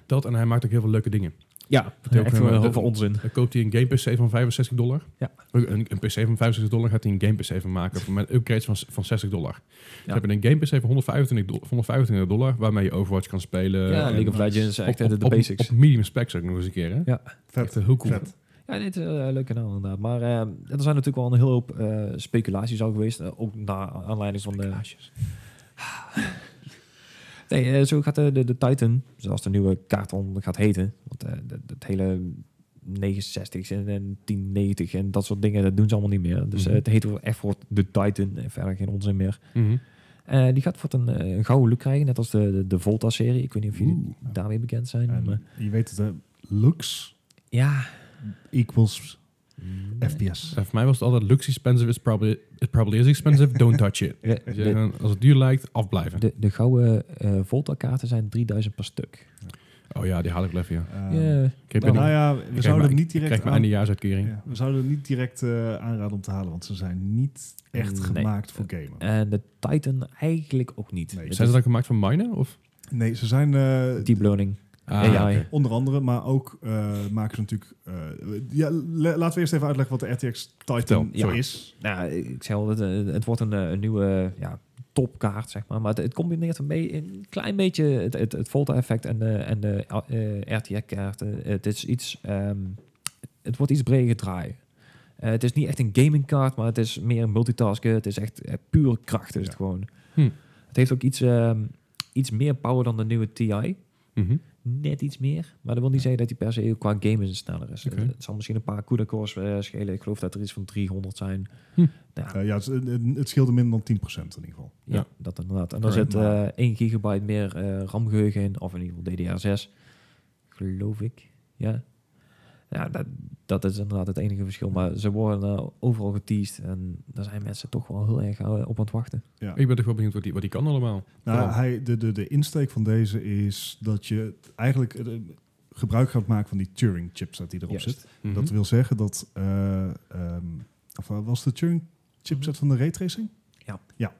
Speaker 2: dat en hij maakt ook heel veel leuke dingen.
Speaker 3: Ja,
Speaker 2: ook
Speaker 3: echt
Speaker 2: een-
Speaker 3: wel
Speaker 2: dat-
Speaker 3: heel veel onzin.
Speaker 2: Dan koopt hij een game PC van 65 dollar.
Speaker 3: Ja.
Speaker 2: Een, een PC van 65 dollar gaat hij een game PC van maken. Met upgrades van, van 60 dollar. Ze
Speaker 3: Ja.
Speaker 2: hebben een game PC van 125, do- 125 dollar. Waarmee je Overwatch kan spelen.
Speaker 3: ja,
Speaker 2: Eh, En
Speaker 3: League of Legends,
Speaker 2: op-
Speaker 3: echt
Speaker 2: op-
Speaker 3: de, de
Speaker 2: op-
Speaker 3: basics.
Speaker 2: Op medium specs ook nog eens een keer. Hè?
Speaker 3: Ja.
Speaker 1: Vet.
Speaker 2: Echt eh, heel cool.
Speaker 1: Vet.
Speaker 3: Ja, dit is een eh, leuk kanaal inderdaad. Maar eh, er zijn natuurlijk wel een heel hoop eh, speculaties al geweest. eh, ook naar aanleiding van de... Nee, eh, zo gaat de, de, de Titan, zoals de nieuwe kaart dan gaat heten. Want eh, dat- dat hele 69's en, en 1090 en dat soort dingen, dat doen ze allemaal niet meer. Dus eh,
Speaker 2: Mhm.
Speaker 3: het heet wel echt voor de Titan en verder geen onzin meer. Eh, die gaat voor een, eh, een gouden look krijgen, net als de, de, de Volta-serie. Ik weet niet of jullie
Speaker 1: Oeh.
Speaker 3: daarmee bekend zijn. maar-
Speaker 1: En je weet het, hè? Lux
Speaker 3: ja.
Speaker 1: equals
Speaker 2: Mm.
Speaker 1: FPS.
Speaker 2: Eh, voor mij was het altijd looks expensive, is probably, it probably is expensive, don't touch it.
Speaker 3: Ja,
Speaker 2: Dus ja,
Speaker 3: de-
Speaker 2: gewoon, als het duur lijkt, afblijven.
Speaker 3: De, de gouden eh Volta-kaarten zijn 3000 per stuk.
Speaker 2: Oh ja, die haal ik wel even, ja.
Speaker 1: Ehm,
Speaker 3: Ja, yeah.
Speaker 2: Ik heb
Speaker 3: Nou,
Speaker 2: een-
Speaker 1: Nou ja,
Speaker 2: ik
Speaker 1: we
Speaker 2: krijg
Speaker 1: zouden
Speaker 2: mijn-
Speaker 1: het niet
Speaker 2: ik
Speaker 1: direct
Speaker 2: krijg
Speaker 1: aan-
Speaker 2: mijn einde jaarsuitkering.
Speaker 1: Ja, we zouden het niet direct eh, aanraden om te halen, want ze zijn niet echt
Speaker 3: Nee. eh.
Speaker 1: gemaakt voor gamen.
Speaker 3: En de Titan eigenlijk ook niet.
Speaker 1: Nee,
Speaker 2: Zijn
Speaker 3: Het
Speaker 2: ze
Speaker 3: is
Speaker 2: dan gemaakt van minen? Of?
Speaker 1: Nee, ze zijn eh,
Speaker 3: deep learning.
Speaker 2: Ah,
Speaker 3: ja,
Speaker 2: oké.
Speaker 3: ja.
Speaker 1: onder andere, maar ook eh, maken ze natuurlijk... eh, ja, le- laten we eerst even uitleggen wat de RTX Titan
Speaker 2: Vertel, sorry.
Speaker 1: is.
Speaker 3: Nou, ik zei al, het, eh, het wordt een, eh, een nieuwe ja, topkaart, zeg maar. Maar het, het combineert een, be- een klein beetje het, het, het Volta-effect en de, en de eh, RTX-kaarten. Het is iets... ehm, het wordt iets breder gedraaid. Eh, het is niet echt een gamingkaart, maar het is meer een multitasken. Het is echt eh, puur kracht, is het
Speaker 1: Ja.
Speaker 3: gewoon.
Speaker 2: Hm.
Speaker 3: Het heeft ook iets, ehm, iets meer power dan de nieuwe TI.
Speaker 2: Mhm.
Speaker 3: net iets meer. Maar dat wil niet zeggen dat hij per se qua gamen sneller is.
Speaker 2: Oké.
Speaker 3: Het, het zal misschien een paar CUDA cores eh, schelen. Ik geloof dat er iets van 300 zijn.
Speaker 2: Hm.
Speaker 3: Ja,
Speaker 1: Eh, ja, het, het, het scheelde minder dan 10% in ieder geval.
Speaker 3: ja,
Speaker 2: ja.
Speaker 3: dat inderdaad. En dan zit
Speaker 1: Correct.
Speaker 3: eh 1 gigabyte meer eh RAM-geheugen in. Of in ieder geval DDR6. Geloof ik. Ja. Ja, dat, dat is inderdaad het enige verschil. Maar ze worden eh, overal geteased. En daar zijn mensen toch wel heel erg eh, op aan het wachten.
Speaker 2: Ik ben toch wel benieuwd wat die, wat die kan allemaal.
Speaker 1: Nou,
Speaker 2: Waarom?
Speaker 1: hij, de, de, de insteek van deze is dat je eigenlijk eh, gebruik gaat maken van die Turing-chipset die erop
Speaker 3: Juist.
Speaker 1: zit.
Speaker 2: Mhm.
Speaker 1: Dat wil zeggen dat... eh, ehm, of eh, was de
Speaker 2: Mhm.
Speaker 1: Turing-chipset van de raytracing?
Speaker 3: Ja.
Speaker 1: ja.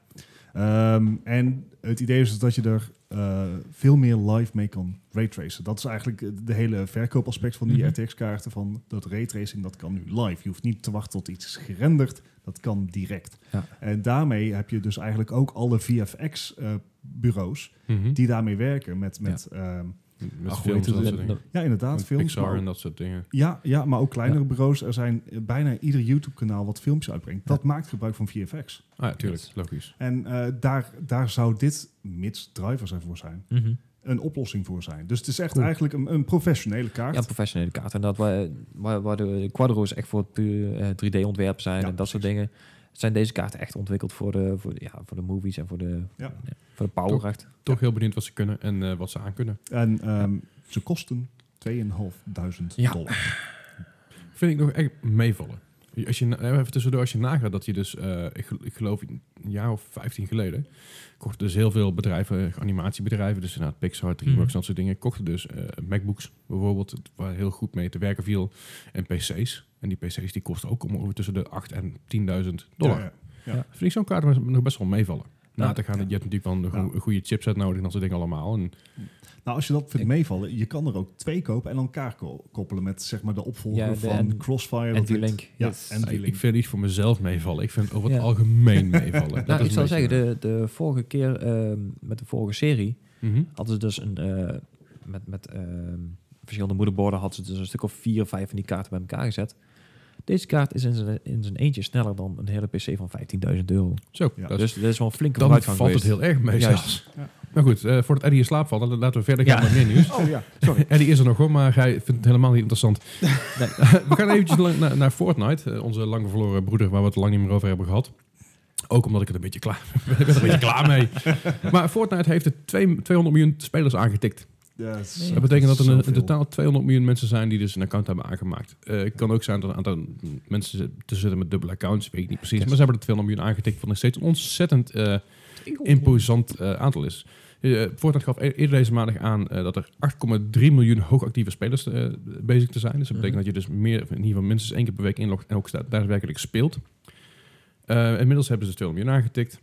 Speaker 1: Ehm, en het idee is dus dat je er eh, veel meer live mee kan raytracen. Dat is eigenlijk eh, de hele verkoopaspect van die
Speaker 2: Mhm.
Speaker 1: RTX-kaarten. Van dat raytracing, dat kan nu live. Je hoeft niet te wachten tot iets is gerenderd. Dat kan direct.
Speaker 3: Ja.
Speaker 1: En daarmee heb je dus eigenlijk ook alle VFX-bureaus
Speaker 2: Mhm.
Speaker 1: eh, die daarmee werken. Met, met, ja.
Speaker 2: Met
Speaker 1: Ach, hoe
Speaker 2: films
Speaker 1: heet
Speaker 2: en dat
Speaker 1: het?
Speaker 2: soort dingen.
Speaker 1: ja, inderdaad,
Speaker 2: Met
Speaker 1: films. maar
Speaker 2: Pixar
Speaker 1: ook-
Speaker 2: en dat soort dingen.
Speaker 1: ja, ja, maar ook kleinere bureaus. Er zijn eh, bijna ieder YouTube-kanaal wat filmpjes uitbrengt. Dat maakt gebruik van VFX.
Speaker 2: Ah, ja, tuurlijk. Logisch.
Speaker 1: En eh, daar, daar zou dit, mits drivers ervoor zijn,
Speaker 3: Mhm.
Speaker 1: een oplossing voor zijn. Dus het is echt
Speaker 3: Cool.
Speaker 1: eigenlijk een, een professionele kaart.
Speaker 3: Ja, professionele kaart. En dat waar, waar, waar de quadro's echt voor het puur 3D-ontwerp zijn
Speaker 1: Ja,
Speaker 3: en dat soort dingen. Zijn deze kaarten echt ontwikkeld voor de, voor, de- ja, voor de movies en voor de,
Speaker 1: Ja.
Speaker 3: voor de power echt.
Speaker 2: Toch heel benieuwd wat ze kunnen en eh, wat ze aankunnen.
Speaker 1: En ehm, ze kosten 2.500
Speaker 3: Ja.
Speaker 1: dollar.
Speaker 2: Vind ik nog echt meevallen. Als je, na- eh, even tussendoor, als je nagaat dat je dus, eh, ik, gel- ik geloof een jaar of 15 geleden, kochten dus heel veel bedrijven, animatiebedrijven, dus inderdaad Pixar, DreamWorks,
Speaker 3: Mhm.
Speaker 2: dat soort dingen, kochten dus eh, MacBooks bijvoorbeeld, waar heel goed mee te werken viel, en PC's. En die PC's die kosten ook om over tussen de 8 en 10.000 dollar.
Speaker 1: Ja, ja.
Speaker 2: Vind ik zo'n kaart best- nog best wel meevallen. Na
Speaker 3: Ja.
Speaker 2: te gaan, dat je hebt natuurlijk wel een,
Speaker 1: Ja.
Speaker 2: goe- een goede chipset nodig en dat soort dingen allemaal. En,
Speaker 1: Nou, als je dat vindt meevallen, je kan er ook twee kopen en dan elkaar ko- koppelen met zeg maar de opvolger
Speaker 3: Ja, de
Speaker 1: van
Speaker 3: en-
Speaker 1: Crossfire.
Speaker 3: En
Speaker 1: dat
Speaker 3: die
Speaker 1: heet-
Speaker 3: link.
Speaker 1: Ja,
Speaker 3: Yes.
Speaker 1: en die
Speaker 2: ik
Speaker 1: link.
Speaker 2: vind niet voor mezelf meevallen. Ik vind het over het
Speaker 3: Ja.
Speaker 2: algemeen meevallen. Dat
Speaker 3: nou,
Speaker 2: is
Speaker 3: ik zou
Speaker 2: een
Speaker 3: zeggen,
Speaker 2: beetje-
Speaker 3: de, de vorige keer ehm, met de vorige serie
Speaker 2: Mhm.
Speaker 3: hadden ze dus een, eh, met, met ehm, verschillende moederborden hadden ze dus een stuk of vier, vijf van die kaarten bij elkaar gezet. Deze kaart is in zijn, in zijn eentje sneller dan een hele PC van 15.000 euro.
Speaker 2: Zo,
Speaker 1: Ja.
Speaker 2: dat is-
Speaker 3: Dus dat is wel een flinke
Speaker 2: dan
Speaker 3: vooruitgang
Speaker 2: valt
Speaker 3: geweest.
Speaker 2: het heel erg mee
Speaker 3: Juist.
Speaker 2: zelfs.
Speaker 1: Ja.
Speaker 2: Maar goed, eh voor het Eddie in slaap valt, dan laten we verder
Speaker 3: Ja.
Speaker 2: gaan met meer nieuws.
Speaker 1: Oh ja, sorry.
Speaker 2: Eddie is er nog hoor, maar hij vindt het helemaal niet interessant. we gaan eventjes lang- naar, naar Fortnite, eh, onze lang verloren broeder waar we het lang niet meer over hebben gehad. Ook omdat ik het een beetje klaar ben. ik ben er een beetje klaar mee. Maar Fortnite heeft de twee- 200 miljoen spelers aangetikt.
Speaker 1: Ja, dat, is,
Speaker 3: Dat
Speaker 1: eh,
Speaker 2: Dat betekent dat er in- in
Speaker 1: zoveel.
Speaker 2: totaal 200 miljoen mensen zijn die dus een account hebben aangemaakt. Eh, Het kan ook zijn dat een aantal mensen tussen zitten met dubbele accounts, weet ik niet precies. Maar ze hebben er 200 miljoen aangetikt, wat nog steeds een ontzettend eh, imposant eh, aantal is. Eh Fortnite gaf e- eerder deze maandag aan eh, dat er 8,3 miljoen hoogactieve spelers eh, bezig te zijn. Dus dat betekent
Speaker 3: Mhm.
Speaker 2: dat je dus meer, of in ieder geval minstens één keer per week inlogt en ook sta- daadwerkelijk speelt. Eh, inmiddels hebben ze 200 miljoen aangetikt.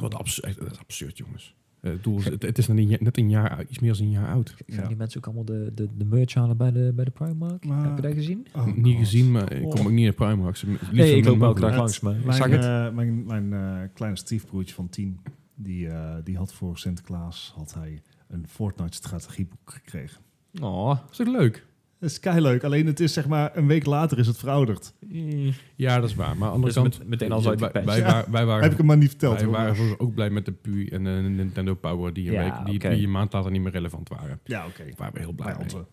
Speaker 2: Wat abs echt, dat is absurd, jongens. Eh, het doel is, het, het is nog niet- net een jaar, iets meer dan een jaar oud.
Speaker 3: Gaan
Speaker 1: Ja.
Speaker 3: die mensen ook allemaal de, de, de merch halen bij de, bij de Primark?
Speaker 1: Maar-
Speaker 3: Heb je dat gezien?
Speaker 1: Oh,
Speaker 2: niet
Speaker 1: God.
Speaker 2: gezien, maar ik kom ook niet naar Primark. Ze- liefst
Speaker 3: Nee,
Speaker 2: zo
Speaker 3: ik
Speaker 2: min
Speaker 3: loop elke
Speaker 2: mogelijk.
Speaker 3: dag langs, maar ik
Speaker 1: Mijn,
Speaker 3: zag het.
Speaker 1: eh, mijn, mijn eh, kleine stiefbroertje van tien, die, eh, die had voor Sinterklaas had hij een Fortnite strategieboek gekregen.
Speaker 3: Oh,
Speaker 2: Is toch leuk?
Speaker 1: Dat is leuk. Alleen het is zeg maar een week later is het verouderd. eh,
Speaker 2: Ja, dat is waar. Maar aan de andere
Speaker 3: Dus
Speaker 2: kant...
Speaker 3: met- meteen al
Speaker 2: wij,
Speaker 3: zo'n
Speaker 2: wij,
Speaker 3: patch.
Speaker 2: wij,
Speaker 1: Ja.
Speaker 2: waren- wij waren,
Speaker 1: Heb ik hem maar niet verteld.
Speaker 2: wij
Speaker 1: hoor.
Speaker 2: waren soms ook blij met de Pu en de Nintendo Power die,
Speaker 3: Ja,
Speaker 2: een, week, die,
Speaker 3: oké.
Speaker 2: die een maand later niet meer relevant waren.
Speaker 1: Ja, oké.
Speaker 2: Daar waren we heel blij
Speaker 1: Bij
Speaker 2: mee.
Speaker 1: onze.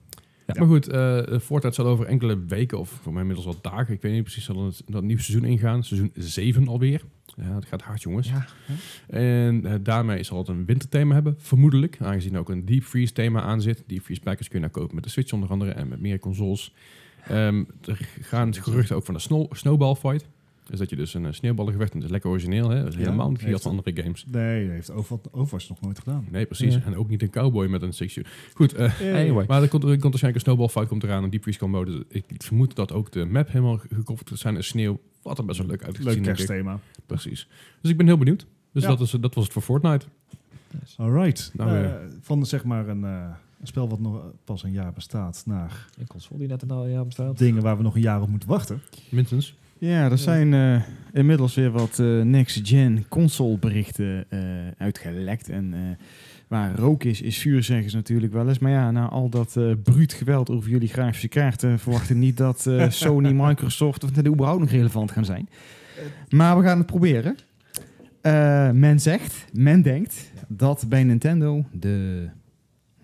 Speaker 2: Ja. Maar goed, eh Fortnite zal over enkele weken of voor mij inmiddels wel dagen, ik weet niet precies, zal het, dat nieuwe seizoen ingaan. Seizoen 7 alweer. Ja, het gaat hard, jongens.
Speaker 4: Ja.
Speaker 2: En eh, daarmee zal het een winterthema hebben, vermoedelijk. Aangezien er ook een deep freeze thema aan zit. Deep freeze package kun je nou kopen met de Switch onder andere en met meer consoles. Ehm, er gaan geruchten ook van de snow, snowball fight. Dus dat je dus een eh, sneeuwballengevecht, en dat is lekker origineel hè. Dat is
Speaker 1: Ja,
Speaker 2: helemaal niet gejat
Speaker 1: heeft-
Speaker 2: van andere games.
Speaker 1: Nee, dat heeft Overwatch, Overwatch nog nooit gedaan.
Speaker 2: Nee, precies.
Speaker 3: Ja.
Speaker 2: En ook niet een cowboy met een six Goed, eh,
Speaker 3: Anyway.
Speaker 2: maar er komt, er komt waarschijnlijk een snowball fight komt eraan, een deep freeze kan mode. Ik, ik vermoed dat ook de map helemaal gekoppeld zijn in sneeuw. Wat er best wel leuk uit
Speaker 1: Leuk
Speaker 2: denk ik.
Speaker 1: kerstthema.
Speaker 2: Precies. Dus ik ben heel benieuwd. Dus
Speaker 1: Ja.
Speaker 2: dat, is, dat was het voor Fortnite.
Speaker 1: Alright.
Speaker 2: Nou,
Speaker 1: Eh, van zeg maar een, eh, een spel wat nog eh, pas een jaar bestaat naar
Speaker 3: Een console die net een half jaar bestaat.
Speaker 1: dingen waar we nog een jaar op moeten wachten.
Speaker 2: Minstens.
Speaker 5: Ja, er zijn eh, inmiddels weer wat eh, next-gen console berichten eh, uitgelekt. En eh, waar rook is, is vuur, zeggen ze natuurlijk wel eens. Maar ja, na al dat eh bruut geweld over jullie grafische kaarten... verwachten niet dat eh, Sony, Microsoft of dat überhaupt nog relevant gaan zijn. Maar we gaan het proberen. Eh, men zegt, men denkt dat bij Nintendo de...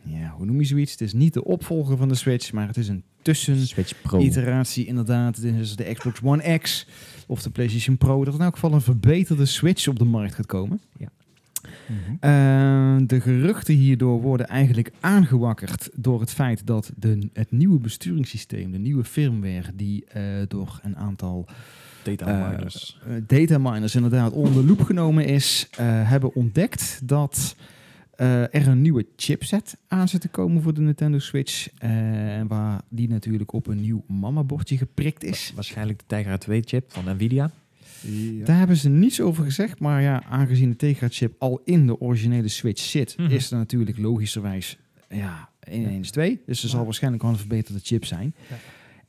Speaker 5: Ja, hoe noem je zoiets? Het is niet de opvolger van de Switch, maar het is een tussen
Speaker 3: Switch Pro.
Speaker 5: iteratie inderdaad. Dit is de Xbox One X of de PlayStation Pro. Dat in elk geval een verbeterde Switch op de markt gaat komen. Eh, de geruchten hierdoor worden eigenlijk aangewakkerd door het feit dat de, het nieuwe besturingssysteem, de nieuwe firmware, die eh, door een aantal
Speaker 3: Data miners.
Speaker 5: eh, dataminers inderdaad onder de loep genomen is, eh, hebben ontdekt dat eh, er een nieuwe chipset aan zit te komen voor de Nintendo Switch. eh, waar die natuurlijk op een nieuw mamabordje geprikt is.
Speaker 3: Waarschijnlijk de Tegra 2 chip van Nvidia.
Speaker 1: Ja.
Speaker 5: Daar hebben ze niets over gezegd, maar ja, aangezien de Tegra-chip al in de originele Switch zit,
Speaker 3: Mhm.
Speaker 5: is er natuurlijk logischerwijs ja, 1 1 is 2. Dus er zal
Speaker 1: Ja.
Speaker 5: waarschijnlijk wel een verbeterde chip zijn.
Speaker 1: Ja.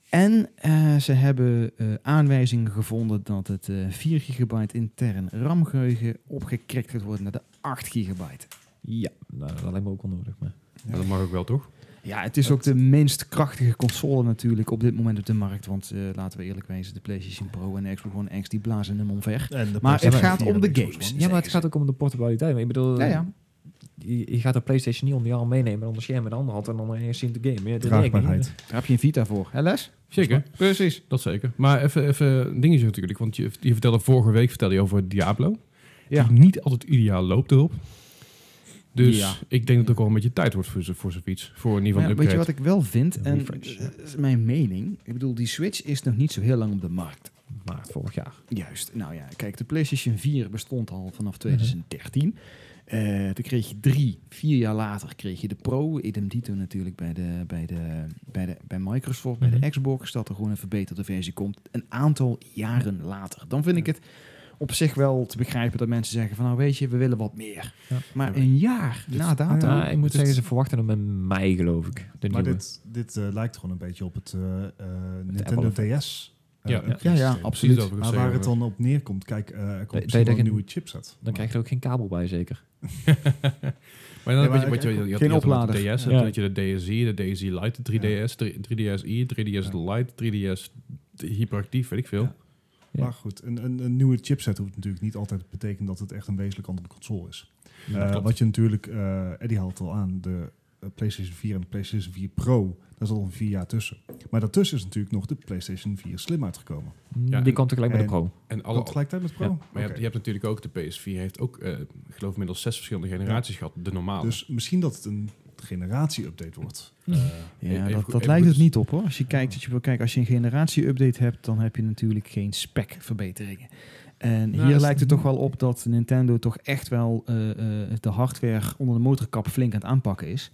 Speaker 5: En eh, ze hebben eh, aanwijzingen gevonden dat het eh 4 gigabyte intern RAM-geheugen opgekrekt gaat worden naar de 8 gigabyte.
Speaker 3: Ja, nou, dat lijkt me ook wel nodig. Maar.
Speaker 2: Maar dat mag ook wel, toch?
Speaker 5: Ja, het is ook de minst krachtige console natuurlijk op dit moment op de markt. Want eh, laten we eerlijk wezen, de PlayStation Pro en de Xbox One X die blazen hem omver.
Speaker 1: En de
Speaker 5: Maar het
Speaker 1: PlayStation
Speaker 5: gaat
Speaker 1: 4
Speaker 5: om de
Speaker 1: en Xbox
Speaker 5: games.
Speaker 1: One.
Speaker 3: Ja, maar het gaat ook om de portabiliteit. Ik bedoel,
Speaker 5: Ja, ja.
Speaker 3: Je, je gaat de PlayStation niet onder je arm meenemen, onder scherm in de andere hand en dan ineens in de game. Ja, dat werkt
Speaker 1: Draagbaarheid.
Speaker 3: niet.
Speaker 5: Daar heb je een Vita voor. Hè, Les?
Speaker 2: Zeker.
Speaker 5: Precies.
Speaker 2: Dat zeker. Maar even, even een dingetje natuurlijk. Want je, je vertelde vorige week vertelde je over Diablo.
Speaker 5: Ja.
Speaker 2: Die niet altijd ideaal loopt erop. Dus
Speaker 5: Ja.
Speaker 2: ik denk dat het ook wel een beetje tijd wordt voor, zo- voor zoiets. Voor in ieder
Speaker 5: Ja,
Speaker 2: geval een
Speaker 5: weet je
Speaker 2: upgrade.
Speaker 5: wat ik wel vind?
Speaker 3: Een
Speaker 5: En
Speaker 3: refresh, ja.
Speaker 5: eh, dat is mijn mening. Ik bedoel, die Switch is nog niet zo heel lang op de markt.
Speaker 3: Maar vorig jaar.
Speaker 5: Juist. Nou ja, kijk, de PlayStation 4 bestond al vanaf
Speaker 3: Mhm.
Speaker 5: 2013. Eh, toen kreeg je drie, vier jaar later kreeg je de Pro. Idem dito natuurlijk bij, de, bij, de, bij, de, bij Microsoft, bij
Speaker 3: Mhm.
Speaker 5: de Xbox. Dat er gewoon een verbeterde versie komt. Een aantal jaren later. Dan vind ik het op zich wel te begrijpen dat mensen zeggen van... nou weet je, we willen wat meer.
Speaker 3: Ja.
Speaker 5: Maar een jaar na dato...
Speaker 3: Ja, ik moet zeggen, ze verwachten hem in mei, geloof ik. De
Speaker 1: Maar
Speaker 3: nieuwe.
Speaker 1: dit, dit eh, lijkt gewoon een beetje op het eh, eh,
Speaker 3: Apple
Speaker 1: Nintendo DS. eh, upgrade
Speaker 2: Ja.
Speaker 5: Ja, ja,
Speaker 1: systeem.
Speaker 2: Precies
Speaker 5: absoluut.
Speaker 2: dat wil ik
Speaker 1: Maar
Speaker 2: zeggen.
Speaker 1: waar het dan op neerkomt, kijk, eh, er
Speaker 3: Nee,
Speaker 1: komt misschien
Speaker 3: nee,
Speaker 1: wel een
Speaker 3: dat-
Speaker 1: nieuwe chipset.
Speaker 3: Dan krijg je er ook geen kabel bij, zeker.
Speaker 2: Maar dan
Speaker 1: Ja,
Speaker 2: weet
Speaker 1: maar
Speaker 2: je wat je, je, had- je
Speaker 5: Geen
Speaker 2: had
Speaker 5: oplader.
Speaker 2: de DS, hebt,
Speaker 3: Ja.
Speaker 2: dan had je de DSi, de DSi Lite, de 3DS, de 3DSi, 3DS Lite, 3DS hyperactief, weet ik veel.
Speaker 1: Ja.
Speaker 3: Ja.
Speaker 1: Maar goed, een, een, een nieuwe chipset hoeft natuurlijk niet altijd te betekenen dat het echt een wezenlijk andere console is.
Speaker 2: Ja,
Speaker 1: Eh,
Speaker 2: klopt.
Speaker 1: wat je natuurlijk, eh Eddie haalt het al aan, de eh, PlayStation 4 en de PlayStation 4 Pro, daar zat al een vier jaar tussen. Maar daartussen is natuurlijk nog de PlayStation 4 Slim uitgekomen.
Speaker 2: Ja,
Speaker 3: Mm, die komt tegelijk met de
Speaker 1: en-
Speaker 3: Pro.
Speaker 2: En alle,
Speaker 1: Alle, tegelijkertijd met Pro?
Speaker 3: Ja,
Speaker 2: Maar je, hebt, je hebt natuurlijk ook, de PS4 heeft ook, eh, ik geloof inmiddels zes verschillende generaties gehad, de normale.
Speaker 1: Dus misschien dat het een generatie-update wordt.
Speaker 3: Ja.
Speaker 1: Eh,
Speaker 5: Ja,
Speaker 2: Even-
Speaker 5: dat,
Speaker 2: even-
Speaker 5: dat
Speaker 2: even
Speaker 5: lijkt
Speaker 2: goed.
Speaker 5: het niet op hoor. Als je kijkt dat je wil kijken, als je een generatie-update hebt, dan heb je natuurlijk geen spec-verbeteringen. En
Speaker 2: Nou,
Speaker 5: hier
Speaker 2: dat-
Speaker 5: lijkt het toch wel op dat Nintendo toch echt wel eh, eh, de hardware onder de motorkap flink aan het aanpakken is.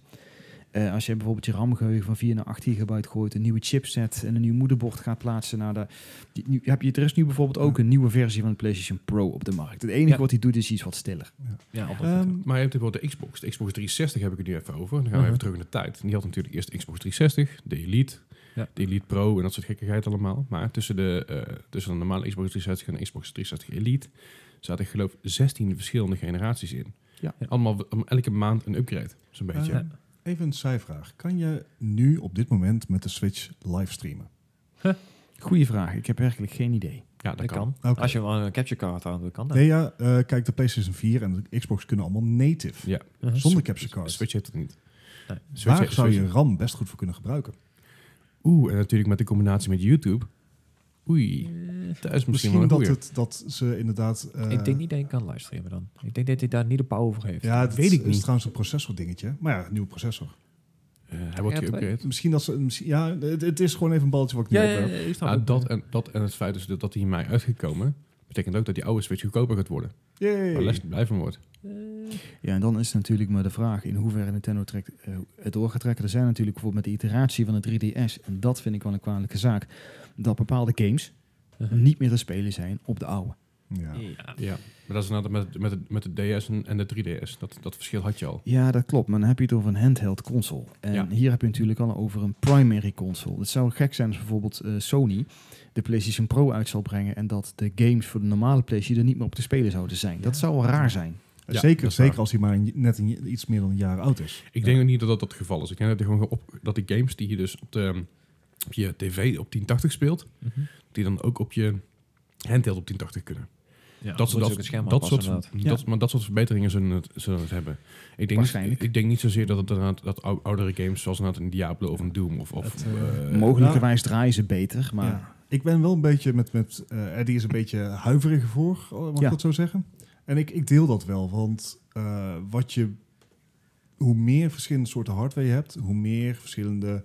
Speaker 5: Eh, als je bijvoorbeeld je RAM-geheugen van 4 naar 8 gigabyte gooit, een nieuwe chipset en een nieuw moederbord gaat plaatsen naar de. Die, nu, heb je, er is nu bijvoorbeeld ook een nieuwe versie van de PlayStation Pro op de markt. Het enige
Speaker 3: Ja.
Speaker 5: wat hij doet is iets wat stiller.
Speaker 3: Ja, altijd.
Speaker 1: ehm,
Speaker 2: Maar je hebt bijvoorbeeld de Xbox. De Xbox 360 heb ik het nu even over. Dan gaan we
Speaker 3: Mhm.
Speaker 2: even terug in de tijd. Die had natuurlijk eerst de Xbox 360, de Elite,
Speaker 3: Ja.
Speaker 2: de Elite Pro en dat soort gekkigheid allemaal. Maar tussen de, eh, tussen de normale Xbox 360 en de Xbox 360 Elite zaten ik geloof 16 verschillende generaties in.
Speaker 5: Ja.
Speaker 2: Allemaal om elke maand een upgrade, zo'n beetje.
Speaker 1: Eh, Even een zijvraag. Kan je nu op dit moment met de Switch livestreamen?
Speaker 5: Goeie vraag. Ik heb werkelijk geen idee.
Speaker 2: Ja, dat,
Speaker 3: Dat
Speaker 2: kan.
Speaker 3: kan.
Speaker 1: Oké.
Speaker 3: Als je wel een capture card houdt, kan dat.
Speaker 2: Nou.
Speaker 1: Nee, ja. eh, kijk, de PlayStation 4 en de Xbox kunnen allemaal native.
Speaker 2: Ja.
Speaker 3: Uh-huh.
Speaker 1: Zonder capture card.
Speaker 2: Switch heeft het niet.
Speaker 3: Nee.
Speaker 2: Switch,
Speaker 1: Daar zou je
Speaker 2: Switch-
Speaker 1: RAM best goed voor kunnen gebruiken.
Speaker 2: Oeh, en natuurlijk met de combinatie met YouTube. Oei, dat is misschien, wel
Speaker 1: Misschien
Speaker 2: een
Speaker 1: dat,
Speaker 2: goeie.
Speaker 1: het, dat ze inderdaad... eh,
Speaker 3: ik denk niet dat hij kan livestreamen dan. Ik denk dat hij daar niet de power over heeft.
Speaker 1: Ja, dat
Speaker 2: Weet ik
Speaker 1: is
Speaker 2: niet.
Speaker 1: trouwens een processor dingetje. Maar ja, een nieuwe processor.
Speaker 2: Eh, hij wordt
Speaker 3: Ja,
Speaker 2: geüpgrade.
Speaker 1: Misschien dat ze... misschien- ja, het, het is gewoon even een balletje wat ik nu op heb.
Speaker 3: ik snap
Speaker 2: Ah,
Speaker 3: het.
Speaker 2: dat, en, dat en het feit is dat hij hiermee uitgekomen betekent ook dat die oude Switch goedkoper gaat worden.
Speaker 1: Yay.
Speaker 2: Waar Oh, les blij van wordt.
Speaker 3: Eh,
Speaker 5: Ja, en dan is natuurlijk maar de vraag in hoeverre Nintendo trekt, eh, het door gaat trekken. Er zijn natuurlijk bijvoorbeeld met de iteratie van de 3DS, en dat vind ik wel een kwalijke zaak, dat bepaalde games
Speaker 3: Uh-huh.
Speaker 5: niet meer te spelen zijn op de oude.
Speaker 1: Ja.
Speaker 3: eh, Ja.
Speaker 2: Ja, maar dat is inderdaad met, met, de- met de DS en, en de 3DS. Dat, dat verschil had je al.
Speaker 5: Ja, dat klopt, maar dan heb je het over een handheld console. En
Speaker 2: Ja.
Speaker 5: hier heb je natuurlijk al over een primary console. Het zou gek zijn als bijvoorbeeld eh, Sony de PlayStation Pro uit zal brengen en dat de games voor de normale PlayStation er niet meer op te spelen zouden zijn. Dat zou wel raar zijn.
Speaker 2: Ja, dat
Speaker 1: zeker
Speaker 2: is waar.
Speaker 1: zeker als hij maar een- net een- iets meer dan een jaar oud is.
Speaker 2: Ik denk ook niet dat dat het geval is. Ik denk dat, die gewoon op, dat de games die je dus op, de, op je tv op 1080 speelt,
Speaker 3: Mhm.
Speaker 2: die dan ook op je handheld op 1080 kunnen.
Speaker 3: Ja,
Speaker 2: dat, ze
Speaker 3: moet je
Speaker 2: dat,
Speaker 3: ook een scherm
Speaker 2: dat,
Speaker 3: aanpassen
Speaker 2: soort,
Speaker 3: inderdaad.
Speaker 2: dat, maar dat soort verbeteringen zullen het, zullen het hebben. Ik denk, niet,
Speaker 5: Waarschijnlijk.
Speaker 2: ik denk niet zozeer dat het inderdaad dat ou- oudere games zoals inderdaad een Diablo of een Doom of, of
Speaker 1: Het, eh,
Speaker 2: eh,
Speaker 5: Mogelijkerwijs draaien ze beter, maar
Speaker 1: Ja. Ik ben wel een beetje met... met eh, Eddie is een beetje huiverig voor, oh, mag ik
Speaker 5: Ja.
Speaker 1: dat zo zeggen? En ik, ik deel dat wel, want eh, wat je... Hoe meer verschillende soorten hardware je hebt, hoe meer verschillende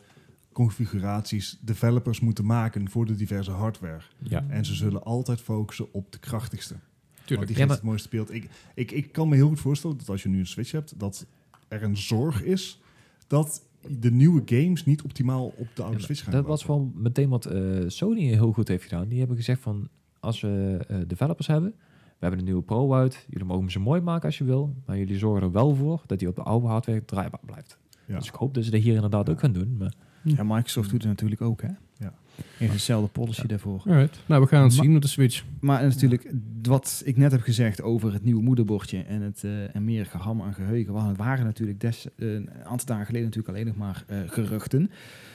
Speaker 1: configuraties developers moeten maken voor de diverse hardware.
Speaker 3: Mhm.
Speaker 2: ja,
Speaker 1: En ze zullen altijd focussen op de krachtigste. Want
Speaker 2: tuurlijk.
Speaker 1: die
Speaker 3: Ja,
Speaker 1: geeft
Speaker 3: maar-
Speaker 1: het mooiste beeld. Ik, ik, ik kan me heel goed voorstellen dat als je nu een Switch hebt, dat er een zorg is dat de nieuwe games niet optimaal op Oh, de oude
Speaker 3: Ja,
Speaker 1: Switch gaan.
Speaker 3: dat was wel meteen wat eh, Sony heel goed heeft gedaan. Die hebben gezegd van, als we eh, developers hebben, we hebben een nieuwe Pro uit, jullie mogen ze mooi maken als je wil, maar jullie zorgen er wel voor dat die op de oude hardware draaibaar blijft.
Speaker 1: Ja.
Speaker 3: Dus ik hoop dat ze dat hier inderdaad ook gaan doen. Maar
Speaker 5: Ja, Microsoft doet het natuurlijk ook, hè?
Speaker 1: Ja.
Speaker 5: Heeft hetzelfde policy daarvoor.
Speaker 2: Alright. Nou, we gaan het
Speaker 5: Ma-
Speaker 2: zien met de Switch.
Speaker 5: Maar natuurlijk, wat ik net heb gezegd over het nieuwe moederbordje en, het, eh, en meer geham aan geheugen, waren, waren natuurlijk des, eh, een aantal dagen geleden natuurlijk alleen nog maar eh, geruchten.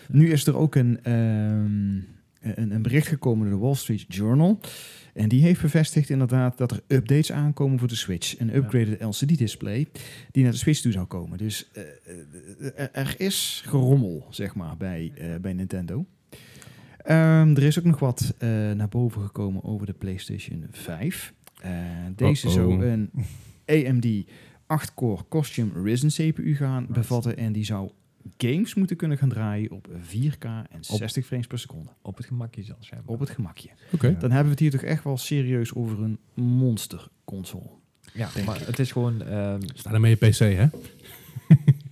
Speaker 5: Nu is er ook een, ehm, een, een bericht gekomen door de Wall Street Journal. En die heeft bevestigd inderdaad dat er updates aankomen voor de Switch. Een upgraded LCD-display die naar de Switch toe zou komen. Dus eh, eh, er, er is gerommel, zeg maar, bij, eh, bij Nintendo. Ehm, er is ook nog wat eh, naar boven gekomen over de PlayStation 5. Eh, deze
Speaker 2: Uh-oh.
Speaker 5: zou een AMD 8-core Costume Risen CPU gaan bevatten. En die zou games moeten kunnen gaan draaien op 4K en 60 frames per seconde.
Speaker 3: op het gemakje zelfs. Zijn
Speaker 5: Op het gemakje.
Speaker 2: Oké.
Speaker 1: Ja.
Speaker 5: Dan hebben we het hier toch echt wel serieus over een monster console.
Speaker 3: ja, maar het is gewoon... ehm,
Speaker 2: Sta daarmee je PC, hè?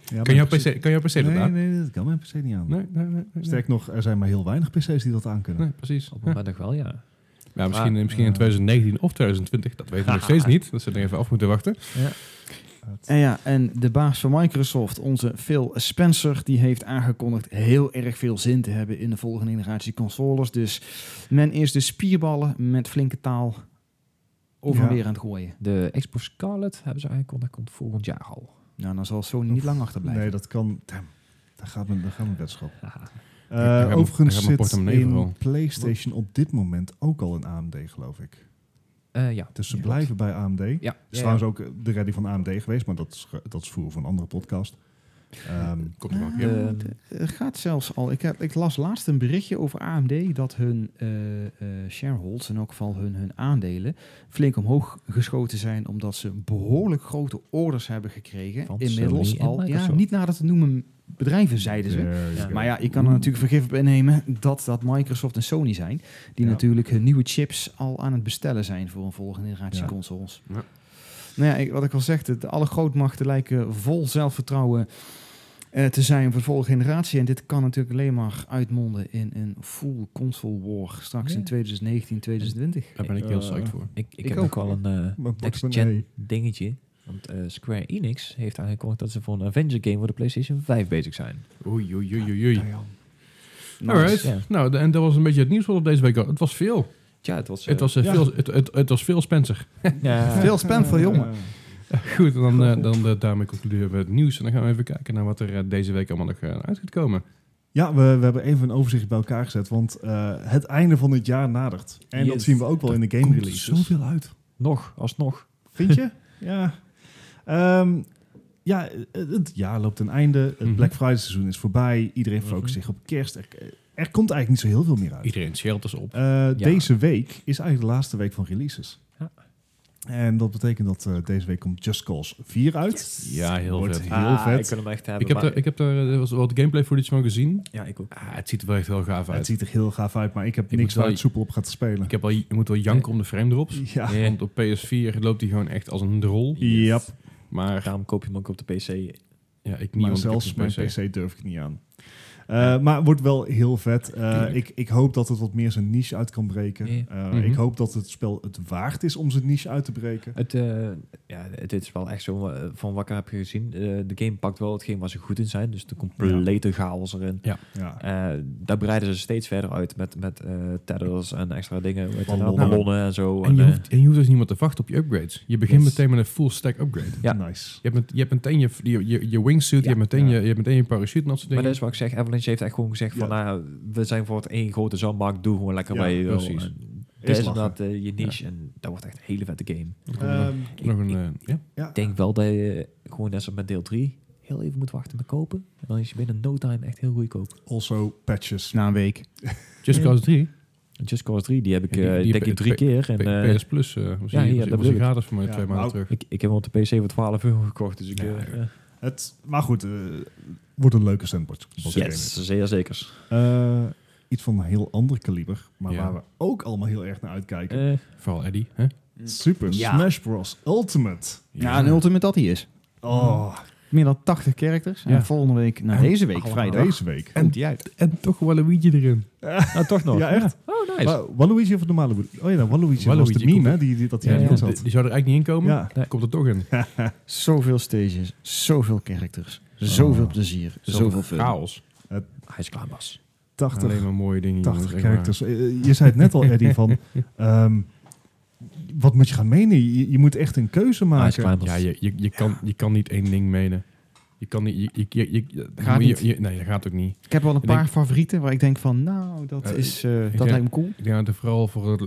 Speaker 1: Ja,
Speaker 2: Kan jouw
Speaker 1: maar-
Speaker 2: PC, kan jouw PC dat
Speaker 1: Nee,
Speaker 2: aan?
Speaker 1: nee, dat kan mijn PC niet aan.
Speaker 2: nee, nee, nee, nee.
Speaker 1: Sterk nog, er zijn maar heel weinig PC's die dat aan kunnen.
Speaker 2: Nee, precies.
Speaker 3: op het
Speaker 2: Ja.
Speaker 3: moment nog wel, ja.
Speaker 2: Ja, misschien,
Speaker 3: Maar,
Speaker 2: misschien in
Speaker 1: eh,
Speaker 2: 2019 of 2020, dat weten we nog steeds niet. Dat ze er even af moeten wachten.
Speaker 5: En ja, en de baas van Microsoft, onze Phil Spencer, die heeft aangekondigd heel erg veel zin te hebben in de volgende generatie consoles. Dus men is de spierballen met flinke taal over en
Speaker 1: Ja.
Speaker 5: weer aan het gooien.
Speaker 3: De Xbox Scarlet hebben ze aangekondigd, dat komt volgend jaar al.
Speaker 5: Nou, dan zal Sony niet lang achterblijven.
Speaker 1: Nee, dat kan. Damn, daar gaat mijn, daar gaat mijn wedschap.
Speaker 3: Haha.
Speaker 1: Eh,
Speaker 2: daar gaat mijn-
Speaker 1: overigens
Speaker 2: daar gaat
Speaker 1: zit
Speaker 2: mijn portemonnee
Speaker 1: in
Speaker 2: vooral.
Speaker 1: PlayStation op dit moment ook al een AMD, geloof ik.
Speaker 3: Eh, ja.
Speaker 1: Dus ze
Speaker 3: Ja.
Speaker 1: blijven bij AMD. Het
Speaker 3: Ja.
Speaker 1: is trouwens ook eh, de redding van AMD geweest, maar dat is, ge- dat is voor voor een andere podcast. Ehm,
Speaker 2: Komt er wel een
Speaker 5: Ah,
Speaker 2: keer.
Speaker 3: Ja.
Speaker 5: d- er gaat zelfs al. Ik, heb, ik las laatst een berichtje over AMD dat hun eh, eh, shareholders, in elk geval hun, hun aandelen, flink omhoog geschoten zijn. Omdat ze behoorlijk grote orders hebben gekregen.
Speaker 3: Van
Speaker 5: inmiddels
Speaker 3: Sony en
Speaker 5: al. Ja,
Speaker 3: Microsoft.
Speaker 5: niet nader te noemen bedrijven, zeiden ze.
Speaker 1: there you go.
Speaker 5: Maar ja, ik kan er natuurlijk vergif op innemen dat dat Microsoft en Sony zijn. Die
Speaker 1: Ja.
Speaker 5: natuurlijk hun nieuwe chips al aan het bestellen zijn voor een volgende generatie
Speaker 1: Ja.
Speaker 5: consoles.
Speaker 2: Ja.
Speaker 5: Nou ja, ik- wat ik al zeg, de, de alle grootmachten lijken vol zelfvertrouwen eh, te zijn voor de volgende generatie. En dit kan natuurlijk alleen maar uitmonden in een full console war straks
Speaker 3: Ja.
Speaker 5: in 2019, 2020.
Speaker 2: Daar ben ik heel
Speaker 1: Eh,
Speaker 2: psyched voor.
Speaker 3: Ik, ik,
Speaker 5: Ik
Speaker 3: heb
Speaker 5: ook.
Speaker 3: ook al een eh,
Speaker 1: Mijn portemonnee.
Speaker 3: next-gen dingetje. Want eh, Square Enix heeft aangekondigd dat ze voor een Avenger game voor de PlayStation 5 bezig zijn.
Speaker 2: eh. Oei, oei, oei, oei, oei.
Speaker 5: Nice.
Speaker 2: Alright.
Speaker 3: ja.
Speaker 2: Nou, de- en dat was een beetje het nieuws wat op deze week was. Het was veel.
Speaker 3: Ja, het was... eh,
Speaker 2: Het was, eh,
Speaker 1: Ja.
Speaker 2: veel het, het, het was veel Spencer.
Speaker 3: ja,
Speaker 5: Veel spam voor jongen.
Speaker 1: Eh,
Speaker 2: Eh, Goed, dan, eh, dan eh, daarmee concluderen we het nieuws. En dan gaan we even kijken naar wat er eh, deze week allemaal nog eh, uit gaat komen.
Speaker 1: Ja, we, we hebben even een overzicht bij elkaar gezet, want eh, het einde van het jaar nadert. En dat
Speaker 3: Yes.
Speaker 1: zien we ook wel in de game
Speaker 2: komt
Speaker 1: releases.
Speaker 2: zoveel uit.
Speaker 3: Nog, alsnog.
Speaker 1: Vind je? ja. Ehm, ja, het het jaar loopt ten einde. Het
Speaker 2: Mhm.
Speaker 1: Black Friday seizoen is voorbij. Iedereen focust zich op kerst. Er, er komt eigenlijk niet zo heel veel meer uit.
Speaker 2: Iedereen shelters op.
Speaker 1: Eh, Deze week is eigenlijk de laatste week van releases.
Speaker 3: Ja.
Speaker 1: En dat betekent dat eh, deze week komt Just Cause 4 uit.
Speaker 2: Ja, heel
Speaker 1: Wordt
Speaker 2: vet. Ah,
Speaker 1: Heel vet.
Speaker 3: Ah, Ik wil hem echt
Speaker 2: Ik
Speaker 3: hebben.
Speaker 2: heb,
Speaker 3: maar-
Speaker 2: er, ik heb daar eh, er was wat gameplay footage van gezien.
Speaker 3: Ja, ik ook.
Speaker 2: Ah, het ziet er wel echt heel gaaf
Speaker 1: Het
Speaker 2: uit.
Speaker 1: ziet er heel gaaf uit, maar ik heb
Speaker 2: Ik moet
Speaker 1: niks waar
Speaker 2: wel-
Speaker 1: het soepel op gaat spelen.
Speaker 2: Ik heb wel, je moet wel janken om de frame drops.
Speaker 1: Ja.
Speaker 3: Ja.
Speaker 2: Want op PS4 loopt hij gewoon echt als een drol.
Speaker 1: Yep.
Speaker 2: Maar
Speaker 3: Daarom koop je hem ook op de PC.
Speaker 2: ja, ik niet,
Speaker 1: Maar
Speaker 2: want
Speaker 1: zelfs
Speaker 2: ik heb
Speaker 1: mijn
Speaker 2: een PC.
Speaker 1: PC durf ik niet aan. Eh, Maar wordt wel heel vet. Eh,
Speaker 2: Tuurlijk.
Speaker 1: ik, ik hoop dat het wat meer zijn niche uit kan breken.
Speaker 3: Ja.
Speaker 1: Eh,
Speaker 2: Mhm.
Speaker 1: Ik hoop dat het spel het waard is om zijn niche uit te breken.
Speaker 3: Het, eh, ja, dit is wel echt zo eh, van wat ik heb gezien. Eh, de game pakt wel hetgeen waar ze goed in zijn. Dus de complete chaos erin.
Speaker 1: Ja.
Speaker 3: Eh, daar breiden ze steeds verder uit met, met eh, tedders en extra dingen. Weet je dat? nou?
Speaker 1: Ballonnen.
Speaker 3: Ballonnen en zo.
Speaker 2: En je,
Speaker 3: eh,
Speaker 2: hoeft, en je hoeft dus niemand te wachten op je upgrades. Je begint
Speaker 3: Yes.
Speaker 2: meteen met een full stack upgrade.
Speaker 3: Ja.
Speaker 1: Nice.
Speaker 2: Je hebt, met, je hebt meteen je, je, je, je wingsuit, je,
Speaker 3: Ja.
Speaker 2: hebt meteen
Speaker 1: Ja.
Speaker 2: je, je hebt meteen je parachute en dat soort
Speaker 3: maar
Speaker 2: dingen.
Speaker 3: dat is wat ik zeg. Avalanche heeft echt gewoon gezegd van... nou, we zijn voor het één grote zandbak. Doe gewoon lekker
Speaker 1: Ja,
Speaker 3: waar je wil.
Speaker 2: precies.
Speaker 3: En Dat
Speaker 1: Is lachen.
Speaker 3: is, inderdaad eh, je niche. En dat wordt echt een hele vette game.
Speaker 2: Dan komt er nog-
Speaker 1: Ehm,
Speaker 2: nog een, eh, ja.
Speaker 1: ja.
Speaker 3: Ik denk wel dat je gewoon net zoals met deel 3... heel even moet wachten met kopen. En dan is je binnen no time echt heel goedkoop.
Speaker 1: Also patches.
Speaker 5: Na een week.
Speaker 2: Just Cause 3.
Speaker 3: Just Cause 3, die heb ik
Speaker 2: Ja, die-
Speaker 3: eh,
Speaker 2: die
Speaker 3: denk
Speaker 2: heb
Speaker 3: ik
Speaker 2: ik
Speaker 3: drie
Speaker 2: P-
Speaker 3: keer. En,
Speaker 2: P-
Speaker 3: eh,
Speaker 2: PS Plus eh was,
Speaker 3: ja,
Speaker 2: hier-
Speaker 3: ja,
Speaker 2: was, was
Speaker 3: dat
Speaker 2: hier
Speaker 3: bedoel ik.
Speaker 2: gratis voor mij
Speaker 1: Ja,
Speaker 2: twee maanden
Speaker 1: nou,
Speaker 2: terug.
Speaker 3: ik, ik heb hem op de PC voor 12 euro gekocht. Dus ik...
Speaker 2: Ja,
Speaker 3: eh, ja.
Speaker 1: Het, maar goed, eh, wordt een leuke sandbox.
Speaker 3: Yes, zeer zeker.
Speaker 1: Eh, iets van een heel ander kaliber, maar
Speaker 2: Ja.
Speaker 1: waar we ook allemaal heel erg naar uitkijken.
Speaker 3: Eh,
Speaker 2: Vooral Eddie. Hè?
Speaker 1: Super
Speaker 4: Ja.
Speaker 1: Smash Bros. Ultimate.
Speaker 5: Ja, en ultimate dat hij is.
Speaker 1: Oh,
Speaker 5: Meer dan 80 characters.
Speaker 2: Ja.
Speaker 5: En volgende week, nou,
Speaker 2: En
Speaker 5: deze week,
Speaker 3: allemaal.
Speaker 5: vrijdag.
Speaker 1: deze week.
Speaker 5: Komt die uit.
Speaker 2: en toch Waluigi erin.
Speaker 3: nou, toch nog.
Speaker 1: ja, echt.
Speaker 3: Oh, nice.
Speaker 1: Wa- Waluigi of de normale Waluigi? Oh ja, nou, Waluigi, was
Speaker 2: Waluigi
Speaker 1: de meme
Speaker 2: komt-
Speaker 1: hè, die, die, dat
Speaker 2: Ja,
Speaker 1: hij
Speaker 2: die,
Speaker 1: erin
Speaker 2: die,
Speaker 1: zat.
Speaker 2: die zou er eigenlijk niet in komen.
Speaker 1: Ja.
Speaker 2: Komt er toch in.
Speaker 5: Zoveel stages, zoveel characters, zoveel plezier, zoveel fun.
Speaker 2: Oh. chaos.
Speaker 3: Hij is klaar, Bas.
Speaker 1: 80,
Speaker 2: Alleen maar mooie dingen.
Speaker 1: 80
Speaker 2: jongens, echt waar.
Speaker 1: characters. Eh, Je zei het net al, Eddie, van... ehm, wat moet je gaan menen? Je, je moet echt een keuze
Speaker 2: Ah,
Speaker 3: Hij is
Speaker 1: maken.
Speaker 3: klaar, Bas.
Speaker 2: Ja, je, je, je, kan, je kan niet één ding menen. Je kan niet... Je, je, je, je- je-
Speaker 5: Gaat
Speaker 2: je-
Speaker 5: niet.
Speaker 2: je- nee, dat gaat ook niet.
Speaker 5: Ik heb wel een
Speaker 2: Ik
Speaker 5: paar
Speaker 2: denk-
Speaker 5: favorieten waar ik denk van, nou, dat,
Speaker 2: Eh,
Speaker 5: is, eh,
Speaker 2: ik
Speaker 5: dat
Speaker 2: denk-
Speaker 5: lijkt me cool.
Speaker 2: Ik denk dat het vooral voor het,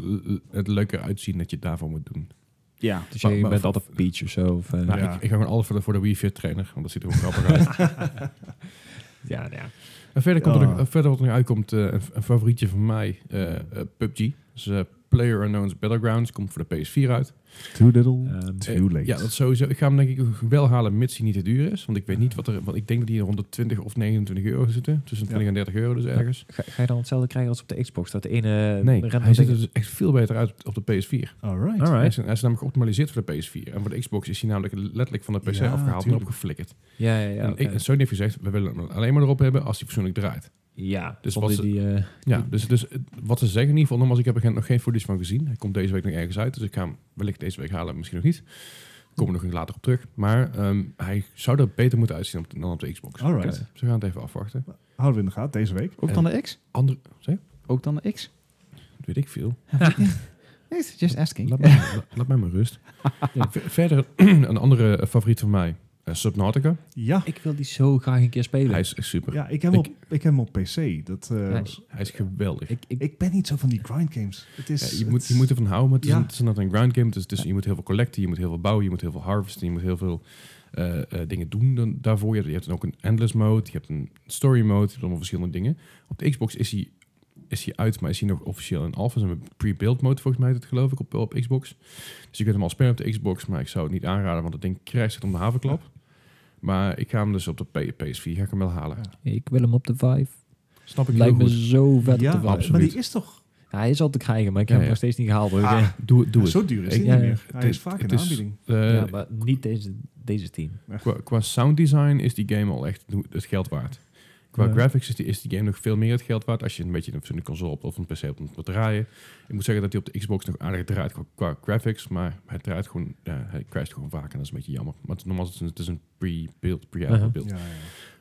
Speaker 2: het leuker uitzien dat je het daarvoor moet doen.
Speaker 5: Ja.
Speaker 3: Dus jij
Speaker 2: Maar- maar-
Speaker 3: bent altijd Peach of zo. Of, eh,
Speaker 2: Nou,
Speaker 1: Ja.
Speaker 2: ik, ik ga gewoon alles voor de, voor de Wii Fit trainer, want dat ziet er gewoon grappig uit.
Speaker 3: ja, nou ja.
Speaker 2: En verder, komt er
Speaker 1: Ja.
Speaker 2: nog, eh, verder wat er nog uitkomt, eh, een, een favorietje van mij, eh, eh, PUBG. Dus Player Unknown's Battlegrounds, komt voor de PS4 uit.
Speaker 1: Too little,
Speaker 3: Ehm,
Speaker 1: too late.
Speaker 2: Eh, Ja, dat is sowieso. Ik ga hem denk ik wel halen, mits hij niet te duur is. Want ik weet niet wat er... Want ik denk dat die rond de 20 of 29 euro zitten. Tussen
Speaker 1: Ja. Eh,
Speaker 2: 20 en 30 euro dus ergens.
Speaker 3: Ga, ga je dan hetzelfde krijgen als op de Xbox? Dat de ene
Speaker 2: Nee,
Speaker 3: random
Speaker 2: hij ziet er
Speaker 3: ding-
Speaker 2: dus echt veel beter uit op de PS4.
Speaker 1: Alright.
Speaker 2: Hij
Speaker 3: Alright.
Speaker 2: is, hij is namelijk geoptimaliseerd voor de PS4. En voor de Xbox is hij namelijk letterlijk van de PC
Speaker 1: Ja,
Speaker 2: afgehaald en
Speaker 1: tuurlijk.
Speaker 2: opgeflikkerd.
Speaker 3: Ja, ja, ja.
Speaker 2: En
Speaker 3: oké.
Speaker 2: ik- en Sony heeft gezegd, we willen hem alleen maar erop hebben als hij persoonlijk draait.
Speaker 3: ja,
Speaker 2: Dus
Speaker 3: dus
Speaker 2: wat ze-
Speaker 3: die, eh,
Speaker 2: Ja, dus, dus eh, wat ze zeggen in ieder geval, nogmaals, ik heb er nog geen footage van gezien. Hij komt deze week nog ergens uit, dus ik ga hem wellicht deze week halen, misschien nog niet. Komen we nog later op terug. Maar ehm, hij zou er beter moeten uitzien op de- dan op de Xbox.
Speaker 1: Alright.
Speaker 2: Dus we gaan het even afwachten.
Speaker 1: Houden we in de gaten deze week.
Speaker 5: Ook dan
Speaker 2: Eh.
Speaker 5: de X?
Speaker 2: Andere, zeg,
Speaker 5: Ook dan de X?
Speaker 2: dat weet ik veel.
Speaker 5: Nee, just asking.
Speaker 2: Laat mij, la- laat mij maar rust. Ja, ver- Verder, een andere eh, favoriet van mij, eh, Subnautica.
Speaker 1: Ja,
Speaker 3: ik wil die zo graag een keer spelen.
Speaker 2: Hij is echt super.
Speaker 1: ja ik, heb
Speaker 2: Ik-
Speaker 1: hem op, ik heb hem op PC. Dat, eh,
Speaker 3: Ja,
Speaker 1: was-
Speaker 2: Hij is geweldig.
Speaker 3: ik, ik,
Speaker 1: ik ben niet zo van die grind games. Het is,
Speaker 2: Ja, je,
Speaker 1: het
Speaker 2: moet, je moet ervan houden, maar het is,
Speaker 1: Ja.
Speaker 2: een, het is inderdaad een grind game. Dus, dus je moet heel veel collecten, je moet heel veel bouwen, je moet heel veel harvesten, je moet heel veel eh, eh, dingen doen dan, daarvoor. Je hebt, je hebt dan ook een endless mode, je hebt een story mode, je hebt allemaal verschillende dingen. Op de Xbox is hij is hij uit, maar is hij nog officieel in alpha. Ze hebben pre-build mode volgens mij, dat geloof ik, op, op Xbox. Dus je kunt hem al spelen op de Xbox, maar ik zou het niet aanraden, want dat ding krijgt het om de havenklap. Maar ik ga hem dus op de P- PS4 ga ik hem wel halen.
Speaker 3: ik wil hem op de Vive.
Speaker 2: Snap ik heel
Speaker 3: Lijkt me
Speaker 2: goed.
Speaker 3: zo vet
Speaker 1: ja,
Speaker 3: op de Vive.
Speaker 1: maar
Speaker 2: absoluut.
Speaker 1: die is toch...
Speaker 3: Hij is al te krijgen, maar ik heb
Speaker 2: Ja,
Speaker 3: hem
Speaker 2: ja.
Speaker 3: nog steeds niet gehaald. hoor.
Speaker 1: Ah,
Speaker 2: Doe, het, doe het.
Speaker 1: zo duur is
Speaker 2: Ik-
Speaker 1: hij
Speaker 3: ja,
Speaker 1: niet meer.
Speaker 2: ja.
Speaker 1: Hij is
Speaker 2: Het-
Speaker 1: vaak in
Speaker 2: het
Speaker 1: de
Speaker 2: is-
Speaker 1: aanbieding.
Speaker 2: eh,
Speaker 3: ja, maar niet deze, deze team.
Speaker 2: Qua, qua sound design is die game al echt hoe- het geld waard. Qua
Speaker 3: Ja.
Speaker 2: graphics is die, is die game nog veel meer het geld waard als je een beetje een, een console op, of een PC op moet draaien. Ik moet zeggen dat hij op de Xbox nog aardig draait qua, qua graphics, maar hij draait gewoon, ja, hij crasht gewoon vaak en dat is een beetje jammer. Maar het, normaal is het een, het is een pre-build, pre-alpha
Speaker 3: Uh-huh.
Speaker 2: build.
Speaker 1: Ja, ja,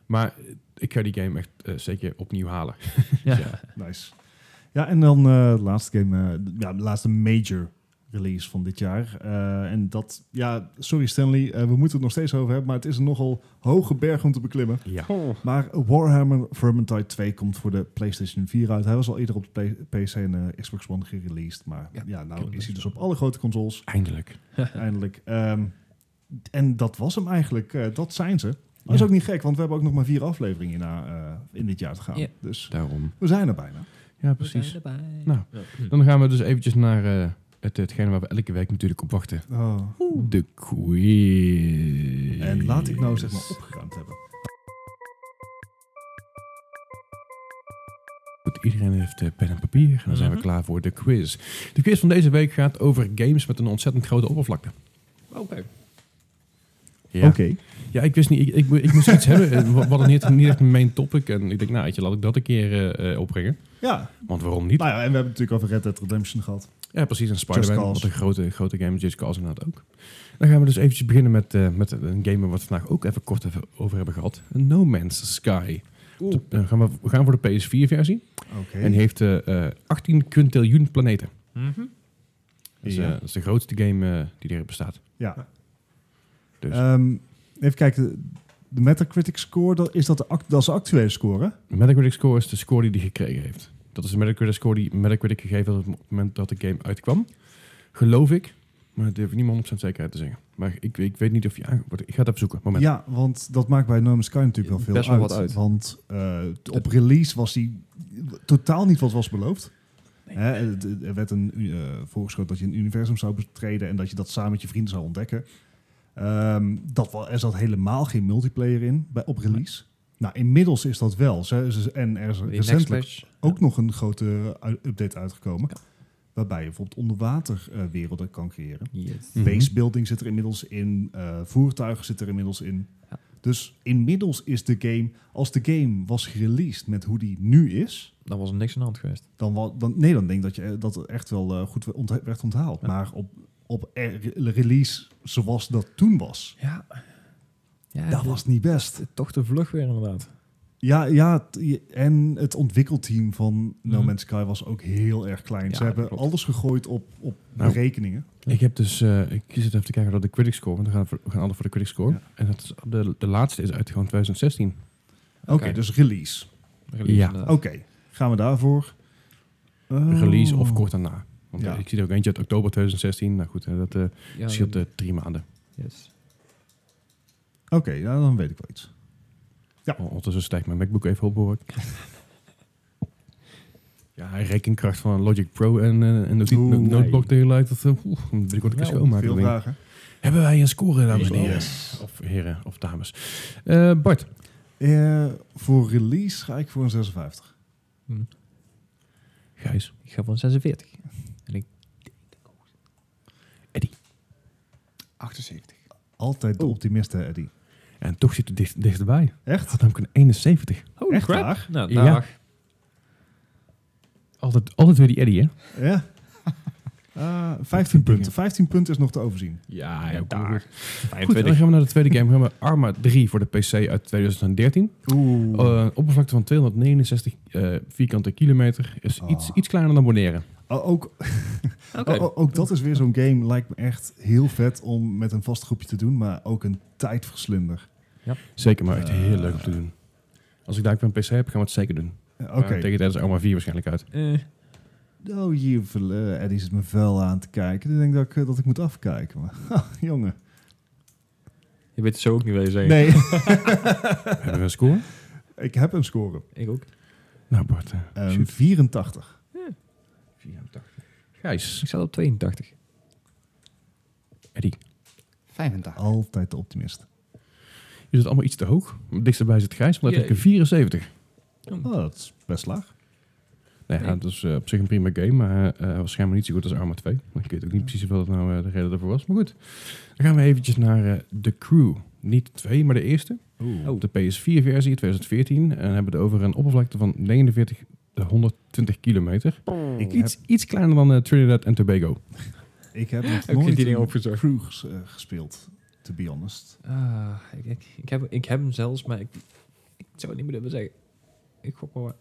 Speaker 2: Maar eh, ik ga die game echt eh, zeker opnieuw halen.
Speaker 3: Ja.
Speaker 1: ja. nice. Ja, en dan eh, de laatste game, eh, d- ja, de laatste major release van dit jaar. Eh, en dat, ja, sorry Stanley, eh, we moeten het nog steeds over hebben, maar het is een nogal hoge berg om te beklimmen.
Speaker 2: Ja.
Speaker 1: Maar Warhammer Vermintide 2 komt voor de PlayStation 4 uit. Hij was al eerder op de Play- PC en eh, Xbox One gereleased, maar ja,
Speaker 2: Ja,
Speaker 1: nou
Speaker 2: ken ik
Speaker 1: is hij dus
Speaker 2: best
Speaker 1: op alle grote consoles
Speaker 2: Eindelijk.
Speaker 1: eindelijk. Ehm, en dat was hem eigenlijk, Eh, dat zijn ze. Dat is
Speaker 2: Ja.
Speaker 1: ook niet gek, want we hebben ook nog maar vier afleveringen na, eh, in dit jaar te gaan.
Speaker 3: Ja.
Speaker 1: Dus
Speaker 2: Daarom.
Speaker 1: we zijn er bijna.
Speaker 2: Ja, precies.
Speaker 3: Nou.
Speaker 2: Nou. Dan gaan we dus eventjes naar eh, het, hetgene waar we elke week natuurlijk op wachten.
Speaker 1: Oh.
Speaker 2: De quiz.
Speaker 1: En laat ik nou zeg maar opgeruimd hebben.
Speaker 2: Goed, iedereen heeft eh, pen en papier. En dan zijn we
Speaker 3: Mhm.
Speaker 2: klaar voor de quiz. De quiz van deze week gaat over games met een ontzettend grote oppervlakte.
Speaker 3: Oké.
Speaker 2: Ja,
Speaker 1: Oké.
Speaker 2: ja ik wist niet. Ik, ik, mo- ik moest iets hebben. eh, wa- We hadden niet, niet echt een main topic. En ik denk, nou, weet je, laat ik dat een keer eh, eh, opbrengen.
Speaker 1: Ja.
Speaker 2: Want waarom niet?
Speaker 1: Nou ja, en we hebben het natuurlijk over Red Dead Redemption gehad.
Speaker 2: Ja, precies. En
Speaker 1: Just
Speaker 2: Spider-Man,
Speaker 1: Cause.
Speaker 2: wat een grote, grote game. Just Cause inderdaad ook. Dan gaan we dus eventjes beginnen met, eh, met een game waar we het vandaag ook even kort even over hebben gehad. No Man's Sky.
Speaker 3: Oeh.
Speaker 2: Dan gaan we, we gaan voor de PS4-versie.
Speaker 1: Oké.
Speaker 2: En die heeft eh, eh, 18 quintiljoen planeten. Dat is, eh,
Speaker 1: Ja.
Speaker 2: dat is de grootste game eh, die er bestaat.
Speaker 1: Ja.
Speaker 2: Dus.
Speaker 1: Ehm, even kijken, de Metacritic score, dat is, dat de, act- dat is de actuele score, hè?
Speaker 2: Metacritic score is de score die hij gekregen heeft. Dat is de Metacritic score die Metacritic gegeven had op het moment dat de game uitkwam. Geloof ik. Maar dat durf ik niemand 100% zekerheid te zeggen. Maar ik, ik weet niet of je aange- wordt. Ik ga het even zoeken. Moment.
Speaker 1: Ja, want dat maakt bij No Man's Sky natuurlijk wel veel
Speaker 3: Best wel
Speaker 1: uit,
Speaker 3: wat uit.
Speaker 1: Want eh, op release was die totaal niet wat was beloofd.
Speaker 3: Nee.
Speaker 1: Hè, het- het- er werd een eh voorgeschoten dat je een universum zou betreden en dat je dat samen met je vrienden zou ontdekken. Ehm, dat, wa- er zat helemaal geen multiplayer in bij, op release. Nou, inmiddels is dat wel. Ze, ze- en er is recentelijk ook nog een grote eh, u- update uitgekomen. Waarbij je bijvoorbeeld onderwaterwerelden werelden kan creëren.
Speaker 3: Yes.
Speaker 2: Mhm.
Speaker 1: Base building zit er inmiddels in. eh, voertuigen zit er inmiddels in.
Speaker 3: Ja.
Speaker 1: Dus inmiddels is de game... Als de game was gereleased met hoe die nu is...
Speaker 3: Dan was er niks aan de hand geweest.
Speaker 1: Dan, wa- dan, nee, dan denk ik dat, je, eh, dat het echt wel eh, goed ont- werd onthaald.
Speaker 3: Ja.
Speaker 1: Maar op, op er- re- release zoals dat toen was...
Speaker 3: Ja. ja dus
Speaker 1: dat was niet best.
Speaker 3: toch te vlug weer inderdaad.
Speaker 1: Ja, ja t- je- en het ontwikkelteam van No
Speaker 3: Mhm.
Speaker 1: Man's Sky was ook heel erg klein.
Speaker 3: Ja,
Speaker 1: Ze hebben
Speaker 3: klopt.
Speaker 1: alles gegooid op, op
Speaker 2: Nou.
Speaker 1: berekeningen.
Speaker 2: Ik heb dus, eh, ik zit even te kijken naar de critic score, want we gaan, voor- we gaan alle voor de critic score.
Speaker 1: Ja.
Speaker 2: En dat is, de, de laatste is uit gewoon 2016.
Speaker 1: Oké, dus release.
Speaker 2: Ja. Oh,
Speaker 1: Oké, gaan we daarvoor. Oh.
Speaker 2: Release of kort daarna. Want
Speaker 1: Ja.
Speaker 2: eh, ik zie er ook eentje uit oktober 2016. Nou goed, eh, dat eh scheelt eh, drie maanden.
Speaker 3: Yes.
Speaker 1: Oké, ja, dan weet ik wel iets. Ja.
Speaker 2: Oh, Ondertussen stijgt mijn MacBook even op, hoor ik. ja, rekenkracht van een Logic Pro en, eh, en
Speaker 1: Oeh. Nou,
Speaker 2: een notebook tegelijk. Dat eh, oeh, dan ben ik ook een keer schoonmaken.
Speaker 1: Veel
Speaker 2: denk ik.
Speaker 1: vragen.
Speaker 2: Hebben wij een score, dames en
Speaker 1: Yes.
Speaker 2: heren? Of heren, of dames. Eh, Bart,
Speaker 1: Eh, voor release ga ik voor een 56.
Speaker 2: Gijs,
Speaker 3: Ik ga van 46.
Speaker 4: 78.
Speaker 1: Altijd de optimist, hè, Eddie.
Speaker 2: en toch zit het dicht, dichterbij.
Speaker 1: Echt?
Speaker 2: Had namelijk een 71.
Speaker 3: Holy
Speaker 1: Echt waar?
Speaker 3: Nou,
Speaker 2: Ja.
Speaker 3: dag.
Speaker 2: Altijd, altijd weer die Eddie, hè?
Speaker 1: Ja. Eh, 15 punten. 15 punten is nog te overzien.
Speaker 2: Ja,
Speaker 3: ja, daar.
Speaker 2: Goed, dan gaan we naar de tweede game. Dan gaan we Arma 3 voor de PC uit 2013.
Speaker 1: Oeh.
Speaker 2: Eh, Een oppervlakte van 269 eh, vierkante kilometer. Is
Speaker 1: Ah.
Speaker 2: iets, iets kleiner dan Bonaire.
Speaker 1: Oh, ook,
Speaker 2: Oh,
Speaker 1: o- o- ook dat is weer zo'n game. Lijkt me echt heel vet om met een vast groepje te doen, maar ook een tijdverslinder.
Speaker 2: Zeker, maar echt
Speaker 1: Eh.
Speaker 2: heel leuk om te doen. Als ik daar een PC heb, gaan we het zeker doen.
Speaker 1: Eh, Oké.
Speaker 2: Maar Tegen tijdens Arma 4 waarschijnlijk uit.
Speaker 3: Eh,
Speaker 1: Oh, hier, eh, Eddie zit me vuil aan te kijken. Ik denk dat ik, eh, dat ik moet afkijken. Maar, Oh, jongen.
Speaker 3: je weet het zo ook niet wat je zegt.
Speaker 1: Nee,
Speaker 2: Hebben we een score?
Speaker 1: ik heb een score.
Speaker 3: Ik ook.
Speaker 2: Nou, Bart. eh,
Speaker 1: Eh,
Speaker 2: shoot.
Speaker 1: 84.
Speaker 2: Gijs.
Speaker 3: Ik zat op 82.
Speaker 2: Eddie.
Speaker 4: 85.
Speaker 1: Altijd de optimist.
Speaker 2: Je zit allemaal iets te hoog. Dichterbij zit Gijs, want hij heeft
Speaker 3: Jee.
Speaker 2: een 74.
Speaker 1: Oh, dat is best laag.
Speaker 2: Nee,
Speaker 3: Nee.
Speaker 2: ja, dat is eh, op zich een prima game, maar eh waarschijnlijk niet zo goed als Arma 2. Maar Ik weet ook niet precies wat nou eh, de reden daarvoor was. Maar goed, dan gaan we eventjes naar eh, The Crew. Niet 2, maar de eerste.
Speaker 1: Oeh.
Speaker 2: Op de PS4-versie 2014 en hebben we het over een oppervlakte van 49 eh, 120 kilometer.
Speaker 3: Hmm.
Speaker 1: Ik, heb,
Speaker 2: Iets, iets kleiner dan eh, Trinidad en Tobago.
Speaker 1: ik heb nog
Speaker 3: die
Speaker 1: nooit
Speaker 3: dingen
Speaker 1: een
Speaker 3: opgezocht.
Speaker 1: crew ges- eh, gespeeld, to be honest.
Speaker 3: Ah, ik, ik, ik heb, ik heb hem zelfs, maar ik, ik zou het niet meer durven zeggen. Ik gok maar. wat.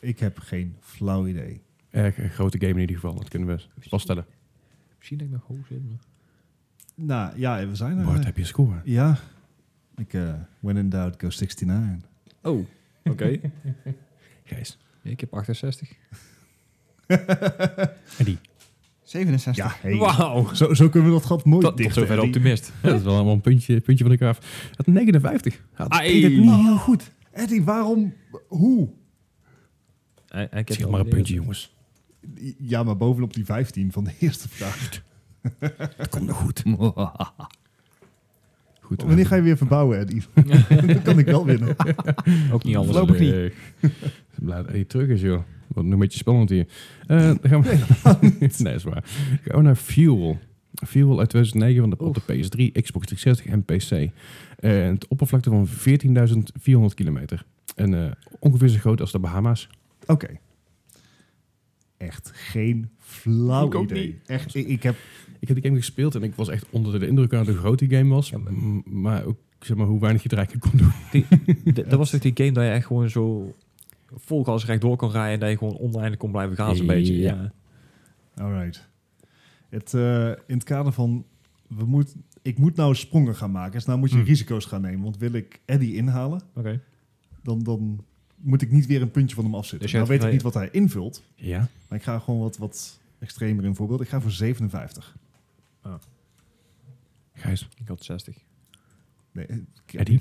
Speaker 1: Ik heb geen flauw idee.
Speaker 2: Erg een grote game in ieder geval, dat kunnen we vaststellen.
Speaker 3: Misschien denk ik nog hoog zit. maar-
Speaker 1: Nou ja, we zijn er.
Speaker 2: Bart, heb je een score?
Speaker 1: Ja. Ik, eh, when in doubt, go 69.
Speaker 3: Oh, oké.
Speaker 2: Gijs.
Speaker 3: ik heb 68.
Speaker 2: En die.
Speaker 4: 67.
Speaker 1: Ja, hey.
Speaker 3: Wauw.
Speaker 1: Zo, zo kunnen we dat gat mooi
Speaker 3: Tot, tot
Speaker 1: dichten.
Speaker 3: zover de
Speaker 1: Die-
Speaker 3: optimist.
Speaker 2: Ja, dat is wel allemaal een puntje, puntje van elkaar af. Het 59. Ja, dat
Speaker 3: Ai.
Speaker 2: deed het niet.
Speaker 1: Niet heel goed. Eddie, waarom? Hoe?
Speaker 3: Ik
Speaker 2: Zeg maar een puntje, jongens.
Speaker 1: Ja, maar bovenop die 15 van de eerste vraag.
Speaker 2: Dat komt nog goed. goed
Speaker 1: Wanneer ga je weer verbouwen, Eddie? Dan kan ik wel winnen.
Speaker 3: Ook niet anders.
Speaker 2: Voorlopig niet. Blij dat hij terug is, joh. Wordt nog een beetje spannend hier. Eh, dan gaan we... Nee, dat is waar. Gaan we naar Fuel. Fuel uit 2009 van de, op de PS3, Xbox 360 en PC. Eh, het oppervlakte van 14.400 kilometer. En eh, ongeveer zo groot als de Bahama's.
Speaker 1: Oké. Echt geen flauw
Speaker 2: Ik ook
Speaker 1: idee.
Speaker 2: niet.
Speaker 1: Echt, ik, ik heb...
Speaker 2: Ik heb die game gespeeld en ik was echt onder de indruk aan hoe groot die game was.
Speaker 3: Ja, maar-
Speaker 2: M- maar ook zeg maar, hoe weinig je er eigenlijk kon doen.
Speaker 3: Dat was toch die game dat je echt gewoon zo vol als rechtdoor kon rijden en dat je gewoon oneindig kon blijven gaan zo'n
Speaker 2: Ja.
Speaker 3: beetje. Ja.
Speaker 1: Alright. Het, eh, in het kader van... We moet, ik moet nou sprongen gaan maken. Dus nou moet je
Speaker 2: Hmm.
Speaker 1: risico's gaan nemen. Want wil ik Eddie inhalen,
Speaker 3: Oké.
Speaker 1: dan, dan moet ik niet weer een puntje van hem afzitten.
Speaker 3: Dus
Speaker 1: Dus
Speaker 3: je
Speaker 1: nou
Speaker 3: hebt-
Speaker 1: weet ik niet wat hij invult.
Speaker 2: Ja.
Speaker 1: Maar ik ga gewoon wat, wat extremer in voorbeeld. Ik ga voor 57.
Speaker 2: Gijs.
Speaker 3: Ik had 60.
Speaker 1: Nee, ik, heb,
Speaker 2: Eddie.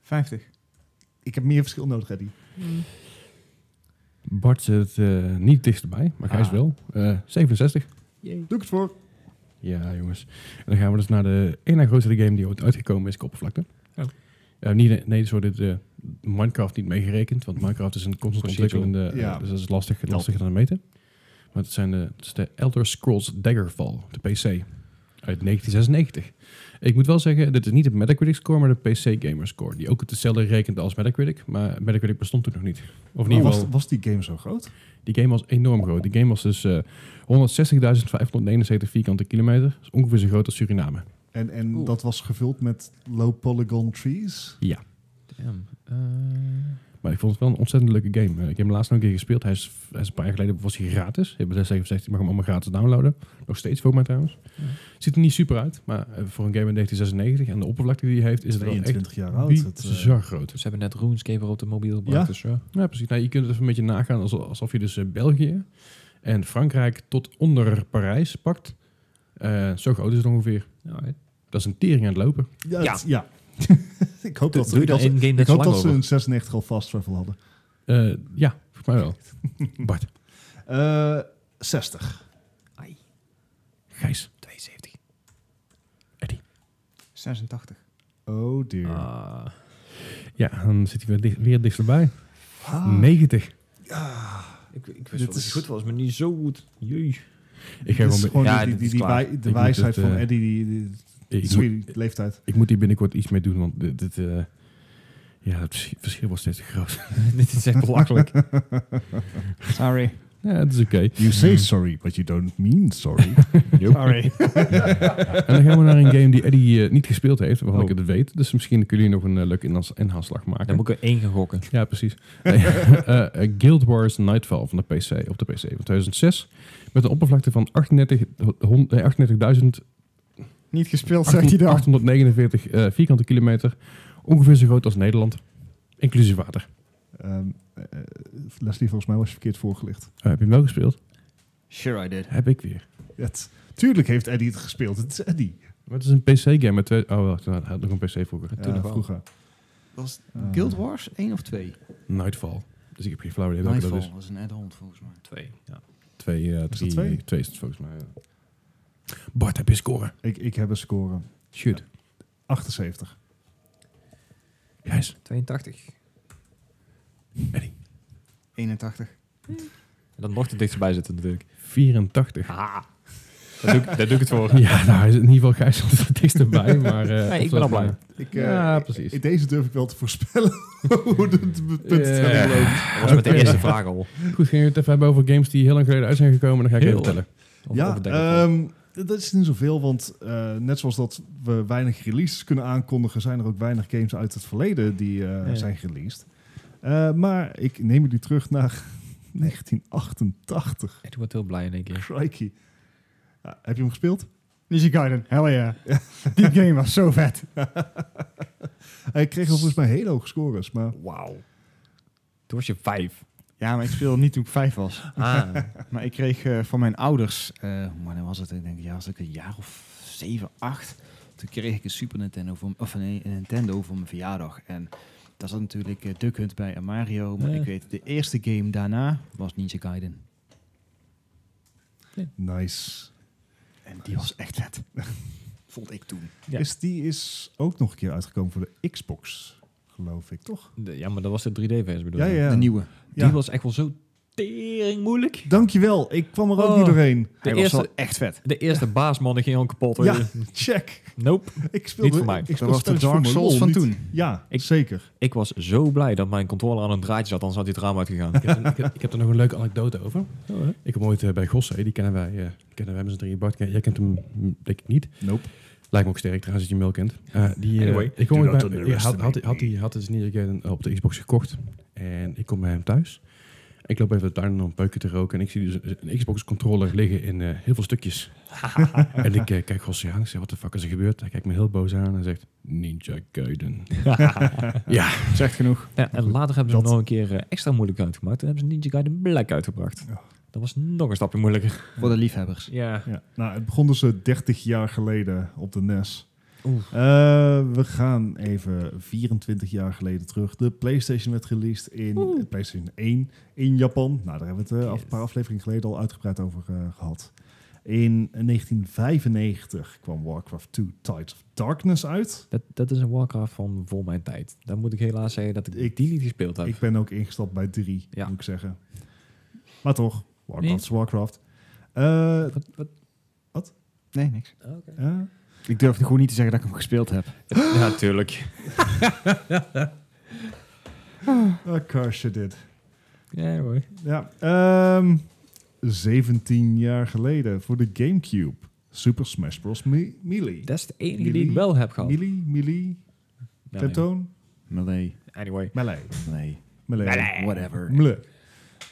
Speaker 5: 50.
Speaker 1: ik heb meer verschil nodig, Eddie.
Speaker 2: Bart zit eh, niet dichterbij, maar Gijs
Speaker 3: Ah.
Speaker 2: wel. Eh, 67.
Speaker 1: Doe ik het voor.
Speaker 2: Ja, jongens. En dan gaan we dus naar de ene grootste game die ooit uitgekomen is, koppervlakte.
Speaker 3: Oh.
Speaker 2: Eh, niet, nee, sorry, dit, eh, Minecraft niet meegerekend, want Minecraft is een constant
Speaker 3: Procedural.
Speaker 2: ontwikkelende, eh,
Speaker 1: Ja.
Speaker 2: dus dat is lastig, lastiger dan meten. Maar het, zijn de, het is de Elder Scrolls Daggerfall, de PC, uit 1996. Ik moet wel zeggen, dit is niet de Metacritic score, maar de PC Gamer score, die ook hetzelfde rekent als Metacritic, maar Metacritic bestond toen nog niet. Of in
Speaker 1: Maar
Speaker 2: ieder
Speaker 1: Oh, was,
Speaker 2: geval,
Speaker 1: was die game zo groot?
Speaker 2: die game was enorm groot. Die game was dus eh 160.579 vierkante kilometer, dat is ongeveer zo groot als Suriname.
Speaker 1: En, en
Speaker 3: Oeh.
Speaker 1: dat was gevuld met low polygon trees?
Speaker 3: Damn. Hm, Eh,
Speaker 2: Maar ik vond het wel een ontzettend leuke game. Eh, Ik heb hem laatst nog een keer gespeeld. Hij is, hij is een paar jaar geleden was hij gratis. Ik heb Bethesda even gezegd, je mag hem allemaal gratis downloaden. Nog steeds voor mij trouwens.
Speaker 3: Ja.
Speaker 2: Ziet er niet super uit, maar eh, voor een game in 1996 en de oppervlakte die hij heeft, is het wel echt
Speaker 1: 22 jaar oud. Het, eh,
Speaker 2: bizar groot.
Speaker 3: dus ze hebben net RuneScape op de mobiel gebracht.
Speaker 1: Ja.
Speaker 3: Dus, ja.
Speaker 2: Ja, precies. Nou, je kunt het even een beetje nagaan alsof, alsof je dus eh, België en Frankrijk tot onder Parijs pakt. Eh, zo groot is het ongeveer.
Speaker 3: Alright.
Speaker 2: Dat is een tering aan het lopen.
Speaker 1: ja,
Speaker 3: Ja.
Speaker 1: het- ja. ik hoop dat,
Speaker 3: Doe je
Speaker 1: ik
Speaker 3: daar
Speaker 1: hoop-
Speaker 3: in game
Speaker 1: ik
Speaker 3: net zo
Speaker 1: hoop
Speaker 3: lang
Speaker 1: dat ze
Speaker 3: over?
Speaker 1: een 96 al fast travel hadden.
Speaker 2: Eh, ja, volgens mij wel. Bart,
Speaker 1: Eh, 60.
Speaker 2: Gijs,
Speaker 3: 72.
Speaker 2: Eddie.
Speaker 4: 86.
Speaker 1: Oh dear.
Speaker 3: Ah.
Speaker 2: Ja, dan zit hij weer, dicht- weer dichterbij.
Speaker 1: Ah.
Speaker 2: 90.
Speaker 3: ik, ik
Speaker 1: Dit
Speaker 3: wist wel dat
Speaker 1: is-
Speaker 3: het goed was, maar niet zo goed. Jee.
Speaker 2: Ik,
Speaker 1: Dit
Speaker 2: heb
Speaker 1: is
Speaker 2: wel
Speaker 1: gewoon
Speaker 3: Ja,
Speaker 1: die,
Speaker 3: dit
Speaker 1: die,
Speaker 3: is
Speaker 1: die
Speaker 3: klaar.
Speaker 1: wij- de
Speaker 2: Ik moet
Speaker 1: wijsheid
Speaker 2: het,
Speaker 1: van
Speaker 2: eh,
Speaker 1: Eddie, die, die,
Speaker 2: ik, moet,
Speaker 1: sorry, leeftijd.
Speaker 2: ik moet hier binnenkort iets mee doen, want dit, dit, eh, ja, het verschi- verschil wordt steeds te groot.
Speaker 3: Dit is echt belachelijk.
Speaker 5: Sorry.
Speaker 2: ja, het is oké.
Speaker 1: You say sorry, but you don't mean sorry.
Speaker 5: Sorry.
Speaker 2: En dan gaan we naar een game die Eddie eh, niet gespeeld heeft, waarvan
Speaker 3: Oh.
Speaker 2: ik het weet. Dus misschien kunnen jullie nog een eh, leuke inhas- inhaalslag
Speaker 3: Dan
Speaker 2: maken.
Speaker 3: moet ik er één gaan gokken.
Speaker 2: Ja, precies. Nee, eh, eh, Guild Wars Nightfall van de PC, op de PC van 2006. Met een oppervlakte van 38 hond- eh, 38.849
Speaker 5: Niet gespeeld, zegt hij dan.
Speaker 2: eh, vierkante kilometer. Ongeveer zo groot als Nederland. Inclusief water.
Speaker 1: Ehm, eh, eh, Leslie, volgens mij was je verkeerd voorgelicht.
Speaker 2: Eh, heb je hem wel gespeeld?
Speaker 4: Sure I did.
Speaker 2: Heb ik weer.
Speaker 1: Het, tuurlijk heeft Eddie het gespeeld. Het is Eddie.
Speaker 2: Maar het is een PC-game met twee... Oh, wacht, nou, hij had nog een PC vroeger.
Speaker 3: Toen nog wel.
Speaker 1: Eh, vroeger.
Speaker 4: Was het
Speaker 1: Eh,
Speaker 2: Ah.
Speaker 4: Guild Wars 1 of 2?
Speaker 2: Nightfall. Dus ik heb geen flauw idee welke dat
Speaker 4: Nightfall
Speaker 2: is.
Speaker 4: was een add-on volgens mij.
Speaker 3: Twee. Ja.
Speaker 2: Twee, eh, drie,
Speaker 1: twee?
Speaker 2: is het volgens mij. ja. Bart, heb je scoren?
Speaker 1: Ik, ik heb een score.
Speaker 2: Shoot.
Speaker 1: 78.
Speaker 2: Gijs.
Speaker 3: 82.
Speaker 2: Eddie.
Speaker 4: 81.
Speaker 3: En dan mocht het dichterbij zitten natuurlijk.
Speaker 2: 84.
Speaker 3: Ah. Daar doe ik, daar doe ik het voor.
Speaker 2: Ja, nou is in ieder geval Gijs altijd het dichtst erbij. Maar, eh,
Speaker 3: Nee, ik
Speaker 2: of
Speaker 3: ben
Speaker 2: dat-
Speaker 3: al blij.
Speaker 1: Ik, eh,
Speaker 2: Ja,
Speaker 1: ik-
Speaker 2: precies.
Speaker 1: ik- deze durf ik wel te voorspellen hoe de de puntenstelling
Speaker 2: eh, Ja.
Speaker 1: loopt.
Speaker 3: Dat was met de eerste vraag al.
Speaker 2: Goed, gaan we het even hebben over games die heel lang geleden uit zijn gekomen. Dan ga ik
Speaker 3: Heel
Speaker 2: even tellen.
Speaker 3: Of- of
Speaker 1: ja,
Speaker 3: het denk ik wel.
Speaker 1: ehm, dat is niet zoveel, want eh, net zoals dat we weinig releases kunnen aankondigen, zijn er ook weinig games uit het verleden die eh,
Speaker 3: Ja.
Speaker 1: zijn gereleased. Eh, maar ik neem jullie terug naar 1988.
Speaker 3: Ik word heel blij in één keer.
Speaker 1: Crikey. Ja, heb je hem gespeeld?
Speaker 5: Ninja Gaiden, hell yeah. Die game was zo vet.
Speaker 1: Hij kreeg al volgens mij hele hoge scores, maar
Speaker 3: Wauw. Toen was je vijf.
Speaker 5: Ja, maar ik speelde niet toen ik vijf was.
Speaker 3: Ah.
Speaker 5: Maar ik kreeg eh, van mijn ouders, eh wanneer was het? Ik denk, ja, was ik een jaar of zeven, acht. Toen kreeg ik een Super Nintendo voor, m- of nee, een Nintendo voor mijn verjaardag. En daar zat natuurlijk eh, Duck Hunt bij en Mario. Maar
Speaker 3: Ja.
Speaker 5: ik weet, de eerste game daarna was Ninja Gaiden.
Speaker 1: nice.
Speaker 5: En die was echt vet. Vond ik toen.
Speaker 3: Ja.
Speaker 1: Is, Dus die is ook nog een keer uitgekomen voor de Xbox, geloof ik, toch?
Speaker 3: De- ja, maar dat was de 3D-versie bedoel
Speaker 1: Ja,
Speaker 3: je?
Speaker 1: ja.
Speaker 5: De nieuwe.
Speaker 3: Die
Speaker 1: Ja.
Speaker 3: was echt wel zo tering moeilijk.
Speaker 1: Dankjewel, ik kwam er ook
Speaker 3: Oh.
Speaker 1: niet doorheen.
Speaker 3: De
Speaker 5: Hij
Speaker 3: eerste-
Speaker 5: was wel echt vet.
Speaker 3: De eerste baasmannen ging al kapot. hoor.
Speaker 1: Ja, check.
Speaker 3: Nope.
Speaker 1: Ik speelde,
Speaker 3: voor mij.
Speaker 1: Ik
Speaker 5: Dat
Speaker 1: speel
Speaker 5: was de
Speaker 1: spelletjes voor mijn
Speaker 5: Dark Souls
Speaker 1: lol,
Speaker 5: van
Speaker 1: niet-
Speaker 5: toen.
Speaker 1: Ja,
Speaker 3: Ik-
Speaker 1: zeker.
Speaker 3: Ik was zo blij dat mijn controller aan een draadje zat, anders had hij het raam uitgegaan.
Speaker 2: Ik heb, ik, heb, ik heb er nog een leuke anekdote over.
Speaker 1: Oh,
Speaker 2: Ik heb ooit eh, bij Gosse, die kennen wij, eh, kennen wij met z'n drieën. Bart, ken- jij kent hem mm, denk ik niet.
Speaker 1: Nope.
Speaker 2: Lijkt me ook sterk trouwens dat je hem wel kent. Eh, die, eh, Anyway,
Speaker 1: do
Speaker 2: ik kom ooit
Speaker 1: not
Speaker 2: bij, ik had, had,
Speaker 1: underestimate
Speaker 2: had, die, had dus Ninja Gaiden op de Xbox gekocht. En ik kom bij hem thuis. Ik loop even de tuin om een peukje te roken. En ik zie dus een Xbox controller liggen in eh, heel veel stukjes. en ik eh, kijk Gosse aan. Ik zeg, wat de fuck is er gebeurd? Hij kijkt me heel boos aan en zegt, Ninja Gaiden. ja,
Speaker 5: Zegt genoeg.
Speaker 3: Ja, en later hebben ze hem
Speaker 1: Dat-
Speaker 3: nog een keer eh, extra moeilijk uitgemaakt. Toen hebben ze Ninja Gaiden Black uitgebracht.
Speaker 1: Ja.
Speaker 3: Dat was nog een stapje moeilijker.
Speaker 5: Voor de liefhebbers.
Speaker 3: Ja.
Speaker 1: Ja. Nou, het begon dus eh, 30 jaar geleden op de NES.
Speaker 3: Oeh.
Speaker 1: Eh, we gaan even 24 jaar geleden terug. De PlayStation werd released in eh, PlayStation 1 in Japan. Nou, daar hebben we het eh, af- een paar afleveringen geleden al uitgebreid over eh, gehad. In 1995 kwam Warcraft 2 Tides of Darkness uit.
Speaker 3: Dat, dat is een Warcraft van voor mijn tijd. Dan moet ik helaas zeggen dat ik,
Speaker 1: Ik-
Speaker 3: die niet gespeeld heb.
Speaker 1: Ik ben ook ingestapt bij 3,
Speaker 3: Ja.
Speaker 1: moet ik zeggen. Maar toch, Warcraft is Warcraft. Eh,
Speaker 3: Wat, wat?
Speaker 5: Nee, niks.
Speaker 1: eh,
Speaker 5: Ik durfde gewoon niet te zeggen dat ik hem gespeeld heb.
Speaker 3: Ja, tuurlijk.
Speaker 1: of course you did.
Speaker 3: Ja, hoor.
Speaker 1: Ja, ehm, 17 jaar geleden voor de GameCube. Super Smash Bros. Me- Melee.
Speaker 3: Dat is de enige die
Speaker 1: Melee.
Speaker 3: ik wel heb gehad.
Speaker 1: Melee, Melee,
Speaker 3: Ja,
Speaker 1: Tentoon,
Speaker 5: Melee.
Speaker 3: Anyway,
Speaker 1: Melee.
Speaker 5: Melee.
Speaker 1: Melee.
Speaker 5: Whatever.
Speaker 1: Melee.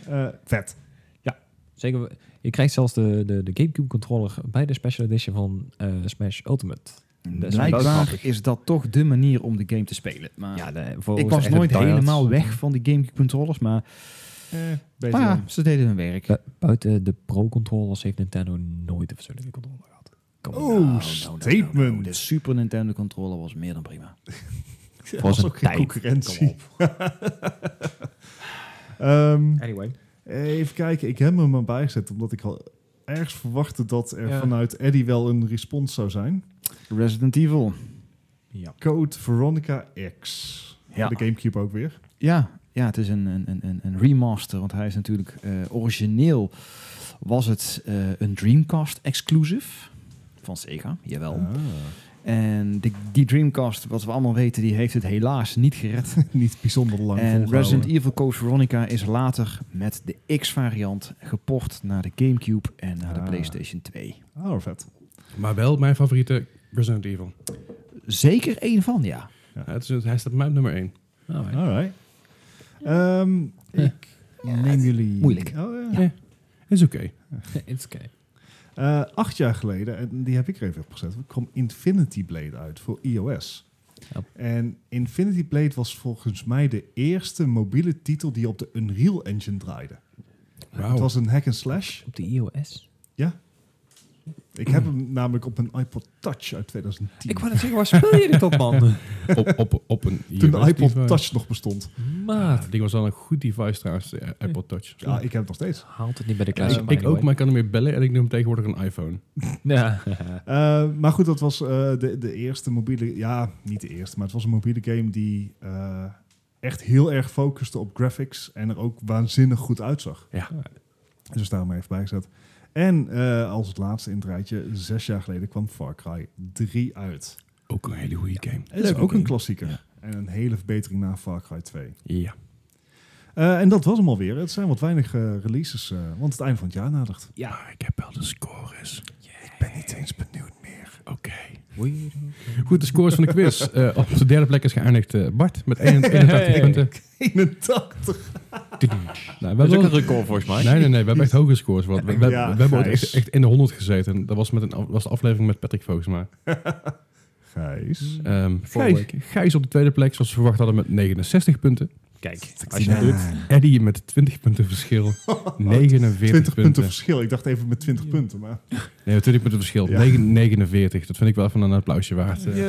Speaker 1: Eh, vet.
Speaker 3: zeker. we- Je krijgt zelfs de, de, de GameCube controller bij de special edition van eh, Smash Ultimate. Dat is wel
Speaker 5: Blijkbaar
Speaker 3: grappig.
Speaker 5: is dat toch de manier om de game te spelen. Maar
Speaker 3: Ja, de, voor
Speaker 5: Ah. ik
Speaker 3: ons
Speaker 5: was
Speaker 3: echte
Speaker 5: nooit
Speaker 3: diehards.
Speaker 5: helemaal weg van die GameCube controllers, maar,
Speaker 1: Beter
Speaker 5: maar ja,
Speaker 1: dan-
Speaker 5: ze deden hun werk.
Speaker 3: Bu- buiten de pro-controllers heeft Nintendo nooit een verschillende controller gehad. Kom
Speaker 1: Oh,
Speaker 5: Nou,
Speaker 1: statement.
Speaker 5: De Super Nintendo controller was meer dan prima.
Speaker 1: Ja,
Speaker 3: was
Speaker 1: was
Speaker 3: een
Speaker 1: ook geen
Speaker 3: tijd.
Speaker 1: concurrentie. Ehm,
Speaker 3: Anyway.
Speaker 1: even kijken, ik heb hem er maar bijgezet omdat ik al ergens verwachtte dat er
Speaker 3: Ja.
Speaker 1: vanuit Eddie wel een respons zou zijn.
Speaker 5: Resident Evil.
Speaker 3: Ja.
Speaker 1: Code Veronica X.
Speaker 5: Ja.
Speaker 1: Voor De GameCube ook weer.
Speaker 5: Ja, ja het is een, een, een- een, een remaster, want hij is natuurlijk eh, origineel was het eh, een Dreamcast exclusive van Sega, jawel.
Speaker 1: Ah,
Speaker 5: En die, die Dreamcast, wat we allemaal weten, die heeft het helaas niet gered.
Speaker 1: niet bijzonder lang
Speaker 5: En
Speaker 1: volgehouden.
Speaker 5: Resident Evil Code Veronica is later met de X-variant geport naar de GameCube en naar de
Speaker 1: Ah.
Speaker 5: PlayStation 2.
Speaker 1: Oh, vet.
Speaker 2: maar wel mijn favoriete Resident Evil.
Speaker 5: Zeker één van, ja.
Speaker 2: Ja, het is, hij staat bij mij op nummer 1.
Speaker 5: Oh,
Speaker 1: All right. Ehm, ik neem jullie...
Speaker 5: moeilijk.
Speaker 1: Oh, ja.
Speaker 2: Ja. Is oké.
Speaker 3: It's okay.
Speaker 1: Eh, acht jaar geleden, en die heb ik er even op gezet, kwam Infinity Blade uit voor iOS.
Speaker 3: Ja.
Speaker 1: En Infinity Blade was volgens mij de eerste mobiele titel die op de Unreal Engine draaide. Het
Speaker 2: Wauw.
Speaker 1: was een hack and slash.
Speaker 3: Op de iOS.
Speaker 1: Ik heb hem namelijk op een iPod Touch uit 2010.
Speaker 3: Ik wou net zeggen, waar speel je dit op, man?
Speaker 2: Op, op, op een
Speaker 1: toen de
Speaker 2: USB
Speaker 1: iPod
Speaker 2: device.
Speaker 1: Touch nog bestond.
Speaker 2: Ah,
Speaker 3: Maat.
Speaker 2: dat ding was wel een goed device trouwens, de iPod Touch.
Speaker 1: Ja, ik heb hem nog steeds.
Speaker 3: Haalt het niet bij de
Speaker 1: Ja,
Speaker 3: klas.
Speaker 1: ik-
Speaker 2: ik ook, maar ik kan hem weer bellen en ik noem hem tegenwoordig een iPhone.
Speaker 3: Ja.
Speaker 1: Eh, maar goed, dat was eh, de, de eerste mobiele... Ja, niet de eerste, maar het was een mobiele game die eh, echt heel erg focuste op graphics. En er ook waanzinnig goed uitzag.
Speaker 2: Ja.
Speaker 1: Dus daarom even bijgezet. En eh, als het laatste in het rijtje, zes jaar geleden kwam Far Cry 3 uit.
Speaker 2: Ook een hele goede game.
Speaker 1: Het is
Speaker 2: Leuke
Speaker 1: ook een
Speaker 2: game.
Speaker 1: klassieker.
Speaker 2: Ja.
Speaker 1: En een hele verbetering na Far Cry 2.
Speaker 2: Ja.
Speaker 1: Eh, en dat was hem alweer. Het zijn wat weinig eh, releases, eh, want het einde van het jaar nadert.
Speaker 2: Maar ik heb wel de scores.
Speaker 1: Ik ben niet eens benieuwd meer.
Speaker 2: Oké.
Speaker 3: Weird.
Speaker 2: Goed, de scores van de quiz. Eh, op de derde plek is geëindigd eh, Bart met 81 punten.
Speaker 1: 81.
Speaker 2: Nou, we
Speaker 3: Dat is ook
Speaker 2: hebben
Speaker 3: een
Speaker 2: wel-
Speaker 3: record volgens mij.
Speaker 2: Nee, nee, nee. We hebben echt hoge scores. gehad. We, we- we-
Speaker 1: Ja,
Speaker 2: we hebben ooit
Speaker 1: Gijs.
Speaker 2: echt, echt in de 100 gezeten. En dat was, met een, af- was de aflevering met Patrick volgens mij.
Speaker 1: Gijs.
Speaker 2: Ehm
Speaker 3: Vorige
Speaker 2: Gijs, Gijs op de tweede plek, zoals we verwacht hadden, met 69 punten.
Speaker 3: Kijk, als je
Speaker 1: Ja.
Speaker 3: het doet.
Speaker 2: Eddie met 20 punten verschil. 49
Speaker 1: 20 punten
Speaker 2: punten.
Speaker 1: verschil. Ik dacht even met 20 punten, maar...
Speaker 2: Nee, 20 punten verschil.
Speaker 1: Ja.
Speaker 2: Negen- 49. Dat vind ik wel even een applausje waard. eh.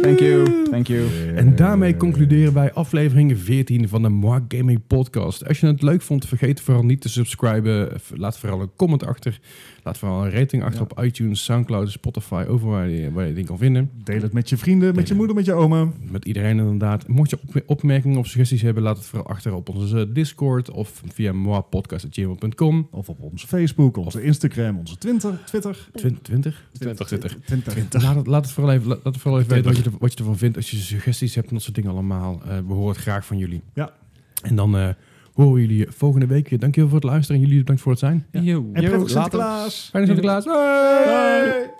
Speaker 5: Thank you, thank you.
Speaker 2: En daarmee concluderen wij aflevering 14 van de Mark Gaming Podcast. Als je het leuk vond, vergeet vooral niet te subscriben. V- Laat vooral een comment achter. Laat vooral een rating achter op iTunes, Soundcloud, Spotify, overal waar je, waar je ding kan vinden.
Speaker 1: Deel het met je vrienden, met je moeder, met je oma.
Speaker 2: Met iedereen inderdaad. Mocht je op- opmerkingen of suggesties hebben, laat het vooral achter op onze eh, Discord of via moapodcast.gmail.com.
Speaker 1: Of op onze Facebook, onze Instagram, onze Twitter. Twitter.
Speaker 2: 20?
Speaker 1: 20.
Speaker 2: 20.
Speaker 1: 20.
Speaker 2: Laat het, laat het vooral even, laat het vooral even weten wat je, er- wat je ervan vindt. Als je suggesties hebt en dat soort dingen allemaal. Eh, we horen het graag van jullie.
Speaker 1: Ja.
Speaker 2: En dan eh, horen jullie je volgende week weer. Dankjewel voor het luisteren. En jullie bedankt voor het zijn.
Speaker 1: Ja.
Speaker 3: Yo.
Speaker 1: En prettig
Speaker 4: later.
Speaker 1: Sinterklaas.
Speaker 2: Fijne Sinterklaas. Hoi!
Speaker 1: Bye.